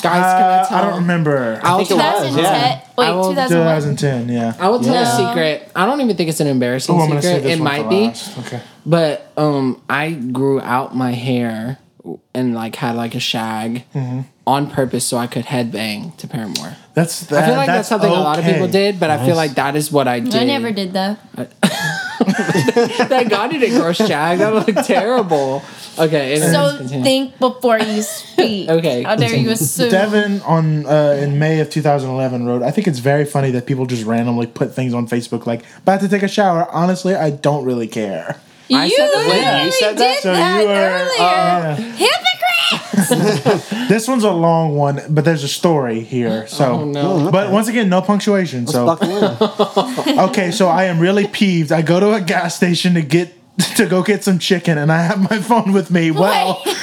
[SPEAKER 1] Guys, can
[SPEAKER 3] Uh,
[SPEAKER 1] I tell?
[SPEAKER 3] I don't remember.
[SPEAKER 1] I'll
[SPEAKER 2] think it
[SPEAKER 1] tell-
[SPEAKER 2] was.
[SPEAKER 4] 2010.
[SPEAKER 2] yeah.
[SPEAKER 1] I
[SPEAKER 4] Wait,
[SPEAKER 1] will-
[SPEAKER 4] 2001.
[SPEAKER 3] 2010. Yeah.
[SPEAKER 1] I will tell a secret. I don't even think it's an embarrassing
[SPEAKER 3] Oh, I'm gonna say
[SPEAKER 1] secret.
[SPEAKER 3] this
[SPEAKER 1] It
[SPEAKER 3] one for
[SPEAKER 1] might be,
[SPEAKER 3] last. Okay.
[SPEAKER 1] but um, I grew out my hair and like had like a shag
[SPEAKER 3] Mm-hmm.
[SPEAKER 1] on purpose so I could headbang to Paramore.
[SPEAKER 3] Uh, That's
[SPEAKER 1] I feel like that's, something a lot of people did, but I feel like that is what I did.
[SPEAKER 4] I never did that.
[SPEAKER 1] *laughs* Thank God you didn't grow shag. That would look terrible. Okay. anyways,
[SPEAKER 4] So
[SPEAKER 1] continue.
[SPEAKER 4] think before you
[SPEAKER 3] *laughs*
[SPEAKER 4] speak.
[SPEAKER 1] Okay,
[SPEAKER 4] How dare you assume?
[SPEAKER 3] Devin on uh, in May of 2011 wrote, "I think it's very funny that people just randomly put things on Facebook like about to take a shower. Honestly, I don't
[SPEAKER 1] *laughs*
[SPEAKER 3] really care."
[SPEAKER 4] you
[SPEAKER 1] I said that. Wait, you
[SPEAKER 4] literally
[SPEAKER 2] said that?
[SPEAKER 4] did
[SPEAKER 3] So
[SPEAKER 4] that
[SPEAKER 3] you were- uh,
[SPEAKER 4] earlier. Hypocrite.
[SPEAKER 3] This one's a long one, but there's a story here. So,
[SPEAKER 1] Oh, no.
[SPEAKER 3] but once again, no punctuation. So, okay, so I am really peeved. I go to a gas station to get *laughs* to go get some chicken, and I have my phone with me. Well. *laughs*
[SPEAKER 4] Wait.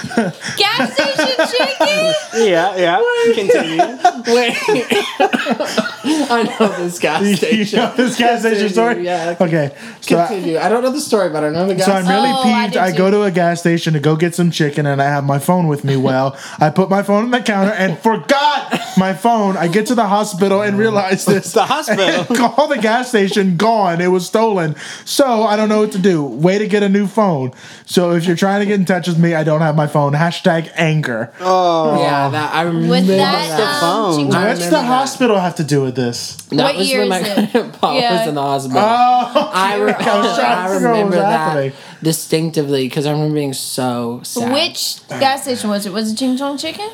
[SPEAKER 4] Gas station chicken.
[SPEAKER 2] yeah, *laughs* yeah. Continue.
[SPEAKER 1] Wait. *laughs* I know this gas
[SPEAKER 3] *laughs* you
[SPEAKER 1] station.
[SPEAKER 3] know this gas station
[SPEAKER 1] Continue,
[SPEAKER 3] story?
[SPEAKER 1] yeah.
[SPEAKER 3] Okay. So, I,
[SPEAKER 1] Continue. I don't know the story, but I know the gas
[SPEAKER 3] so I'm really
[SPEAKER 4] Oh, I
[SPEAKER 3] peeved.
[SPEAKER 4] do
[SPEAKER 3] I, go
[SPEAKER 4] too.
[SPEAKER 3] to a gas station to go get some chicken and I have my phone with me. Well, I put my phone on the counter and forgot my phone. I get to the hospital and
[SPEAKER 4] *laughs*
[SPEAKER 3] realize this.
[SPEAKER 2] the hospital.
[SPEAKER 3] *laughs* Call the gas station, gone. It was stolen. So I don't know what to do. Way to get a new phone. So if you're trying to get in touch with me, I don't have my phone. Hashtag anger.
[SPEAKER 2] Oh,
[SPEAKER 3] Oh.
[SPEAKER 1] Yeah, that I remember.
[SPEAKER 4] With that,
[SPEAKER 2] the
[SPEAKER 4] um,
[SPEAKER 2] phone.
[SPEAKER 4] chicken-
[SPEAKER 1] I
[SPEAKER 3] What's
[SPEAKER 1] remember
[SPEAKER 3] the
[SPEAKER 1] that.
[SPEAKER 3] hospital have to do with this?
[SPEAKER 1] That
[SPEAKER 4] What
[SPEAKER 1] was
[SPEAKER 4] year
[SPEAKER 1] when my
[SPEAKER 4] is
[SPEAKER 1] *laughs*
[SPEAKER 4] it?
[SPEAKER 1] grandpa
[SPEAKER 4] Yeah.
[SPEAKER 1] was in the hospital. I,
[SPEAKER 3] *laughs*
[SPEAKER 1] re-
[SPEAKER 3] Oh,
[SPEAKER 1] oh,
[SPEAKER 3] I
[SPEAKER 1] I
[SPEAKER 3] was trying to figure out what
[SPEAKER 1] remember
[SPEAKER 3] was
[SPEAKER 1] that
[SPEAKER 3] happening.
[SPEAKER 1] distinctively because I remember being so sad.
[SPEAKER 4] Which gas station was it? Was it Ching Chong Chicken?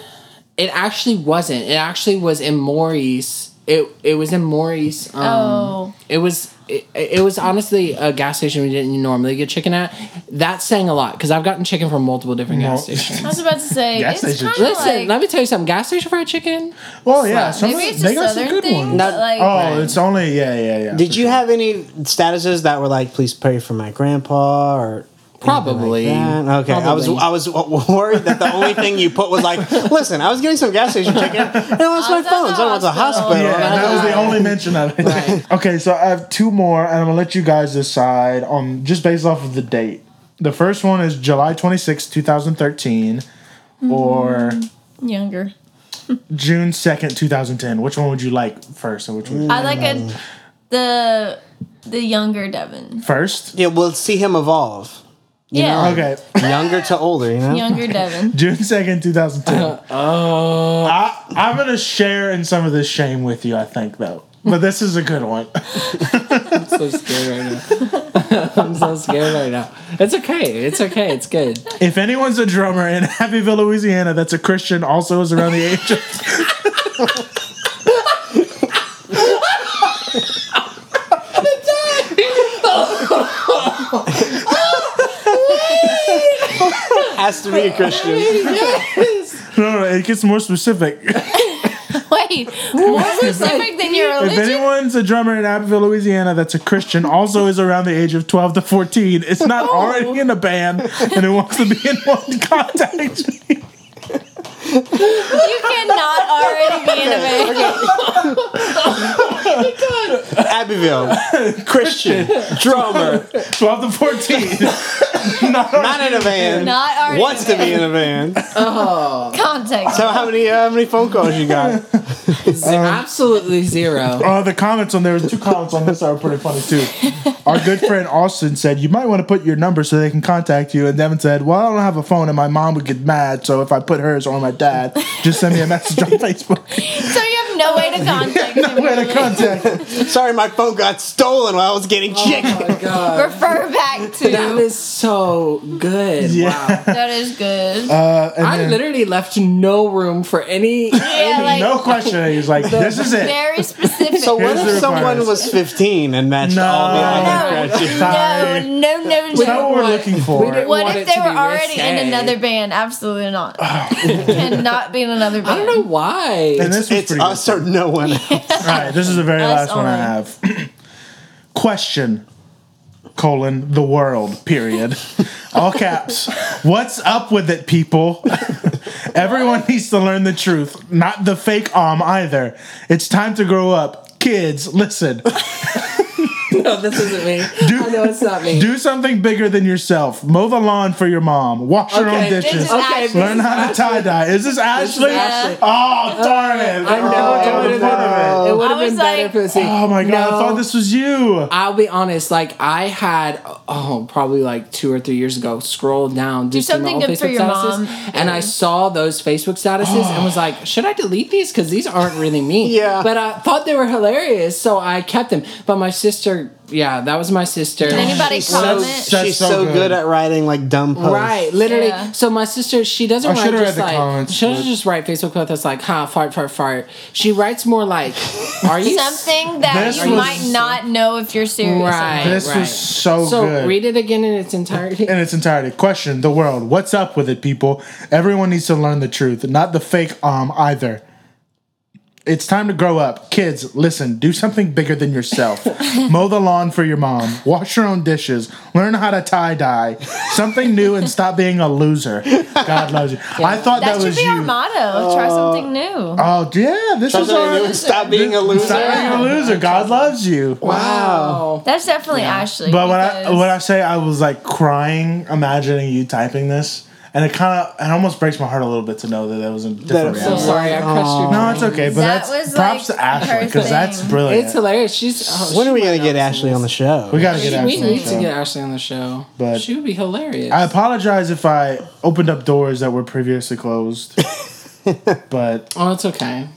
[SPEAKER 1] it actually wasn't. It actually was in Maury's it it was in Maury's. Um,
[SPEAKER 4] Oh.
[SPEAKER 1] It was it, it was honestly a gas station we didn't normally get chicken at. That saying a lot because I've gotten chicken from multiple different
[SPEAKER 3] Mul-
[SPEAKER 1] gas
[SPEAKER 4] *laughs*
[SPEAKER 1] stations.
[SPEAKER 4] I was about to say,
[SPEAKER 3] Gas
[SPEAKER 4] it's
[SPEAKER 3] station.
[SPEAKER 4] kind of
[SPEAKER 1] Listen,
[SPEAKER 4] like,
[SPEAKER 1] let me tell you something. Gas station fried chicken.
[SPEAKER 3] Well, yeah, some of
[SPEAKER 4] maybe
[SPEAKER 3] it,
[SPEAKER 4] it's
[SPEAKER 3] they
[SPEAKER 4] a
[SPEAKER 3] got some
[SPEAKER 4] southern
[SPEAKER 3] good
[SPEAKER 4] thing,
[SPEAKER 3] ones.
[SPEAKER 2] No,
[SPEAKER 4] but like,
[SPEAKER 3] Oh, it's only yeah, yeah, yeah.
[SPEAKER 2] Did
[SPEAKER 3] for
[SPEAKER 2] you
[SPEAKER 3] sure.
[SPEAKER 2] have any statuses that were like, please pray for my grandpa or?
[SPEAKER 1] Probably.
[SPEAKER 2] anything like that? okay, I was
[SPEAKER 1] Probably.
[SPEAKER 2] I was w- worried that the only thing you put was like, *laughs* listen, I was getting some gas station chicken, and I lost
[SPEAKER 4] I
[SPEAKER 2] my
[SPEAKER 4] was at
[SPEAKER 2] phone,
[SPEAKER 4] the
[SPEAKER 2] so I went to the
[SPEAKER 4] hospital.
[SPEAKER 2] hospital.
[SPEAKER 3] Yeah,
[SPEAKER 2] and I
[SPEAKER 3] that was the
[SPEAKER 1] Right.
[SPEAKER 3] only mention of it.
[SPEAKER 1] Right.
[SPEAKER 3] *laughs* Okay, so I have two more, and I'm gonna let you guys decide on just based off of the date. The first one is July twenty sixth, two 2013, or
[SPEAKER 4] younger.
[SPEAKER 3] June 2nd, 2010. Which one would you like first? And which one
[SPEAKER 4] I like
[SPEAKER 3] Mm.
[SPEAKER 4] a, the the younger Devin.
[SPEAKER 3] first?
[SPEAKER 2] Yeah, we'll see him evolve,
[SPEAKER 4] yeah,
[SPEAKER 3] Okay, *laughs*
[SPEAKER 2] younger to older. You know,
[SPEAKER 4] younger Devin.
[SPEAKER 3] June 2nd, 2010.
[SPEAKER 1] Oh.
[SPEAKER 3] I, I'm gonna share in some of this shame with you, I think, though. But this is a good one. *laughs*
[SPEAKER 1] I'm so scared right now. *laughs* I'm so scared right now. It's okay. It's okay. It's good.
[SPEAKER 3] If anyone's a drummer in *laughs* Happyville, Louisiana, that's a Christian, also is around the age of *laughs*
[SPEAKER 2] has to be a Christian.
[SPEAKER 3] No, no, it gets more specific. *laughs* if
[SPEAKER 4] *laughs* Wait, more specific than your religion.
[SPEAKER 3] anyone's a drummer in Abbeville, Louisiana, that's a Christian, also is around the age of 12 to 14, it's not already in a band and it wants to be in one, *laughs* contact me.
[SPEAKER 4] You cannot already be in a band.
[SPEAKER 2] Abbeville, Christian, drummer,
[SPEAKER 3] 12 to 14. not
[SPEAKER 2] not in a van.
[SPEAKER 4] Not already.
[SPEAKER 2] Wants to
[SPEAKER 4] in a band.
[SPEAKER 2] be in a van.
[SPEAKER 4] Context.
[SPEAKER 2] So how many uh, how many phone calls you got?
[SPEAKER 1] Ze- Absolutely
[SPEAKER 3] *laughs*
[SPEAKER 1] zero.
[SPEAKER 3] Uh, the comments on there, was two comments on this that were pretty funny too. Our good friend Austin said, You might want to put your number so they can contact you. And Devin said, Well, I don't have a phone and my mom would get mad. So if I put hers or my dad, just send me a message on *laughs* Facebook.
[SPEAKER 4] So you have no way to contact him.
[SPEAKER 3] Way to
[SPEAKER 4] really.
[SPEAKER 3] contact.
[SPEAKER 2] Sorry, my phone got stolen while I was getting chicken.
[SPEAKER 1] Oh my god.
[SPEAKER 4] Refer back
[SPEAKER 1] That
[SPEAKER 4] to.
[SPEAKER 1] is so good. Wow.
[SPEAKER 4] that is good.
[SPEAKER 3] Uh, and
[SPEAKER 1] I
[SPEAKER 3] then-
[SPEAKER 1] literally left no room for
[SPEAKER 3] *laughs*
[SPEAKER 1] any.
[SPEAKER 4] yeah, like
[SPEAKER 3] no questioning. He's like, this is it.
[SPEAKER 4] very specific.
[SPEAKER 2] So what
[SPEAKER 3] Here's
[SPEAKER 2] if
[SPEAKER 3] the
[SPEAKER 2] someone
[SPEAKER 3] requirements.
[SPEAKER 2] was 15 and matched
[SPEAKER 3] No.
[SPEAKER 2] all the other
[SPEAKER 4] No.
[SPEAKER 2] criteria?
[SPEAKER 4] no,
[SPEAKER 3] Sorry.
[SPEAKER 4] no, no,
[SPEAKER 3] That's not
[SPEAKER 4] no.
[SPEAKER 3] what we're
[SPEAKER 1] What?
[SPEAKER 3] looking
[SPEAKER 1] We
[SPEAKER 3] for.
[SPEAKER 1] didn't-
[SPEAKER 4] What
[SPEAKER 1] want
[SPEAKER 4] if
[SPEAKER 1] it
[SPEAKER 4] they
[SPEAKER 1] to
[SPEAKER 4] were
[SPEAKER 1] be
[SPEAKER 4] already in
[SPEAKER 1] risque.
[SPEAKER 4] another band? Absolutely not. Cannot be in another
[SPEAKER 1] I
[SPEAKER 4] band.
[SPEAKER 1] don't know why.
[SPEAKER 3] And this was
[SPEAKER 2] It's
[SPEAKER 3] pretty
[SPEAKER 2] us or no one. else.
[SPEAKER 3] good. All right, this is the very
[SPEAKER 4] Us
[SPEAKER 3] last one I
[SPEAKER 4] only.
[SPEAKER 3] have. *clears throat* Question, colon, the world,
[SPEAKER 1] *laughs*
[SPEAKER 3] period. All caps. What's up with it, people? *laughs* Everyone needs to learn the truth, not the fake um either. It's time to grow up.
[SPEAKER 1] *laughs*
[SPEAKER 3] Kids, listen.
[SPEAKER 1] *laughs* No, this isn't me. I know it's not me.
[SPEAKER 3] Do something bigger than yourself. Mow the lawn for your mom. Wash your own
[SPEAKER 1] Okay, this
[SPEAKER 3] dishes.
[SPEAKER 4] is Ashley.
[SPEAKER 1] this
[SPEAKER 3] Learn
[SPEAKER 1] is
[SPEAKER 3] how to tie dye. Is this Ashley?
[SPEAKER 1] Ashley.
[SPEAKER 3] Oh, darn it.
[SPEAKER 1] I know
[SPEAKER 3] Oh,
[SPEAKER 1] it would have
[SPEAKER 3] darn
[SPEAKER 1] been,
[SPEAKER 3] it.
[SPEAKER 1] it would have
[SPEAKER 4] I was
[SPEAKER 1] been better
[SPEAKER 4] like-
[SPEAKER 1] if it was me.
[SPEAKER 3] Oh my god, I
[SPEAKER 1] No,
[SPEAKER 3] thought this was you.
[SPEAKER 1] I'll be honest. Like I had, oh, probably like two or three years ago, scrolled down just through my
[SPEAKER 4] something
[SPEAKER 1] old
[SPEAKER 4] good for
[SPEAKER 1] Facebook
[SPEAKER 4] your
[SPEAKER 1] statuses,
[SPEAKER 4] mom.
[SPEAKER 1] and I saw those Facebook statuses and was like, should I delete these? Because these aren't really
[SPEAKER 4] *laughs*
[SPEAKER 1] me.
[SPEAKER 2] Yeah.
[SPEAKER 1] But I thought they were hilarious, so I kept them. But my sister, yeah, that was my sister.
[SPEAKER 4] Anybody
[SPEAKER 2] She's
[SPEAKER 4] comment?
[SPEAKER 3] That's
[SPEAKER 2] She's
[SPEAKER 3] so
[SPEAKER 2] so
[SPEAKER 3] good.
[SPEAKER 2] good. at writing like dumb posts.
[SPEAKER 1] Right, literally.
[SPEAKER 4] Yeah.
[SPEAKER 1] So my sister, she doesn't
[SPEAKER 3] I
[SPEAKER 1] write
[SPEAKER 3] should've read
[SPEAKER 1] just
[SPEAKER 3] the
[SPEAKER 1] like
[SPEAKER 3] comments,
[SPEAKER 1] she doesn't
[SPEAKER 3] but-
[SPEAKER 1] just write Facebook posts that's like, "Huh, fart, fart, fart." She writes more like, "Are you s-
[SPEAKER 4] Something that
[SPEAKER 3] This
[SPEAKER 4] you
[SPEAKER 3] was-
[SPEAKER 4] might not know if you're serious. or
[SPEAKER 1] Right.
[SPEAKER 4] not.
[SPEAKER 3] This
[SPEAKER 1] right.
[SPEAKER 3] was so,
[SPEAKER 1] So
[SPEAKER 3] Oh, good.
[SPEAKER 1] read it again in its entirety.
[SPEAKER 3] in its entirety. Question the world. What's up with it, people? Everyone needs to learn the truth, not the fake um either. It's time to grow up. Kids, listen, do something bigger
[SPEAKER 4] *laughs*
[SPEAKER 3] than yourself. Mow the lawn for your mom. Wash your own dishes. Learn how to tie dye. Something new and stop being a loser. God loves you. I thought
[SPEAKER 4] That
[SPEAKER 3] that,
[SPEAKER 4] should
[SPEAKER 3] was
[SPEAKER 4] be
[SPEAKER 3] you.
[SPEAKER 4] our motto. Try something new.
[SPEAKER 3] oh, yeah. This was
[SPEAKER 2] Something new
[SPEAKER 3] our.
[SPEAKER 2] and Stop being a loser.
[SPEAKER 3] Stop being a loser. God loves you.
[SPEAKER 1] Wow.
[SPEAKER 4] That's definitely Ashley.
[SPEAKER 3] But when I
[SPEAKER 4] because-
[SPEAKER 3] when I say I was like crying, imagining you typing this, and it kind of it almost breaks my heart a little bit to know that that was a different
[SPEAKER 2] That-
[SPEAKER 1] I'm
[SPEAKER 3] reality.
[SPEAKER 1] sorry, I crushed your
[SPEAKER 3] No,
[SPEAKER 1] dreams.
[SPEAKER 3] it's okay, but
[SPEAKER 4] That
[SPEAKER 3] that's
[SPEAKER 4] was,
[SPEAKER 3] props
[SPEAKER 4] like,
[SPEAKER 3] to Ashley
[SPEAKER 4] her
[SPEAKER 3] because that's
[SPEAKER 4] thing.
[SPEAKER 3] brilliant.
[SPEAKER 1] It's hilarious. She's. Oh,
[SPEAKER 2] When
[SPEAKER 1] she
[SPEAKER 2] are we
[SPEAKER 1] might
[SPEAKER 2] gonna
[SPEAKER 1] not
[SPEAKER 2] get
[SPEAKER 1] listen
[SPEAKER 2] Ashley
[SPEAKER 1] to
[SPEAKER 2] on the
[SPEAKER 1] this.
[SPEAKER 2] show?
[SPEAKER 3] we gotta get
[SPEAKER 1] We
[SPEAKER 3] Ashley. on the
[SPEAKER 1] need to
[SPEAKER 3] show.
[SPEAKER 1] get Ashley on the show.
[SPEAKER 3] But-
[SPEAKER 1] she would be hilarious.
[SPEAKER 3] I apologize if I
[SPEAKER 1] *laughs*
[SPEAKER 3] opened up doors that were previously closed, but
[SPEAKER 1] oh, it's okay.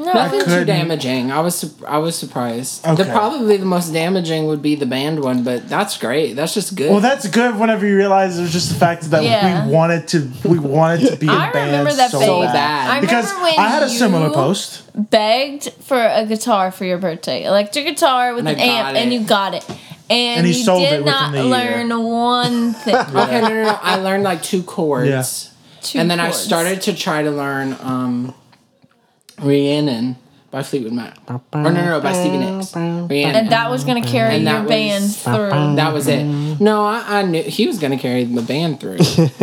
[SPEAKER 4] No,
[SPEAKER 1] Nothing too
[SPEAKER 3] couldn't-
[SPEAKER 1] damaging. I was su- I was surprised. The
[SPEAKER 3] Okay.
[SPEAKER 1] probably the most damaging would be the band one, but that's great. That's just good.
[SPEAKER 3] Well, that's good. Whenever you realize it was just the fact that
[SPEAKER 4] Yeah.
[SPEAKER 3] we wanted to, we wanted to be a
[SPEAKER 4] I
[SPEAKER 3] band
[SPEAKER 4] remember that
[SPEAKER 3] so
[SPEAKER 4] phase.
[SPEAKER 1] So bad.
[SPEAKER 4] I
[SPEAKER 3] Because
[SPEAKER 4] remember when
[SPEAKER 3] I had a
[SPEAKER 4] you
[SPEAKER 3] similar post.
[SPEAKER 4] begged for a guitar for your birthday, electric guitar with
[SPEAKER 1] And I
[SPEAKER 4] an amp,
[SPEAKER 1] got
[SPEAKER 4] and
[SPEAKER 1] it.
[SPEAKER 4] you got it. And,
[SPEAKER 3] And he
[SPEAKER 4] you
[SPEAKER 3] sold it
[SPEAKER 4] did
[SPEAKER 3] within
[SPEAKER 4] not
[SPEAKER 3] the year.
[SPEAKER 1] *laughs*
[SPEAKER 4] learn one thing.
[SPEAKER 1] okay, no, no, no. I learned like two chords.
[SPEAKER 3] Yeah.
[SPEAKER 4] Two
[SPEAKER 1] and then
[SPEAKER 4] chords.
[SPEAKER 1] I started to try to learn um, Rhiannon by Fleetwood Mac. Or no, no, no, by Stevie Nicks.
[SPEAKER 4] and
[SPEAKER 1] Rhiannon.
[SPEAKER 4] that was going to carry
[SPEAKER 1] And
[SPEAKER 4] your
[SPEAKER 1] that
[SPEAKER 4] band
[SPEAKER 1] was-
[SPEAKER 4] through.
[SPEAKER 1] That was it. No, I, I knew he was going to carry the band
[SPEAKER 2] *laughs*
[SPEAKER 1] through.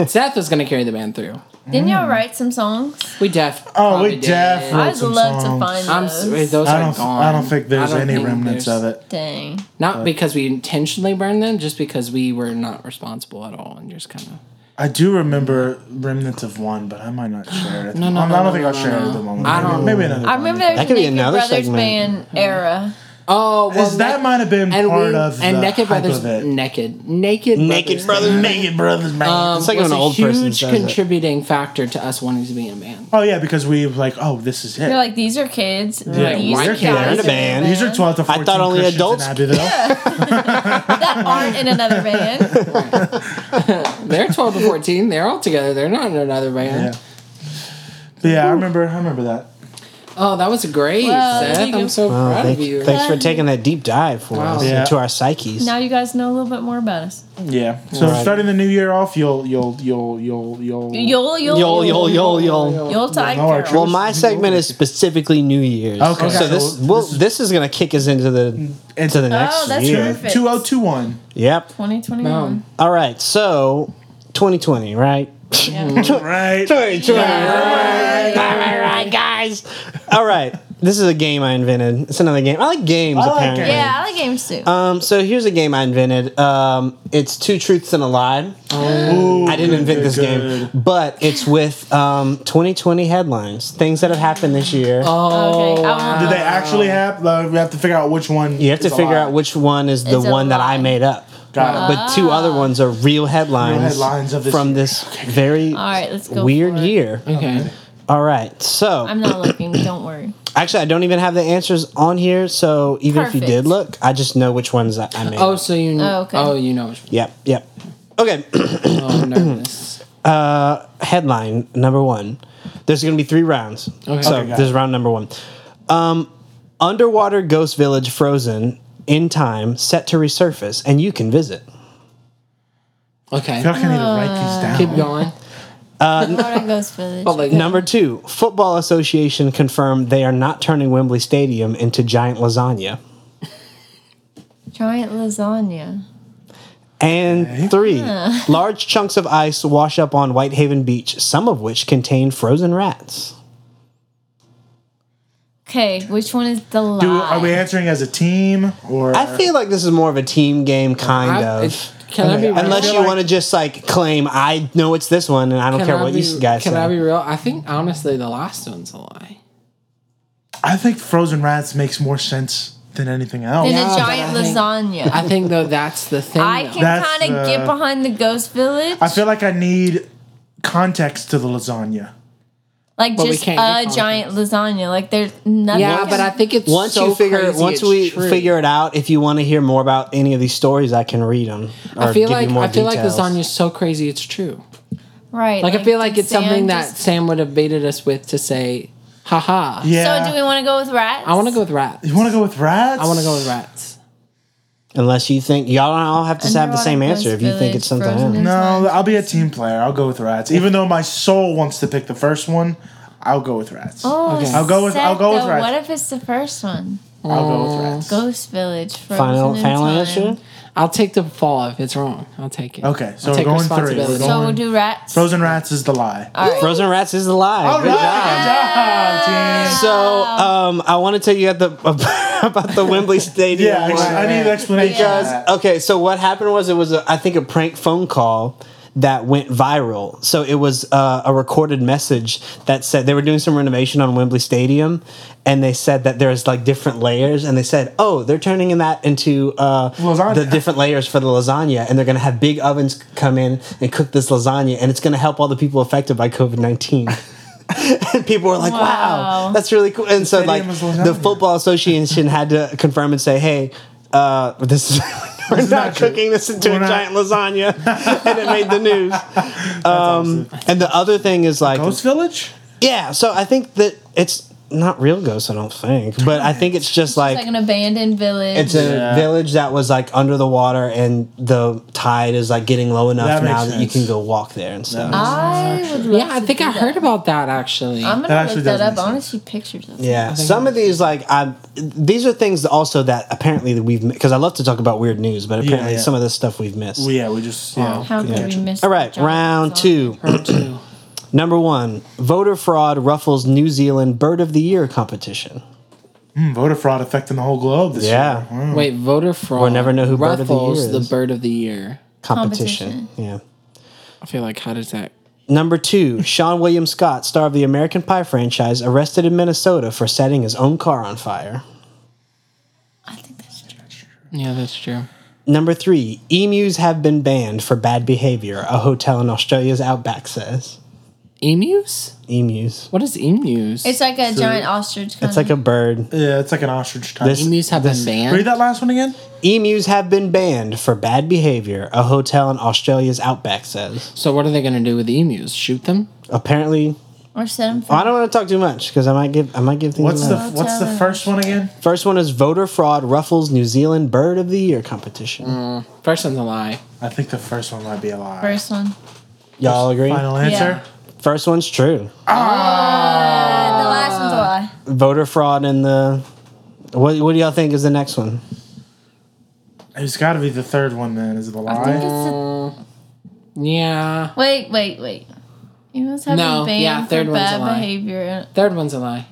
[SPEAKER 1] Seth was going to carry the band through.
[SPEAKER 4] Didn't y'all write some songs?
[SPEAKER 1] We def.
[SPEAKER 3] Oh,
[SPEAKER 1] probably
[SPEAKER 3] we
[SPEAKER 1] did.
[SPEAKER 3] def- Wrote
[SPEAKER 4] I'd
[SPEAKER 3] some
[SPEAKER 4] love
[SPEAKER 3] songs.
[SPEAKER 4] to find
[SPEAKER 1] I'm
[SPEAKER 4] those.
[SPEAKER 1] sorry, those
[SPEAKER 3] I
[SPEAKER 1] are
[SPEAKER 3] don't.
[SPEAKER 1] gone.
[SPEAKER 3] I don't think there's
[SPEAKER 1] I don't
[SPEAKER 3] any
[SPEAKER 1] think
[SPEAKER 3] remnants
[SPEAKER 1] there's-
[SPEAKER 3] of it.
[SPEAKER 4] Dang.
[SPEAKER 1] Not because we intentionally burned them, just because we were not responsible at all and just kind of.
[SPEAKER 3] I do remember remnants of one, but I might not share it. at the
[SPEAKER 1] No, no,
[SPEAKER 3] moment. I
[SPEAKER 1] no,
[SPEAKER 3] don't think
[SPEAKER 1] no,
[SPEAKER 3] I'll
[SPEAKER 1] no,
[SPEAKER 3] share it
[SPEAKER 1] no.
[SPEAKER 3] at the moment.
[SPEAKER 1] I
[SPEAKER 3] Maybe-
[SPEAKER 1] don't-
[SPEAKER 3] Maybe another.
[SPEAKER 4] I
[SPEAKER 3] time.
[SPEAKER 4] remember there was
[SPEAKER 2] That could be
[SPEAKER 4] Naked
[SPEAKER 2] another
[SPEAKER 4] Brothers
[SPEAKER 2] segment.
[SPEAKER 4] Band era.
[SPEAKER 1] Oh, well,
[SPEAKER 3] Is that might have been
[SPEAKER 1] and
[SPEAKER 3] part
[SPEAKER 1] we-
[SPEAKER 3] of
[SPEAKER 1] and
[SPEAKER 3] the
[SPEAKER 1] Naked
[SPEAKER 3] hype
[SPEAKER 1] Brothers,
[SPEAKER 3] of it.
[SPEAKER 1] naked, naked, brothers.
[SPEAKER 2] Naked Brothers.
[SPEAKER 3] Naked Brothers, man.
[SPEAKER 1] Um,
[SPEAKER 2] It's like
[SPEAKER 1] was
[SPEAKER 2] when an
[SPEAKER 1] a
[SPEAKER 2] old
[SPEAKER 1] huge
[SPEAKER 2] person says it.
[SPEAKER 1] contributing factor to us wanting to be in a band.
[SPEAKER 3] oh yeah, because we were like, oh, this is it.
[SPEAKER 4] They're like, these are kids. Yeah, these
[SPEAKER 1] we're
[SPEAKER 4] are
[SPEAKER 1] kids.
[SPEAKER 4] guys.
[SPEAKER 1] They're in a
[SPEAKER 4] in
[SPEAKER 2] band.
[SPEAKER 3] These are twelve to
[SPEAKER 2] I
[SPEAKER 3] fourteen.
[SPEAKER 2] thought only
[SPEAKER 3] Christians
[SPEAKER 2] adults-
[SPEAKER 1] *laughs*
[SPEAKER 3] In Abbeville.
[SPEAKER 4] that aren't in another
[SPEAKER 3] *laughs*
[SPEAKER 4] band.
[SPEAKER 1] They're 12 to 14. They're all together. They're not in another band.
[SPEAKER 3] Yeah. But yeah, I remember. I remember that.
[SPEAKER 1] Oh, that was great,
[SPEAKER 4] Wow.
[SPEAKER 1] Seth. I'm so
[SPEAKER 2] Oh,
[SPEAKER 1] proud
[SPEAKER 2] thank-
[SPEAKER 1] of you.
[SPEAKER 2] Thanks for taking that deep dive for us
[SPEAKER 3] Yeah.
[SPEAKER 2] into our psyches.
[SPEAKER 4] Now you guys know a little bit more about us.
[SPEAKER 3] Yeah. So
[SPEAKER 2] Right.
[SPEAKER 3] starting the new year off, you'll you'll you'll you'll you'll.
[SPEAKER 4] Yol yol
[SPEAKER 2] Yo, yo, yo,
[SPEAKER 1] Oh,
[SPEAKER 2] yo.
[SPEAKER 1] yeah.
[SPEAKER 4] Yuletide
[SPEAKER 3] Well, now our
[SPEAKER 4] Carol.
[SPEAKER 2] Well, my segment is specifically New Year's.
[SPEAKER 3] Okay.
[SPEAKER 2] So this, well, this is gonna kick us into the into the next
[SPEAKER 4] Oh, that's
[SPEAKER 2] year.
[SPEAKER 4] perfect.
[SPEAKER 3] Two oh
[SPEAKER 2] *laughs*
[SPEAKER 3] two one.
[SPEAKER 2] Yep.
[SPEAKER 4] 2021.
[SPEAKER 2] All right. So, 2020, right?
[SPEAKER 3] Right.
[SPEAKER 2] 2020. All right, right, guys. All right. This is a game I invented. It's another game. I like games.
[SPEAKER 3] I like
[SPEAKER 2] apparently.
[SPEAKER 3] games.
[SPEAKER 4] Yeah, I like games too.
[SPEAKER 2] Um, so here's a game I invented. Um, it's two truths and a lie.
[SPEAKER 3] Ooh,
[SPEAKER 2] I didn't
[SPEAKER 3] good,
[SPEAKER 2] invent
[SPEAKER 3] good,
[SPEAKER 2] this
[SPEAKER 3] good.
[SPEAKER 2] game, but it's with um, 2020 headlines, things that have happened this year.
[SPEAKER 1] Oh,
[SPEAKER 4] okay. I
[SPEAKER 1] wow.
[SPEAKER 4] want
[SPEAKER 3] Did they actually have? Like, we have to figure out which one.
[SPEAKER 2] You have to
[SPEAKER 3] is a
[SPEAKER 2] figure
[SPEAKER 3] lie.
[SPEAKER 2] out which one is the
[SPEAKER 4] It's a
[SPEAKER 2] one that I
[SPEAKER 4] lie. Ah.
[SPEAKER 2] made up.
[SPEAKER 3] Got it.
[SPEAKER 2] But two other ones are real headlines,
[SPEAKER 3] headlines of this
[SPEAKER 2] from
[SPEAKER 3] year. Mm.
[SPEAKER 2] this very
[SPEAKER 4] All right, let's go.
[SPEAKER 2] weird
[SPEAKER 4] for it.
[SPEAKER 2] year.
[SPEAKER 1] Okay.
[SPEAKER 2] All right. So
[SPEAKER 4] I'm not looking. Don't
[SPEAKER 1] *laughs*
[SPEAKER 4] worry.
[SPEAKER 2] actually, I don't even have the answers on here. So even if you
[SPEAKER 4] Perfect.
[SPEAKER 2] did look, I just know which ones I, I made.
[SPEAKER 1] Oh,
[SPEAKER 2] Oh.
[SPEAKER 1] so you know.
[SPEAKER 4] Oh,
[SPEAKER 1] Oh,
[SPEAKER 4] okay.
[SPEAKER 1] you know. which-
[SPEAKER 2] Yep. Yep. Okay. *clears throat*
[SPEAKER 1] Oh, I'm nervous.
[SPEAKER 2] headline number one. There's going to be three rounds. So
[SPEAKER 3] Okay, got
[SPEAKER 2] this is
[SPEAKER 3] it.
[SPEAKER 2] round number one. Um, underwater ghost village frozen in time, set to resurface, and you can visit.
[SPEAKER 1] Okay.
[SPEAKER 3] *laughs* Y'all can either write these
[SPEAKER 1] Keep
[SPEAKER 3] down.
[SPEAKER 1] going.
[SPEAKER 4] Florida Ghost Village.
[SPEAKER 1] Oh, like,
[SPEAKER 2] Number two, Football Association confirmed they are not turning Wembley Stadium into giant lasagna.
[SPEAKER 4] Giant lasagna.
[SPEAKER 2] And three, large chunks of ice wash up on Whitehaven Beach, some of which contain frozen rats.
[SPEAKER 4] Okay, which one is the lie?
[SPEAKER 3] Do, are we answering as a team or?
[SPEAKER 2] I feel like this is more of a team game, kind
[SPEAKER 1] I-
[SPEAKER 2] of.
[SPEAKER 1] it- Can I be real?
[SPEAKER 2] Unless
[SPEAKER 3] feel
[SPEAKER 2] you
[SPEAKER 3] like-
[SPEAKER 2] want to just like claim, I know it's this one, and I don't
[SPEAKER 1] Can
[SPEAKER 2] care
[SPEAKER 1] I
[SPEAKER 2] what
[SPEAKER 1] be,
[SPEAKER 2] you guys
[SPEAKER 1] Can
[SPEAKER 2] say.
[SPEAKER 1] I be real? I think, honestly, the last one's a lie.
[SPEAKER 3] I think frozen rats makes more sense than anything else.
[SPEAKER 4] Then a
[SPEAKER 1] but
[SPEAKER 4] giant
[SPEAKER 1] I think-
[SPEAKER 4] lasagna.
[SPEAKER 1] I think,
[SPEAKER 2] *laughs*
[SPEAKER 1] though, that's the thing.
[SPEAKER 4] I
[SPEAKER 1] though.
[SPEAKER 4] can
[SPEAKER 3] That's
[SPEAKER 4] kind of
[SPEAKER 3] the-
[SPEAKER 4] get behind the ghost village.
[SPEAKER 3] I feel like I need context to the lasagna.
[SPEAKER 4] like
[SPEAKER 1] But we
[SPEAKER 4] just a
[SPEAKER 1] can't get confidence.
[SPEAKER 4] giant lasagna. Like there's nothing.
[SPEAKER 1] yeah, but I think it's
[SPEAKER 2] Once
[SPEAKER 1] so
[SPEAKER 2] you figure,
[SPEAKER 1] crazy
[SPEAKER 2] once
[SPEAKER 1] it's
[SPEAKER 2] we
[SPEAKER 1] true.
[SPEAKER 2] figure it out, if you want to hear more about any of these stories, I can read them or
[SPEAKER 1] I feel
[SPEAKER 2] give
[SPEAKER 1] like
[SPEAKER 2] you more
[SPEAKER 1] I feel
[SPEAKER 2] details.
[SPEAKER 1] like lasagna's so crazy it's true.
[SPEAKER 4] right.
[SPEAKER 1] Like, I feel like
[SPEAKER 4] did
[SPEAKER 1] it's something
[SPEAKER 4] Sam
[SPEAKER 1] that
[SPEAKER 4] just-
[SPEAKER 1] Sam would have baited us with to say, haha.
[SPEAKER 3] Yeah.
[SPEAKER 4] So do we want to go with rats?
[SPEAKER 1] I want to go with rats.
[SPEAKER 3] You want to go with rats?
[SPEAKER 1] I want to go with rats.
[SPEAKER 2] Unless you think y'all don't all have to have the
[SPEAKER 4] Underwater
[SPEAKER 2] same
[SPEAKER 4] Ghost
[SPEAKER 2] answer if you think
[SPEAKER 4] Village,
[SPEAKER 2] it's something
[SPEAKER 4] Frozen
[SPEAKER 2] else.
[SPEAKER 4] in-
[SPEAKER 3] No, I'll be a team player. I'll go with rats. Even though my soul wants to pick the first one, I'll go with rats.
[SPEAKER 4] Oh,
[SPEAKER 1] Okay.
[SPEAKER 3] I'll go with- I'll go with
[SPEAKER 4] though,
[SPEAKER 3] rats.
[SPEAKER 4] What if it's the first one?
[SPEAKER 3] I'll go with rats.
[SPEAKER 4] Ghost Village. Frozen
[SPEAKER 2] Final,
[SPEAKER 4] in
[SPEAKER 2] final
[SPEAKER 4] time.
[SPEAKER 2] answer.
[SPEAKER 1] I'll take the fall if it's wrong. I'll take it.
[SPEAKER 3] Okay, so
[SPEAKER 1] I'll
[SPEAKER 3] we're
[SPEAKER 1] take
[SPEAKER 3] going three.
[SPEAKER 1] responsibility.
[SPEAKER 3] We're
[SPEAKER 4] So we'll
[SPEAKER 3] going
[SPEAKER 4] do rats.
[SPEAKER 3] frozen rats is the lie.
[SPEAKER 4] All right.
[SPEAKER 2] Frozen rats is alive.
[SPEAKER 3] All right,
[SPEAKER 2] Good job.
[SPEAKER 3] good job, team.
[SPEAKER 2] So um, I want to tell you at the *laughs* about the
[SPEAKER 3] *laughs*
[SPEAKER 2] Wembley Stadium.
[SPEAKER 3] Yeah,
[SPEAKER 2] one.
[SPEAKER 3] I, I need an explanation.
[SPEAKER 4] Because-
[SPEAKER 3] for that.
[SPEAKER 2] Okay, so what happened was it was a, I think a prank phone call that went viral. So it was uh, a recorded message that said they were doing some renovation on Wembley Stadium, and they said that there's like different layers, and they said, oh, they're turning in that into uh,
[SPEAKER 3] Lasagna.
[SPEAKER 2] the different layers for the lasagna, and they're gonna have big ovens come in and cook this lasagna, and it's gonna help all the people affected by COVID nineteen. *laughs* and people were like, wow,
[SPEAKER 4] Wow.
[SPEAKER 2] that's really cool. And so, like,
[SPEAKER 3] stadium was lasagna.
[SPEAKER 2] the Football Association had to confirm and say, hey, uh, this is. *laughs* We're
[SPEAKER 3] is
[SPEAKER 2] not
[SPEAKER 3] not true.
[SPEAKER 2] cooking this into
[SPEAKER 3] We're
[SPEAKER 2] a
[SPEAKER 3] not-
[SPEAKER 2] giant
[SPEAKER 3] *laughs*
[SPEAKER 2] lasagna, and it made the news. Um,
[SPEAKER 3] awesome.
[SPEAKER 2] and the other thing is like,
[SPEAKER 3] Ghost Village?
[SPEAKER 2] yeah. So I think that it's not real ghosts. I don't think, but I think it's just like,
[SPEAKER 4] like an abandoned village.
[SPEAKER 2] it's a
[SPEAKER 3] Yeah.
[SPEAKER 2] village that was like under the water, and the tide is like getting low enough
[SPEAKER 3] That makes
[SPEAKER 2] now that you
[SPEAKER 3] sense.
[SPEAKER 2] can go walk there and stuff.
[SPEAKER 4] I would love
[SPEAKER 1] Yeah, I
[SPEAKER 4] to
[SPEAKER 1] think
[SPEAKER 4] do
[SPEAKER 1] I
[SPEAKER 4] that.
[SPEAKER 1] heard about that actually.
[SPEAKER 2] Mm.
[SPEAKER 4] I'm gonna
[SPEAKER 3] That actually
[SPEAKER 4] look that
[SPEAKER 3] does
[SPEAKER 4] up.
[SPEAKER 3] make
[SPEAKER 4] I want
[SPEAKER 3] sense.
[SPEAKER 4] to see pictures of it.
[SPEAKER 2] Yeah, some of these like I these are things also that apparently that we've because I love to talk about weird news, but apparently
[SPEAKER 3] yeah.
[SPEAKER 2] some of this stuff we've missed.
[SPEAKER 3] Well, yeah, we just. uh, Yeah.
[SPEAKER 4] How could we miss?
[SPEAKER 2] All right,
[SPEAKER 4] the giant
[SPEAKER 2] round
[SPEAKER 4] song?
[SPEAKER 2] two.
[SPEAKER 1] Heard too.
[SPEAKER 2] *clears throat* Number one, voter fraud ruffles New Zealand Bird of the Year competition.
[SPEAKER 3] Hmm, voter fraud affecting the whole globe this
[SPEAKER 2] Yeah.
[SPEAKER 3] year. Hmm.
[SPEAKER 1] Wait, voter fraud.
[SPEAKER 2] We'll never know who bird of the year
[SPEAKER 1] ruffles
[SPEAKER 2] is.
[SPEAKER 1] bird of the year.
[SPEAKER 2] Competition. Yeah.
[SPEAKER 1] I feel like how does that?
[SPEAKER 2] Number two, Sean William Scott, star of the American Pie franchise, arrested in Minnesota for setting his own car on fire.
[SPEAKER 4] I think that's true.
[SPEAKER 1] Yeah, that's true.
[SPEAKER 2] Number three, emus have been banned for bad behavior, a hotel in Australia's outback says.
[SPEAKER 1] Emus?
[SPEAKER 2] Emus.
[SPEAKER 1] What is emus?
[SPEAKER 4] It's like a giant ostrich. Kind
[SPEAKER 2] It's like a bird.
[SPEAKER 3] Yeah, it's like an ostrich time.
[SPEAKER 2] This-
[SPEAKER 1] emus have been banned.
[SPEAKER 3] Read that last one again.
[SPEAKER 2] Emus have been banned for bad behavior, a hotel in Australia's outback says.
[SPEAKER 1] So what are they going to do with the emus? Shoot them?
[SPEAKER 2] Apparently,
[SPEAKER 4] or set them.
[SPEAKER 2] I don't want to talk too much because I might give I might give things.
[SPEAKER 3] What's the
[SPEAKER 2] away.
[SPEAKER 3] What's the first one again?
[SPEAKER 2] first one? Is voter fraud ruffles New Zealand Bird of the Year competition?
[SPEAKER 3] Mm.
[SPEAKER 1] First one's a lie.
[SPEAKER 3] I think the first one might be a lie.
[SPEAKER 4] First one.
[SPEAKER 2] Y'all agree?
[SPEAKER 3] Final answer.
[SPEAKER 2] First one's true.
[SPEAKER 4] And Uh, the last one's a lie.
[SPEAKER 2] Voter fraud and the what? What do y'all think is the next one?
[SPEAKER 3] It's got to be the third one then. Is it a
[SPEAKER 4] I think
[SPEAKER 3] lie?
[SPEAKER 4] it's the,
[SPEAKER 1] Yeah.
[SPEAKER 4] wait, wait, wait. You must have
[SPEAKER 1] No,
[SPEAKER 4] a ban
[SPEAKER 1] yeah, third
[SPEAKER 4] for
[SPEAKER 1] one's a
[SPEAKER 4] bad
[SPEAKER 1] lie.
[SPEAKER 4] behavior.
[SPEAKER 1] Third one's a lie.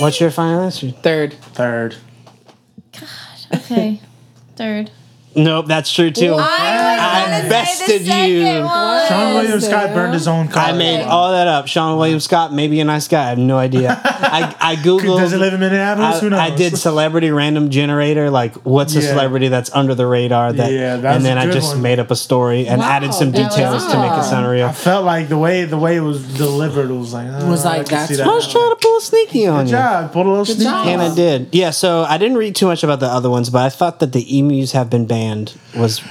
[SPEAKER 2] What's your final answer?
[SPEAKER 1] Third.
[SPEAKER 3] Third.
[SPEAKER 4] Okay, third.
[SPEAKER 2] Nope, that's true too.
[SPEAKER 4] *laughs* I was
[SPEAKER 2] I
[SPEAKER 4] gonna say
[SPEAKER 2] bested
[SPEAKER 4] the second
[SPEAKER 2] you.
[SPEAKER 4] one.
[SPEAKER 3] Sean William Scott burned his own car.
[SPEAKER 2] I made all that up. Sean William Scott, maybe a nice guy. I have no
[SPEAKER 3] *laughs*
[SPEAKER 2] idea. I, I googled.
[SPEAKER 3] Does it live in Minneapolis? Who knows?
[SPEAKER 2] I, I
[SPEAKER 3] *laughs*
[SPEAKER 2] did celebrity random generator. Like, what's a
[SPEAKER 3] Yeah.
[SPEAKER 2] celebrity that's under the radar? That,
[SPEAKER 3] Yeah, that
[SPEAKER 2] and
[SPEAKER 3] was a
[SPEAKER 2] then I
[SPEAKER 3] good
[SPEAKER 2] just
[SPEAKER 3] one.
[SPEAKER 2] made up a story and
[SPEAKER 1] Wow,
[SPEAKER 2] added some
[SPEAKER 1] that was
[SPEAKER 2] details to make it sound
[SPEAKER 3] I
[SPEAKER 2] real.
[SPEAKER 3] felt like the way the way it was delivered it was like oh,
[SPEAKER 1] Was like,
[SPEAKER 3] I can see
[SPEAKER 1] that's
[SPEAKER 3] that.
[SPEAKER 2] I was trying to pull a sneaky on
[SPEAKER 3] Good
[SPEAKER 2] you.
[SPEAKER 3] job. Pulled a little sneak.
[SPEAKER 1] job.
[SPEAKER 2] And I did. Yeah, so I didn't read too much about the other ones, but I thought that the emus have been banned was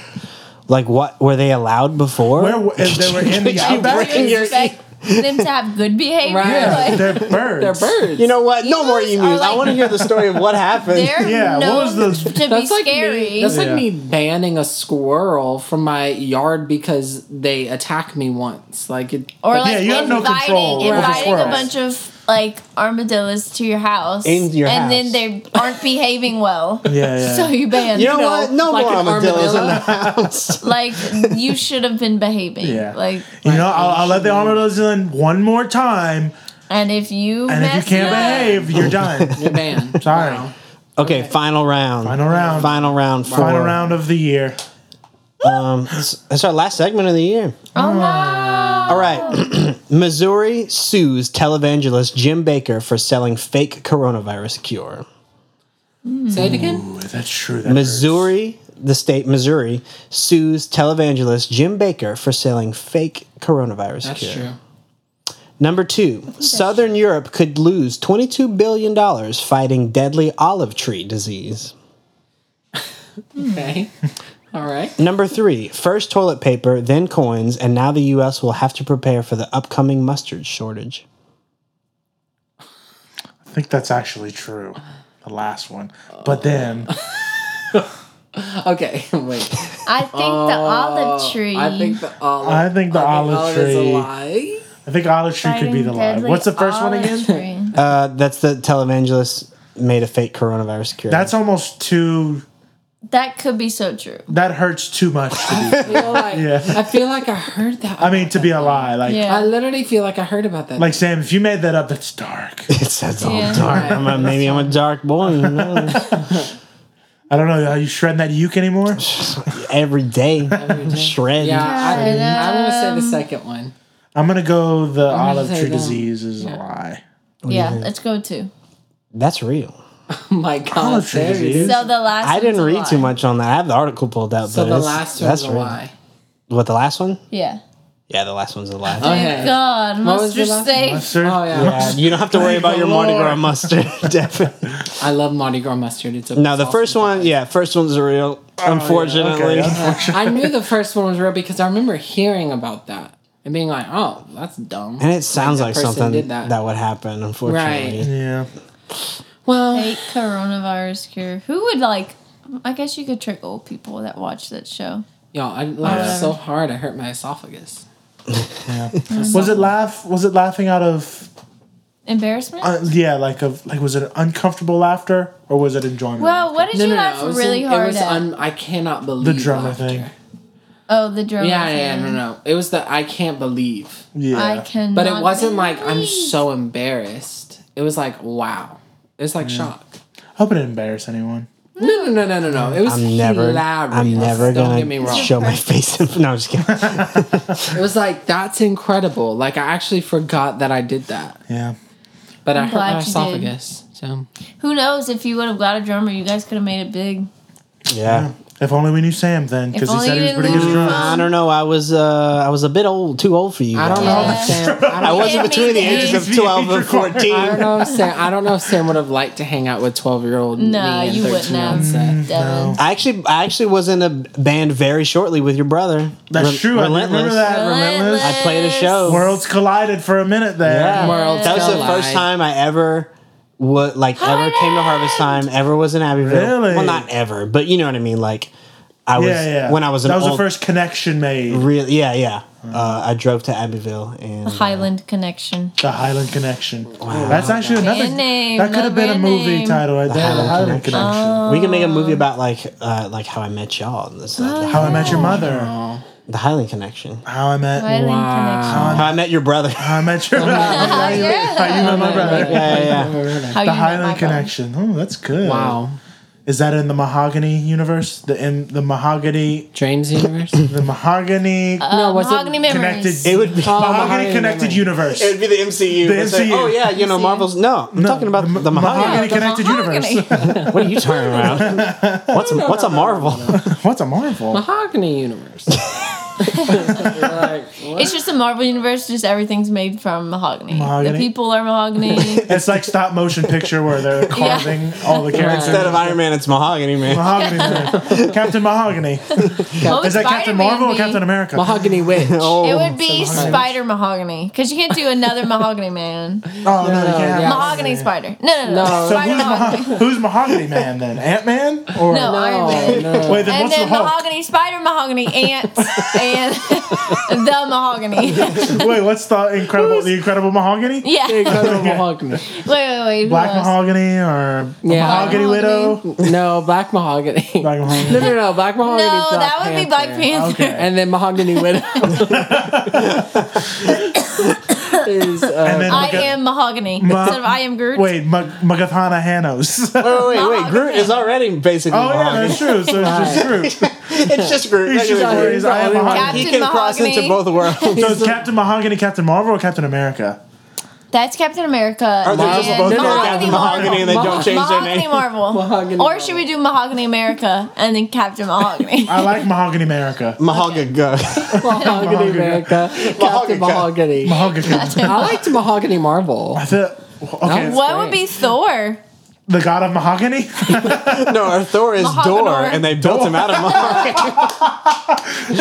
[SPEAKER 2] like what were they allowed before?
[SPEAKER 3] Where w- if they were in the
[SPEAKER 2] Could you
[SPEAKER 3] outback?
[SPEAKER 2] bring your-
[SPEAKER 4] expect
[SPEAKER 3] *laughs*
[SPEAKER 4] them to have good behavior.
[SPEAKER 1] Right.
[SPEAKER 4] Like, *laughs*
[SPEAKER 3] They're birds.
[SPEAKER 1] They're birds.
[SPEAKER 2] You know what? No more
[SPEAKER 4] Emus are
[SPEAKER 2] emus. I
[SPEAKER 4] like-
[SPEAKER 2] want to hear the story of what happened.
[SPEAKER 4] they're
[SPEAKER 3] Yeah, what was
[SPEAKER 4] known
[SPEAKER 3] the-
[SPEAKER 4] to be
[SPEAKER 1] that's like
[SPEAKER 4] scary.
[SPEAKER 1] me. That's like
[SPEAKER 3] Yeah.
[SPEAKER 1] me banning a squirrel from my yard because they attacked me once. Like it.
[SPEAKER 4] or
[SPEAKER 1] like,
[SPEAKER 4] like
[SPEAKER 3] Yeah, you have no
[SPEAKER 4] inviting,
[SPEAKER 3] control over
[SPEAKER 4] inviting a
[SPEAKER 3] squirrels.
[SPEAKER 4] bunch of like armadillos to your house,
[SPEAKER 2] In your
[SPEAKER 4] and
[SPEAKER 2] house.
[SPEAKER 4] then they aren't
[SPEAKER 3] *laughs*
[SPEAKER 4] behaving well.
[SPEAKER 3] Yeah, yeah.
[SPEAKER 4] *laughs* So you ban.
[SPEAKER 2] you know, what? No
[SPEAKER 1] like
[SPEAKER 2] more
[SPEAKER 1] an
[SPEAKER 2] armadillos in
[SPEAKER 1] armadillo.
[SPEAKER 2] the house. *laughs*
[SPEAKER 4] Like you should have been behaving.
[SPEAKER 3] Yeah.
[SPEAKER 4] Like,
[SPEAKER 3] you know, I'll, I'll let the armadillos in one more time,
[SPEAKER 4] and if you
[SPEAKER 3] and if
[SPEAKER 4] mess
[SPEAKER 3] you can't
[SPEAKER 4] it up,
[SPEAKER 3] behave, you're done.
[SPEAKER 1] you're banned.
[SPEAKER 3] *laughs* Sorry.
[SPEAKER 1] Wow.
[SPEAKER 2] Okay, final round.
[SPEAKER 3] Final round.
[SPEAKER 2] Final round. Four.
[SPEAKER 3] Final round of the year.
[SPEAKER 2] Um, that's that's our last segment of the year.
[SPEAKER 4] Oh no!
[SPEAKER 2] All right. *clears throat* Missouri sues televangelist Jim Baker for selling fake coronavirus cure.
[SPEAKER 1] Say it again.
[SPEAKER 3] Ooh, that's true. That
[SPEAKER 2] Missouri, the state Missouri, sues televangelist Jim Baker for selling fake coronavirus
[SPEAKER 1] That's
[SPEAKER 2] cure.
[SPEAKER 1] true.
[SPEAKER 2] Number two, Southern Europe could lose $22 billion fighting deadly olive tree disease.
[SPEAKER 1] Okay. *laughs* All right.
[SPEAKER 2] Number three, first toilet paper, then coins, and now the U.S. will have to prepare for the upcoming mustard shortage.
[SPEAKER 3] I think that's actually true. The last one. But then,
[SPEAKER 1] Okay. *laughs* Wait.
[SPEAKER 4] I think the
[SPEAKER 3] Oh,
[SPEAKER 4] olive tree.
[SPEAKER 1] I think the olive.
[SPEAKER 3] I think the olive
[SPEAKER 1] is a
[SPEAKER 3] tree-
[SPEAKER 1] lie.
[SPEAKER 3] I think olive tree could be the lie.
[SPEAKER 4] Deadly
[SPEAKER 3] What's the first one
[SPEAKER 4] olive
[SPEAKER 3] again?
[SPEAKER 4] tree.
[SPEAKER 2] Uh, that's the televangelist made a fake coronavirus cure.
[SPEAKER 3] That's almost too.
[SPEAKER 4] That could be so true.
[SPEAKER 3] That hurts too
[SPEAKER 4] *laughs*
[SPEAKER 3] much to be.
[SPEAKER 1] I feel like,
[SPEAKER 3] Yeah.
[SPEAKER 1] I feel like I heard that.
[SPEAKER 3] I mean, to be a lie. Like,
[SPEAKER 4] Yeah.
[SPEAKER 1] I literally feel like I heard about that.
[SPEAKER 3] like Sam, if you made that up, that's dark.
[SPEAKER 2] *laughs* it says all
[SPEAKER 4] Yeah.
[SPEAKER 2] dark. I'm a, maybe I'm a dark boy. you know.
[SPEAKER 3] I don't know. Are you shredding that uke anymore?
[SPEAKER 2] Every day,
[SPEAKER 1] day.
[SPEAKER 2] shred.
[SPEAKER 1] yeah, I, I'm gonna say the second one. *laughs*
[SPEAKER 3] I'm gonna go. The
[SPEAKER 1] gonna
[SPEAKER 3] olive
[SPEAKER 1] say
[SPEAKER 3] tree
[SPEAKER 1] that.
[SPEAKER 3] disease is a lie.
[SPEAKER 4] yeah, let's go to.
[SPEAKER 2] That's real.
[SPEAKER 1] Oh My God,
[SPEAKER 3] Olive tree
[SPEAKER 1] serious.
[SPEAKER 3] disease.
[SPEAKER 4] Oh, So the last.
[SPEAKER 2] I didn't
[SPEAKER 4] one's a
[SPEAKER 2] read too
[SPEAKER 4] lie.
[SPEAKER 2] much on that. I have the article pulled out,
[SPEAKER 1] So
[SPEAKER 2] but
[SPEAKER 1] the
[SPEAKER 2] it's-
[SPEAKER 1] last one's
[SPEAKER 2] that's
[SPEAKER 1] a
[SPEAKER 2] real.
[SPEAKER 1] lie.
[SPEAKER 2] What the last one?
[SPEAKER 4] Yeah.
[SPEAKER 2] Yeah, the last one's alive. *laughs*
[SPEAKER 1] Oh,
[SPEAKER 4] Thank
[SPEAKER 1] yeah.
[SPEAKER 4] God,
[SPEAKER 1] What was the
[SPEAKER 4] mustard
[SPEAKER 1] last-
[SPEAKER 4] safe.
[SPEAKER 3] Mustard.
[SPEAKER 1] Oh yeah.
[SPEAKER 2] Yeah, Uh, you don't have to worry about your Mardi Gras
[SPEAKER 3] Lord.
[SPEAKER 2] mustard. *laughs* Definitely.
[SPEAKER 1] I love Mardi Gras mustard. It's a
[SPEAKER 2] Now the
[SPEAKER 1] it's
[SPEAKER 2] first
[SPEAKER 1] awesome.
[SPEAKER 2] one, yeah, first one's real. *laughs* Unfortunately,
[SPEAKER 3] Okay, unfortunately.
[SPEAKER 1] I knew the first one was real because I remember hearing about that and being like, "Oh, that's dumb."
[SPEAKER 2] and it sounds
[SPEAKER 1] that
[SPEAKER 2] like,
[SPEAKER 1] person
[SPEAKER 2] something
[SPEAKER 1] did
[SPEAKER 2] that.
[SPEAKER 1] that.
[SPEAKER 2] would happen. Unfortunately,
[SPEAKER 1] Right.
[SPEAKER 3] yeah.
[SPEAKER 1] Well,
[SPEAKER 4] *laughs* Fake coronavirus cure. Who would like? I guess you could trick old people that watch that show.
[SPEAKER 1] y'all, I laughed
[SPEAKER 4] Yeah.
[SPEAKER 1] so hard I hurt my esophagus.
[SPEAKER 3] Was it laugh? Was it laughing out of?
[SPEAKER 4] Embarrassment.
[SPEAKER 3] Uh, yeah, like of like was it uncomfortable laughter or was it enjoyment?
[SPEAKER 4] well, what did
[SPEAKER 1] No,
[SPEAKER 4] you
[SPEAKER 1] no, no.
[SPEAKER 4] laugh
[SPEAKER 1] it was
[SPEAKER 4] really
[SPEAKER 1] in- It
[SPEAKER 4] hard
[SPEAKER 1] was
[SPEAKER 4] at?
[SPEAKER 1] un- I cannot believe
[SPEAKER 3] drummer
[SPEAKER 1] laughter.
[SPEAKER 3] thing.
[SPEAKER 4] oh, the drama.
[SPEAKER 1] Yeah, yeah,
[SPEAKER 4] thing.
[SPEAKER 1] no, no. It was the I can't believe,
[SPEAKER 3] yeah.
[SPEAKER 4] I can.
[SPEAKER 1] but it wasn't like I'm so embarrassed. It was like wow. It was like shock.
[SPEAKER 3] Hope it didn't embarrass anyone.
[SPEAKER 1] No, no, no, no, no, no. It was
[SPEAKER 2] I'm never,
[SPEAKER 1] hilarious.
[SPEAKER 2] I'm never
[SPEAKER 1] Don't get me
[SPEAKER 2] gonna
[SPEAKER 1] wrong.
[SPEAKER 2] show my *laughs* face. in- no, I'm just kidding.
[SPEAKER 1] It was like that's incredible. Like I actually forgot that I did that,
[SPEAKER 3] Yeah.
[SPEAKER 1] but i
[SPEAKER 4] I'm
[SPEAKER 1] hurt my
[SPEAKER 4] glad you did.
[SPEAKER 1] esophagus. So
[SPEAKER 4] Who knows if you would have got a drummer, you guys could have made it big.
[SPEAKER 2] Yeah.
[SPEAKER 3] If only we knew Sam then, because he
[SPEAKER 4] only
[SPEAKER 3] said he
[SPEAKER 4] you
[SPEAKER 3] was pretty
[SPEAKER 4] didn't
[SPEAKER 3] good at
[SPEAKER 4] lose
[SPEAKER 3] drums.
[SPEAKER 4] mom.
[SPEAKER 2] I don't know. I was, uh, I was a bit old, too old for you.
[SPEAKER 1] I don't
[SPEAKER 2] guys.
[SPEAKER 1] know.
[SPEAKER 4] Yeah.
[SPEAKER 1] If Sam, I, don't,
[SPEAKER 2] *laughs* I wasn't
[SPEAKER 4] Yeah,
[SPEAKER 2] between the
[SPEAKER 4] maybe.
[SPEAKER 2] ages of
[SPEAKER 3] Age
[SPEAKER 2] twelve and
[SPEAKER 3] required.
[SPEAKER 1] I
[SPEAKER 2] fourteen.
[SPEAKER 1] don't know if Sam. I don't know if Sam would have liked to hang out with twelve year old.
[SPEAKER 4] No, you wouldn't have, Devin.
[SPEAKER 2] I actually, I actually was in a band very shortly with your brother.
[SPEAKER 3] That's
[SPEAKER 2] Re-
[SPEAKER 3] true. I remember that. Relentless.
[SPEAKER 2] I played a show.
[SPEAKER 3] Worlds collided for a minute there.
[SPEAKER 2] Yeah.
[SPEAKER 1] Worlds
[SPEAKER 2] that was the
[SPEAKER 1] collide.
[SPEAKER 2] first time I ever what like ever came to Harvest Time, ever was in Abbeville.
[SPEAKER 3] Really?
[SPEAKER 2] Well, not ever, but you know what I mean. Like I was
[SPEAKER 3] yeah, yeah.
[SPEAKER 2] when I was an
[SPEAKER 3] that was
[SPEAKER 2] old,
[SPEAKER 3] the first connection made.
[SPEAKER 2] real yeah yeah. Uh, I drove to Abbeville and
[SPEAKER 4] Highland Connection.
[SPEAKER 3] The Highland Connection. That's actually another.
[SPEAKER 4] Brand name,
[SPEAKER 3] that could
[SPEAKER 4] another
[SPEAKER 3] have been a
[SPEAKER 4] brand
[SPEAKER 3] movie
[SPEAKER 4] name.
[SPEAKER 3] title right there. The
[SPEAKER 2] Highland
[SPEAKER 3] Highland Connection.
[SPEAKER 2] we can make a movie about like uh, like how I met y'all. And this, uh,
[SPEAKER 3] How I Met Your Mother.
[SPEAKER 2] the Highland Connection.
[SPEAKER 3] How I Met.
[SPEAKER 4] Highland
[SPEAKER 1] Wow.
[SPEAKER 2] How I met your brother.
[SPEAKER 3] How I Met Your Mother.
[SPEAKER 4] Connection.
[SPEAKER 3] How you met my brother.
[SPEAKER 2] yeah, yeah, yeah.
[SPEAKER 4] How you
[SPEAKER 3] The
[SPEAKER 4] met my
[SPEAKER 3] Highland
[SPEAKER 4] brother.
[SPEAKER 3] Connection. Oh, that's
[SPEAKER 2] Mm.
[SPEAKER 3] good.
[SPEAKER 1] Wow,
[SPEAKER 3] Is that in the Mahogany universe? The in the Mahogany,
[SPEAKER 1] Dreams Universe.
[SPEAKER 4] *laughs*
[SPEAKER 3] the Mahogany
[SPEAKER 1] no, was
[SPEAKER 4] Uh, Mahogany
[SPEAKER 1] it?
[SPEAKER 4] Memories.
[SPEAKER 3] connected.
[SPEAKER 2] *laughs* It would be.
[SPEAKER 1] Oh,
[SPEAKER 3] Mahogany,
[SPEAKER 1] Mahogany
[SPEAKER 3] connected
[SPEAKER 1] Memories.
[SPEAKER 3] universe.
[SPEAKER 2] *laughs* It would be the MCU.
[SPEAKER 3] The
[SPEAKER 2] It's like,
[SPEAKER 3] MCU.
[SPEAKER 2] oh yeah, you know Marvel's. No, I'm talking about the,
[SPEAKER 3] Ma-
[SPEAKER 2] Mahogany.
[SPEAKER 3] Mahogany connected universe. *laughs*
[SPEAKER 4] *laughs*
[SPEAKER 2] What are you turning around? What's a, what's a Marvel?
[SPEAKER 3] What's a Marvel?
[SPEAKER 1] Mahogany Universe. *laughs* like, what?
[SPEAKER 4] It's just a Marvel universe. Just everything's made from mahogany.
[SPEAKER 3] Mahogany.
[SPEAKER 4] The people are
[SPEAKER 1] *laughs*
[SPEAKER 4] mahogany.
[SPEAKER 3] It's like stop motion picture where they're carving all the
[SPEAKER 2] *laughs*
[SPEAKER 3] characters.
[SPEAKER 2] Instead of Iron Man, it's Mahogany Man.
[SPEAKER 3] Mahogany,
[SPEAKER 2] *laughs*
[SPEAKER 3] Man. Captain Mahogany.
[SPEAKER 4] What
[SPEAKER 3] Is that
[SPEAKER 4] would
[SPEAKER 3] Captain
[SPEAKER 4] Spider-Man
[SPEAKER 3] Marvel or
[SPEAKER 4] be?
[SPEAKER 3] Captain America?
[SPEAKER 1] Mahogany Witch.
[SPEAKER 2] *laughs* Oh,
[SPEAKER 4] It would be
[SPEAKER 1] Mahogany.
[SPEAKER 4] Spider Mahogany because you can't do another Mahogany Man.
[SPEAKER 3] Oh no, you can't have
[SPEAKER 1] yeah.
[SPEAKER 4] Mahogany Spider. No, no, no.
[SPEAKER 1] No.
[SPEAKER 3] So
[SPEAKER 4] Spider
[SPEAKER 3] who's,
[SPEAKER 4] Mahogany.
[SPEAKER 3] Maho- who's Mahogany Man then? Ant Man or
[SPEAKER 4] No, Iron Man.
[SPEAKER 1] no.
[SPEAKER 3] wait? Then
[SPEAKER 4] And
[SPEAKER 3] what's
[SPEAKER 4] then
[SPEAKER 3] the Hulk?
[SPEAKER 4] mahogany, spider mahogany, ant, and *laughs* the mahogany.
[SPEAKER 3] Wait, what's the incredible? the Incredible Mahogany?
[SPEAKER 4] *laughs* Yeah. Wait,
[SPEAKER 1] Incredible Mahogany.
[SPEAKER 4] wait, wait. who
[SPEAKER 3] Black
[SPEAKER 4] else?
[SPEAKER 3] Mahogany or
[SPEAKER 1] Yeah.
[SPEAKER 3] Mahogany Widow?
[SPEAKER 1] No, Black Mahogany.
[SPEAKER 3] Black Mahogany.
[SPEAKER 1] No, no, no. Black Mahogany.
[SPEAKER 4] No, that would be Black Panther. *laughs*
[SPEAKER 3] Okay.
[SPEAKER 1] And then Mahogany Widow *laughs* is uh,
[SPEAKER 3] And then
[SPEAKER 4] I
[SPEAKER 3] Maga-
[SPEAKER 4] am mahogany instead of I am Groot.
[SPEAKER 3] Wait, Mag- Magathana Hanos. *laughs* oh
[SPEAKER 2] wait, wait, wait. Groot is already basically
[SPEAKER 3] yeah,
[SPEAKER 2] Mahogany.
[SPEAKER 3] that's true. So
[SPEAKER 1] *laughs*
[SPEAKER 3] it's just Groot.
[SPEAKER 2] *laughs* it's just Groot.
[SPEAKER 3] He's just
[SPEAKER 2] regular
[SPEAKER 3] Groot.
[SPEAKER 2] Groot.
[SPEAKER 3] He's I am
[SPEAKER 2] He
[SPEAKER 3] Mahogany.
[SPEAKER 4] Captain
[SPEAKER 2] can cross
[SPEAKER 4] Mahogany.
[SPEAKER 2] into both *laughs* worlds.
[SPEAKER 3] So it's Captain Mahogany, Captain Marvel, or Captain America?
[SPEAKER 4] That's Captain America.
[SPEAKER 2] Are they just
[SPEAKER 4] and
[SPEAKER 2] both
[SPEAKER 1] no,
[SPEAKER 2] called
[SPEAKER 1] no,
[SPEAKER 2] Captain
[SPEAKER 1] no.
[SPEAKER 2] Mahogany and they don't change their
[SPEAKER 4] Mahogany
[SPEAKER 2] name?
[SPEAKER 4] Marvel.
[SPEAKER 1] Mahogany
[SPEAKER 4] or should we do Mahogany America and then Captain Mahogany?
[SPEAKER 3] I like Mahogany America.
[SPEAKER 2] Mahogany.
[SPEAKER 1] Mahogany America. Captain Mahogany.
[SPEAKER 3] Mahogany.
[SPEAKER 1] I liked Mahogany Marvel.
[SPEAKER 3] The- okay,
[SPEAKER 1] No.
[SPEAKER 4] what would be Thor? *laughs*
[SPEAKER 3] the God of Mahogany. *laughs*
[SPEAKER 2] No, our Thor is
[SPEAKER 4] Mahogany.
[SPEAKER 2] Door, and they built him out *laughs* of Mahogany.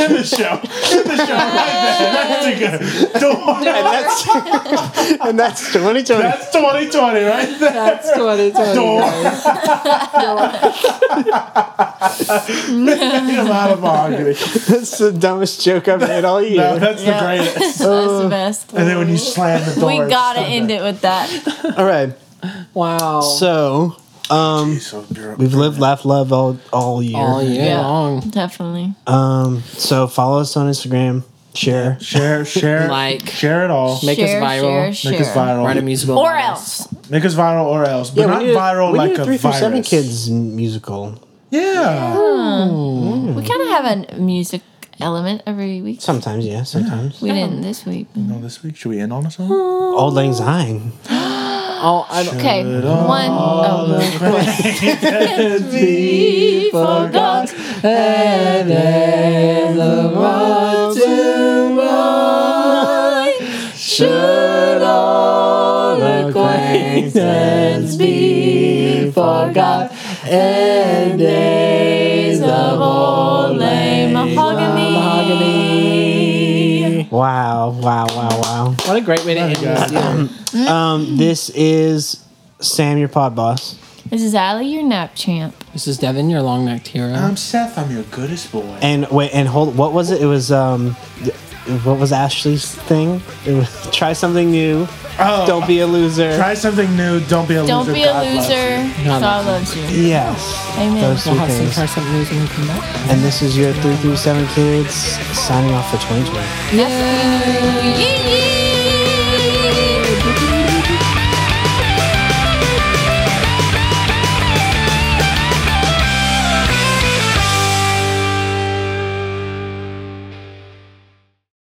[SPEAKER 3] in the show. In the show. right there. That's a good. Don't-
[SPEAKER 2] and that's *laughs* and that's 2020.
[SPEAKER 3] That's 2020 right there.
[SPEAKER 1] That's 2020. guys.
[SPEAKER 3] A lot of mahogany.
[SPEAKER 2] That's the dumbest joke I've made all year.
[SPEAKER 3] No, that's
[SPEAKER 4] Yeah.
[SPEAKER 3] the greatest.
[SPEAKER 4] That's the best.
[SPEAKER 3] And then when you slam the door,
[SPEAKER 4] We gotta end it with that.
[SPEAKER 2] all right.
[SPEAKER 1] Wow.
[SPEAKER 2] So um, we've lived, laughed, loved all all year.
[SPEAKER 1] All year
[SPEAKER 4] Yeah.
[SPEAKER 1] long.
[SPEAKER 4] Definitely.
[SPEAKER 2] Um, so follow us on Instagram. Share.
[SPEAKER 3] Share, share,
[SPEAKER 1] Like.
[SPEAKER 3] share it all.
[SPEAKER 1] Make us
[SPEAKER 4] share,
[SPEAKER 1] viral.
[SPEAKER 4] Share,
[SPEAKER 3] Make us
[SPEAKER 4] share.
[SPEAKER 3] viral.
[SPEAKER 1] Write a musical.
[SPEAKER 4] Or
[SPEAKER 1] about us.
[SPEAKER 4] else.
[SPEAKER 3] Make us viral or else, but
[SPEAKER 2] we
[SPEAKER 3] not
[SPEAKER 2] need
[SPEAKER 3] viral
[SPEAKER 2] we
[SPEAKER 3] like
[SPEAKER 2] need
[SPEAKER 3] a
[SPEAKER 2] three
[SPEAKER 3] virus.
[SPEAKER 2] through seven kids musical
[SPEAKER 3] Yeah.
[SPEAKER 4] We kind of have a music element every week.
[SPEAKER 2] sometimes. Yeah, sometimes.
[SPEAKER 4] We didn't this week.
[SPEAKER 3] Well, this week, should we end on a song?
[SPEAKER 2] Old Lang Syne.
[SPEAKER 1] Oh, I don't.
[SPEAKER 4] Okay. One. Oh. *laughs*
[SPEAKER 3] *laughs*
[SPEAKER 1] forgot. And the sentence be forgot and days of old lame mahogany.
[SPEAKER 2] Wow, wow, wow,
[SPEAKER 1] What a great way to end this year.
[SPEAKER 2] wow. Um, this is Sam, your pod boss.
[SPEAKER 4] This is Allie, your nap champ.
[SPEAKER 1] This is Devin, your long necked hero.
[SPEAKER 3] I'm Seth. I'm your goodest boy.
[SPEAKER 2] And wait, and hold, what was it? It was um, what was Ashley's thing? It was, try something new.
[SPEAKER 3] Oh.
[SPEAKER 2] Don't be a loser.
[SPEAKER 3] Try something new. Don't be a
[SPEAKER 4] Don't
[SPEAKER 3] loser.
[SPEAKER 4] be a
[SPEAKER 3] God loves you.
[SPEAKER 4] loser.
[SPEAKER 1] God
[SPEAKER 4] God loves you.
[SPEAKER 2] yes.
[SPEAKER 4] Amen.
[SPEAKER 2] Those
[SPEAKER 1] we'll
[SPEAKER 2] three
[SPEAKER 1] have some
[SPEAKER 2] things.
[SPEAKER 1] try something new when we come back.
[SPEAKER 2] And this is your 337 Kids signing off for 2020.
[SPEAKER 4] Happy New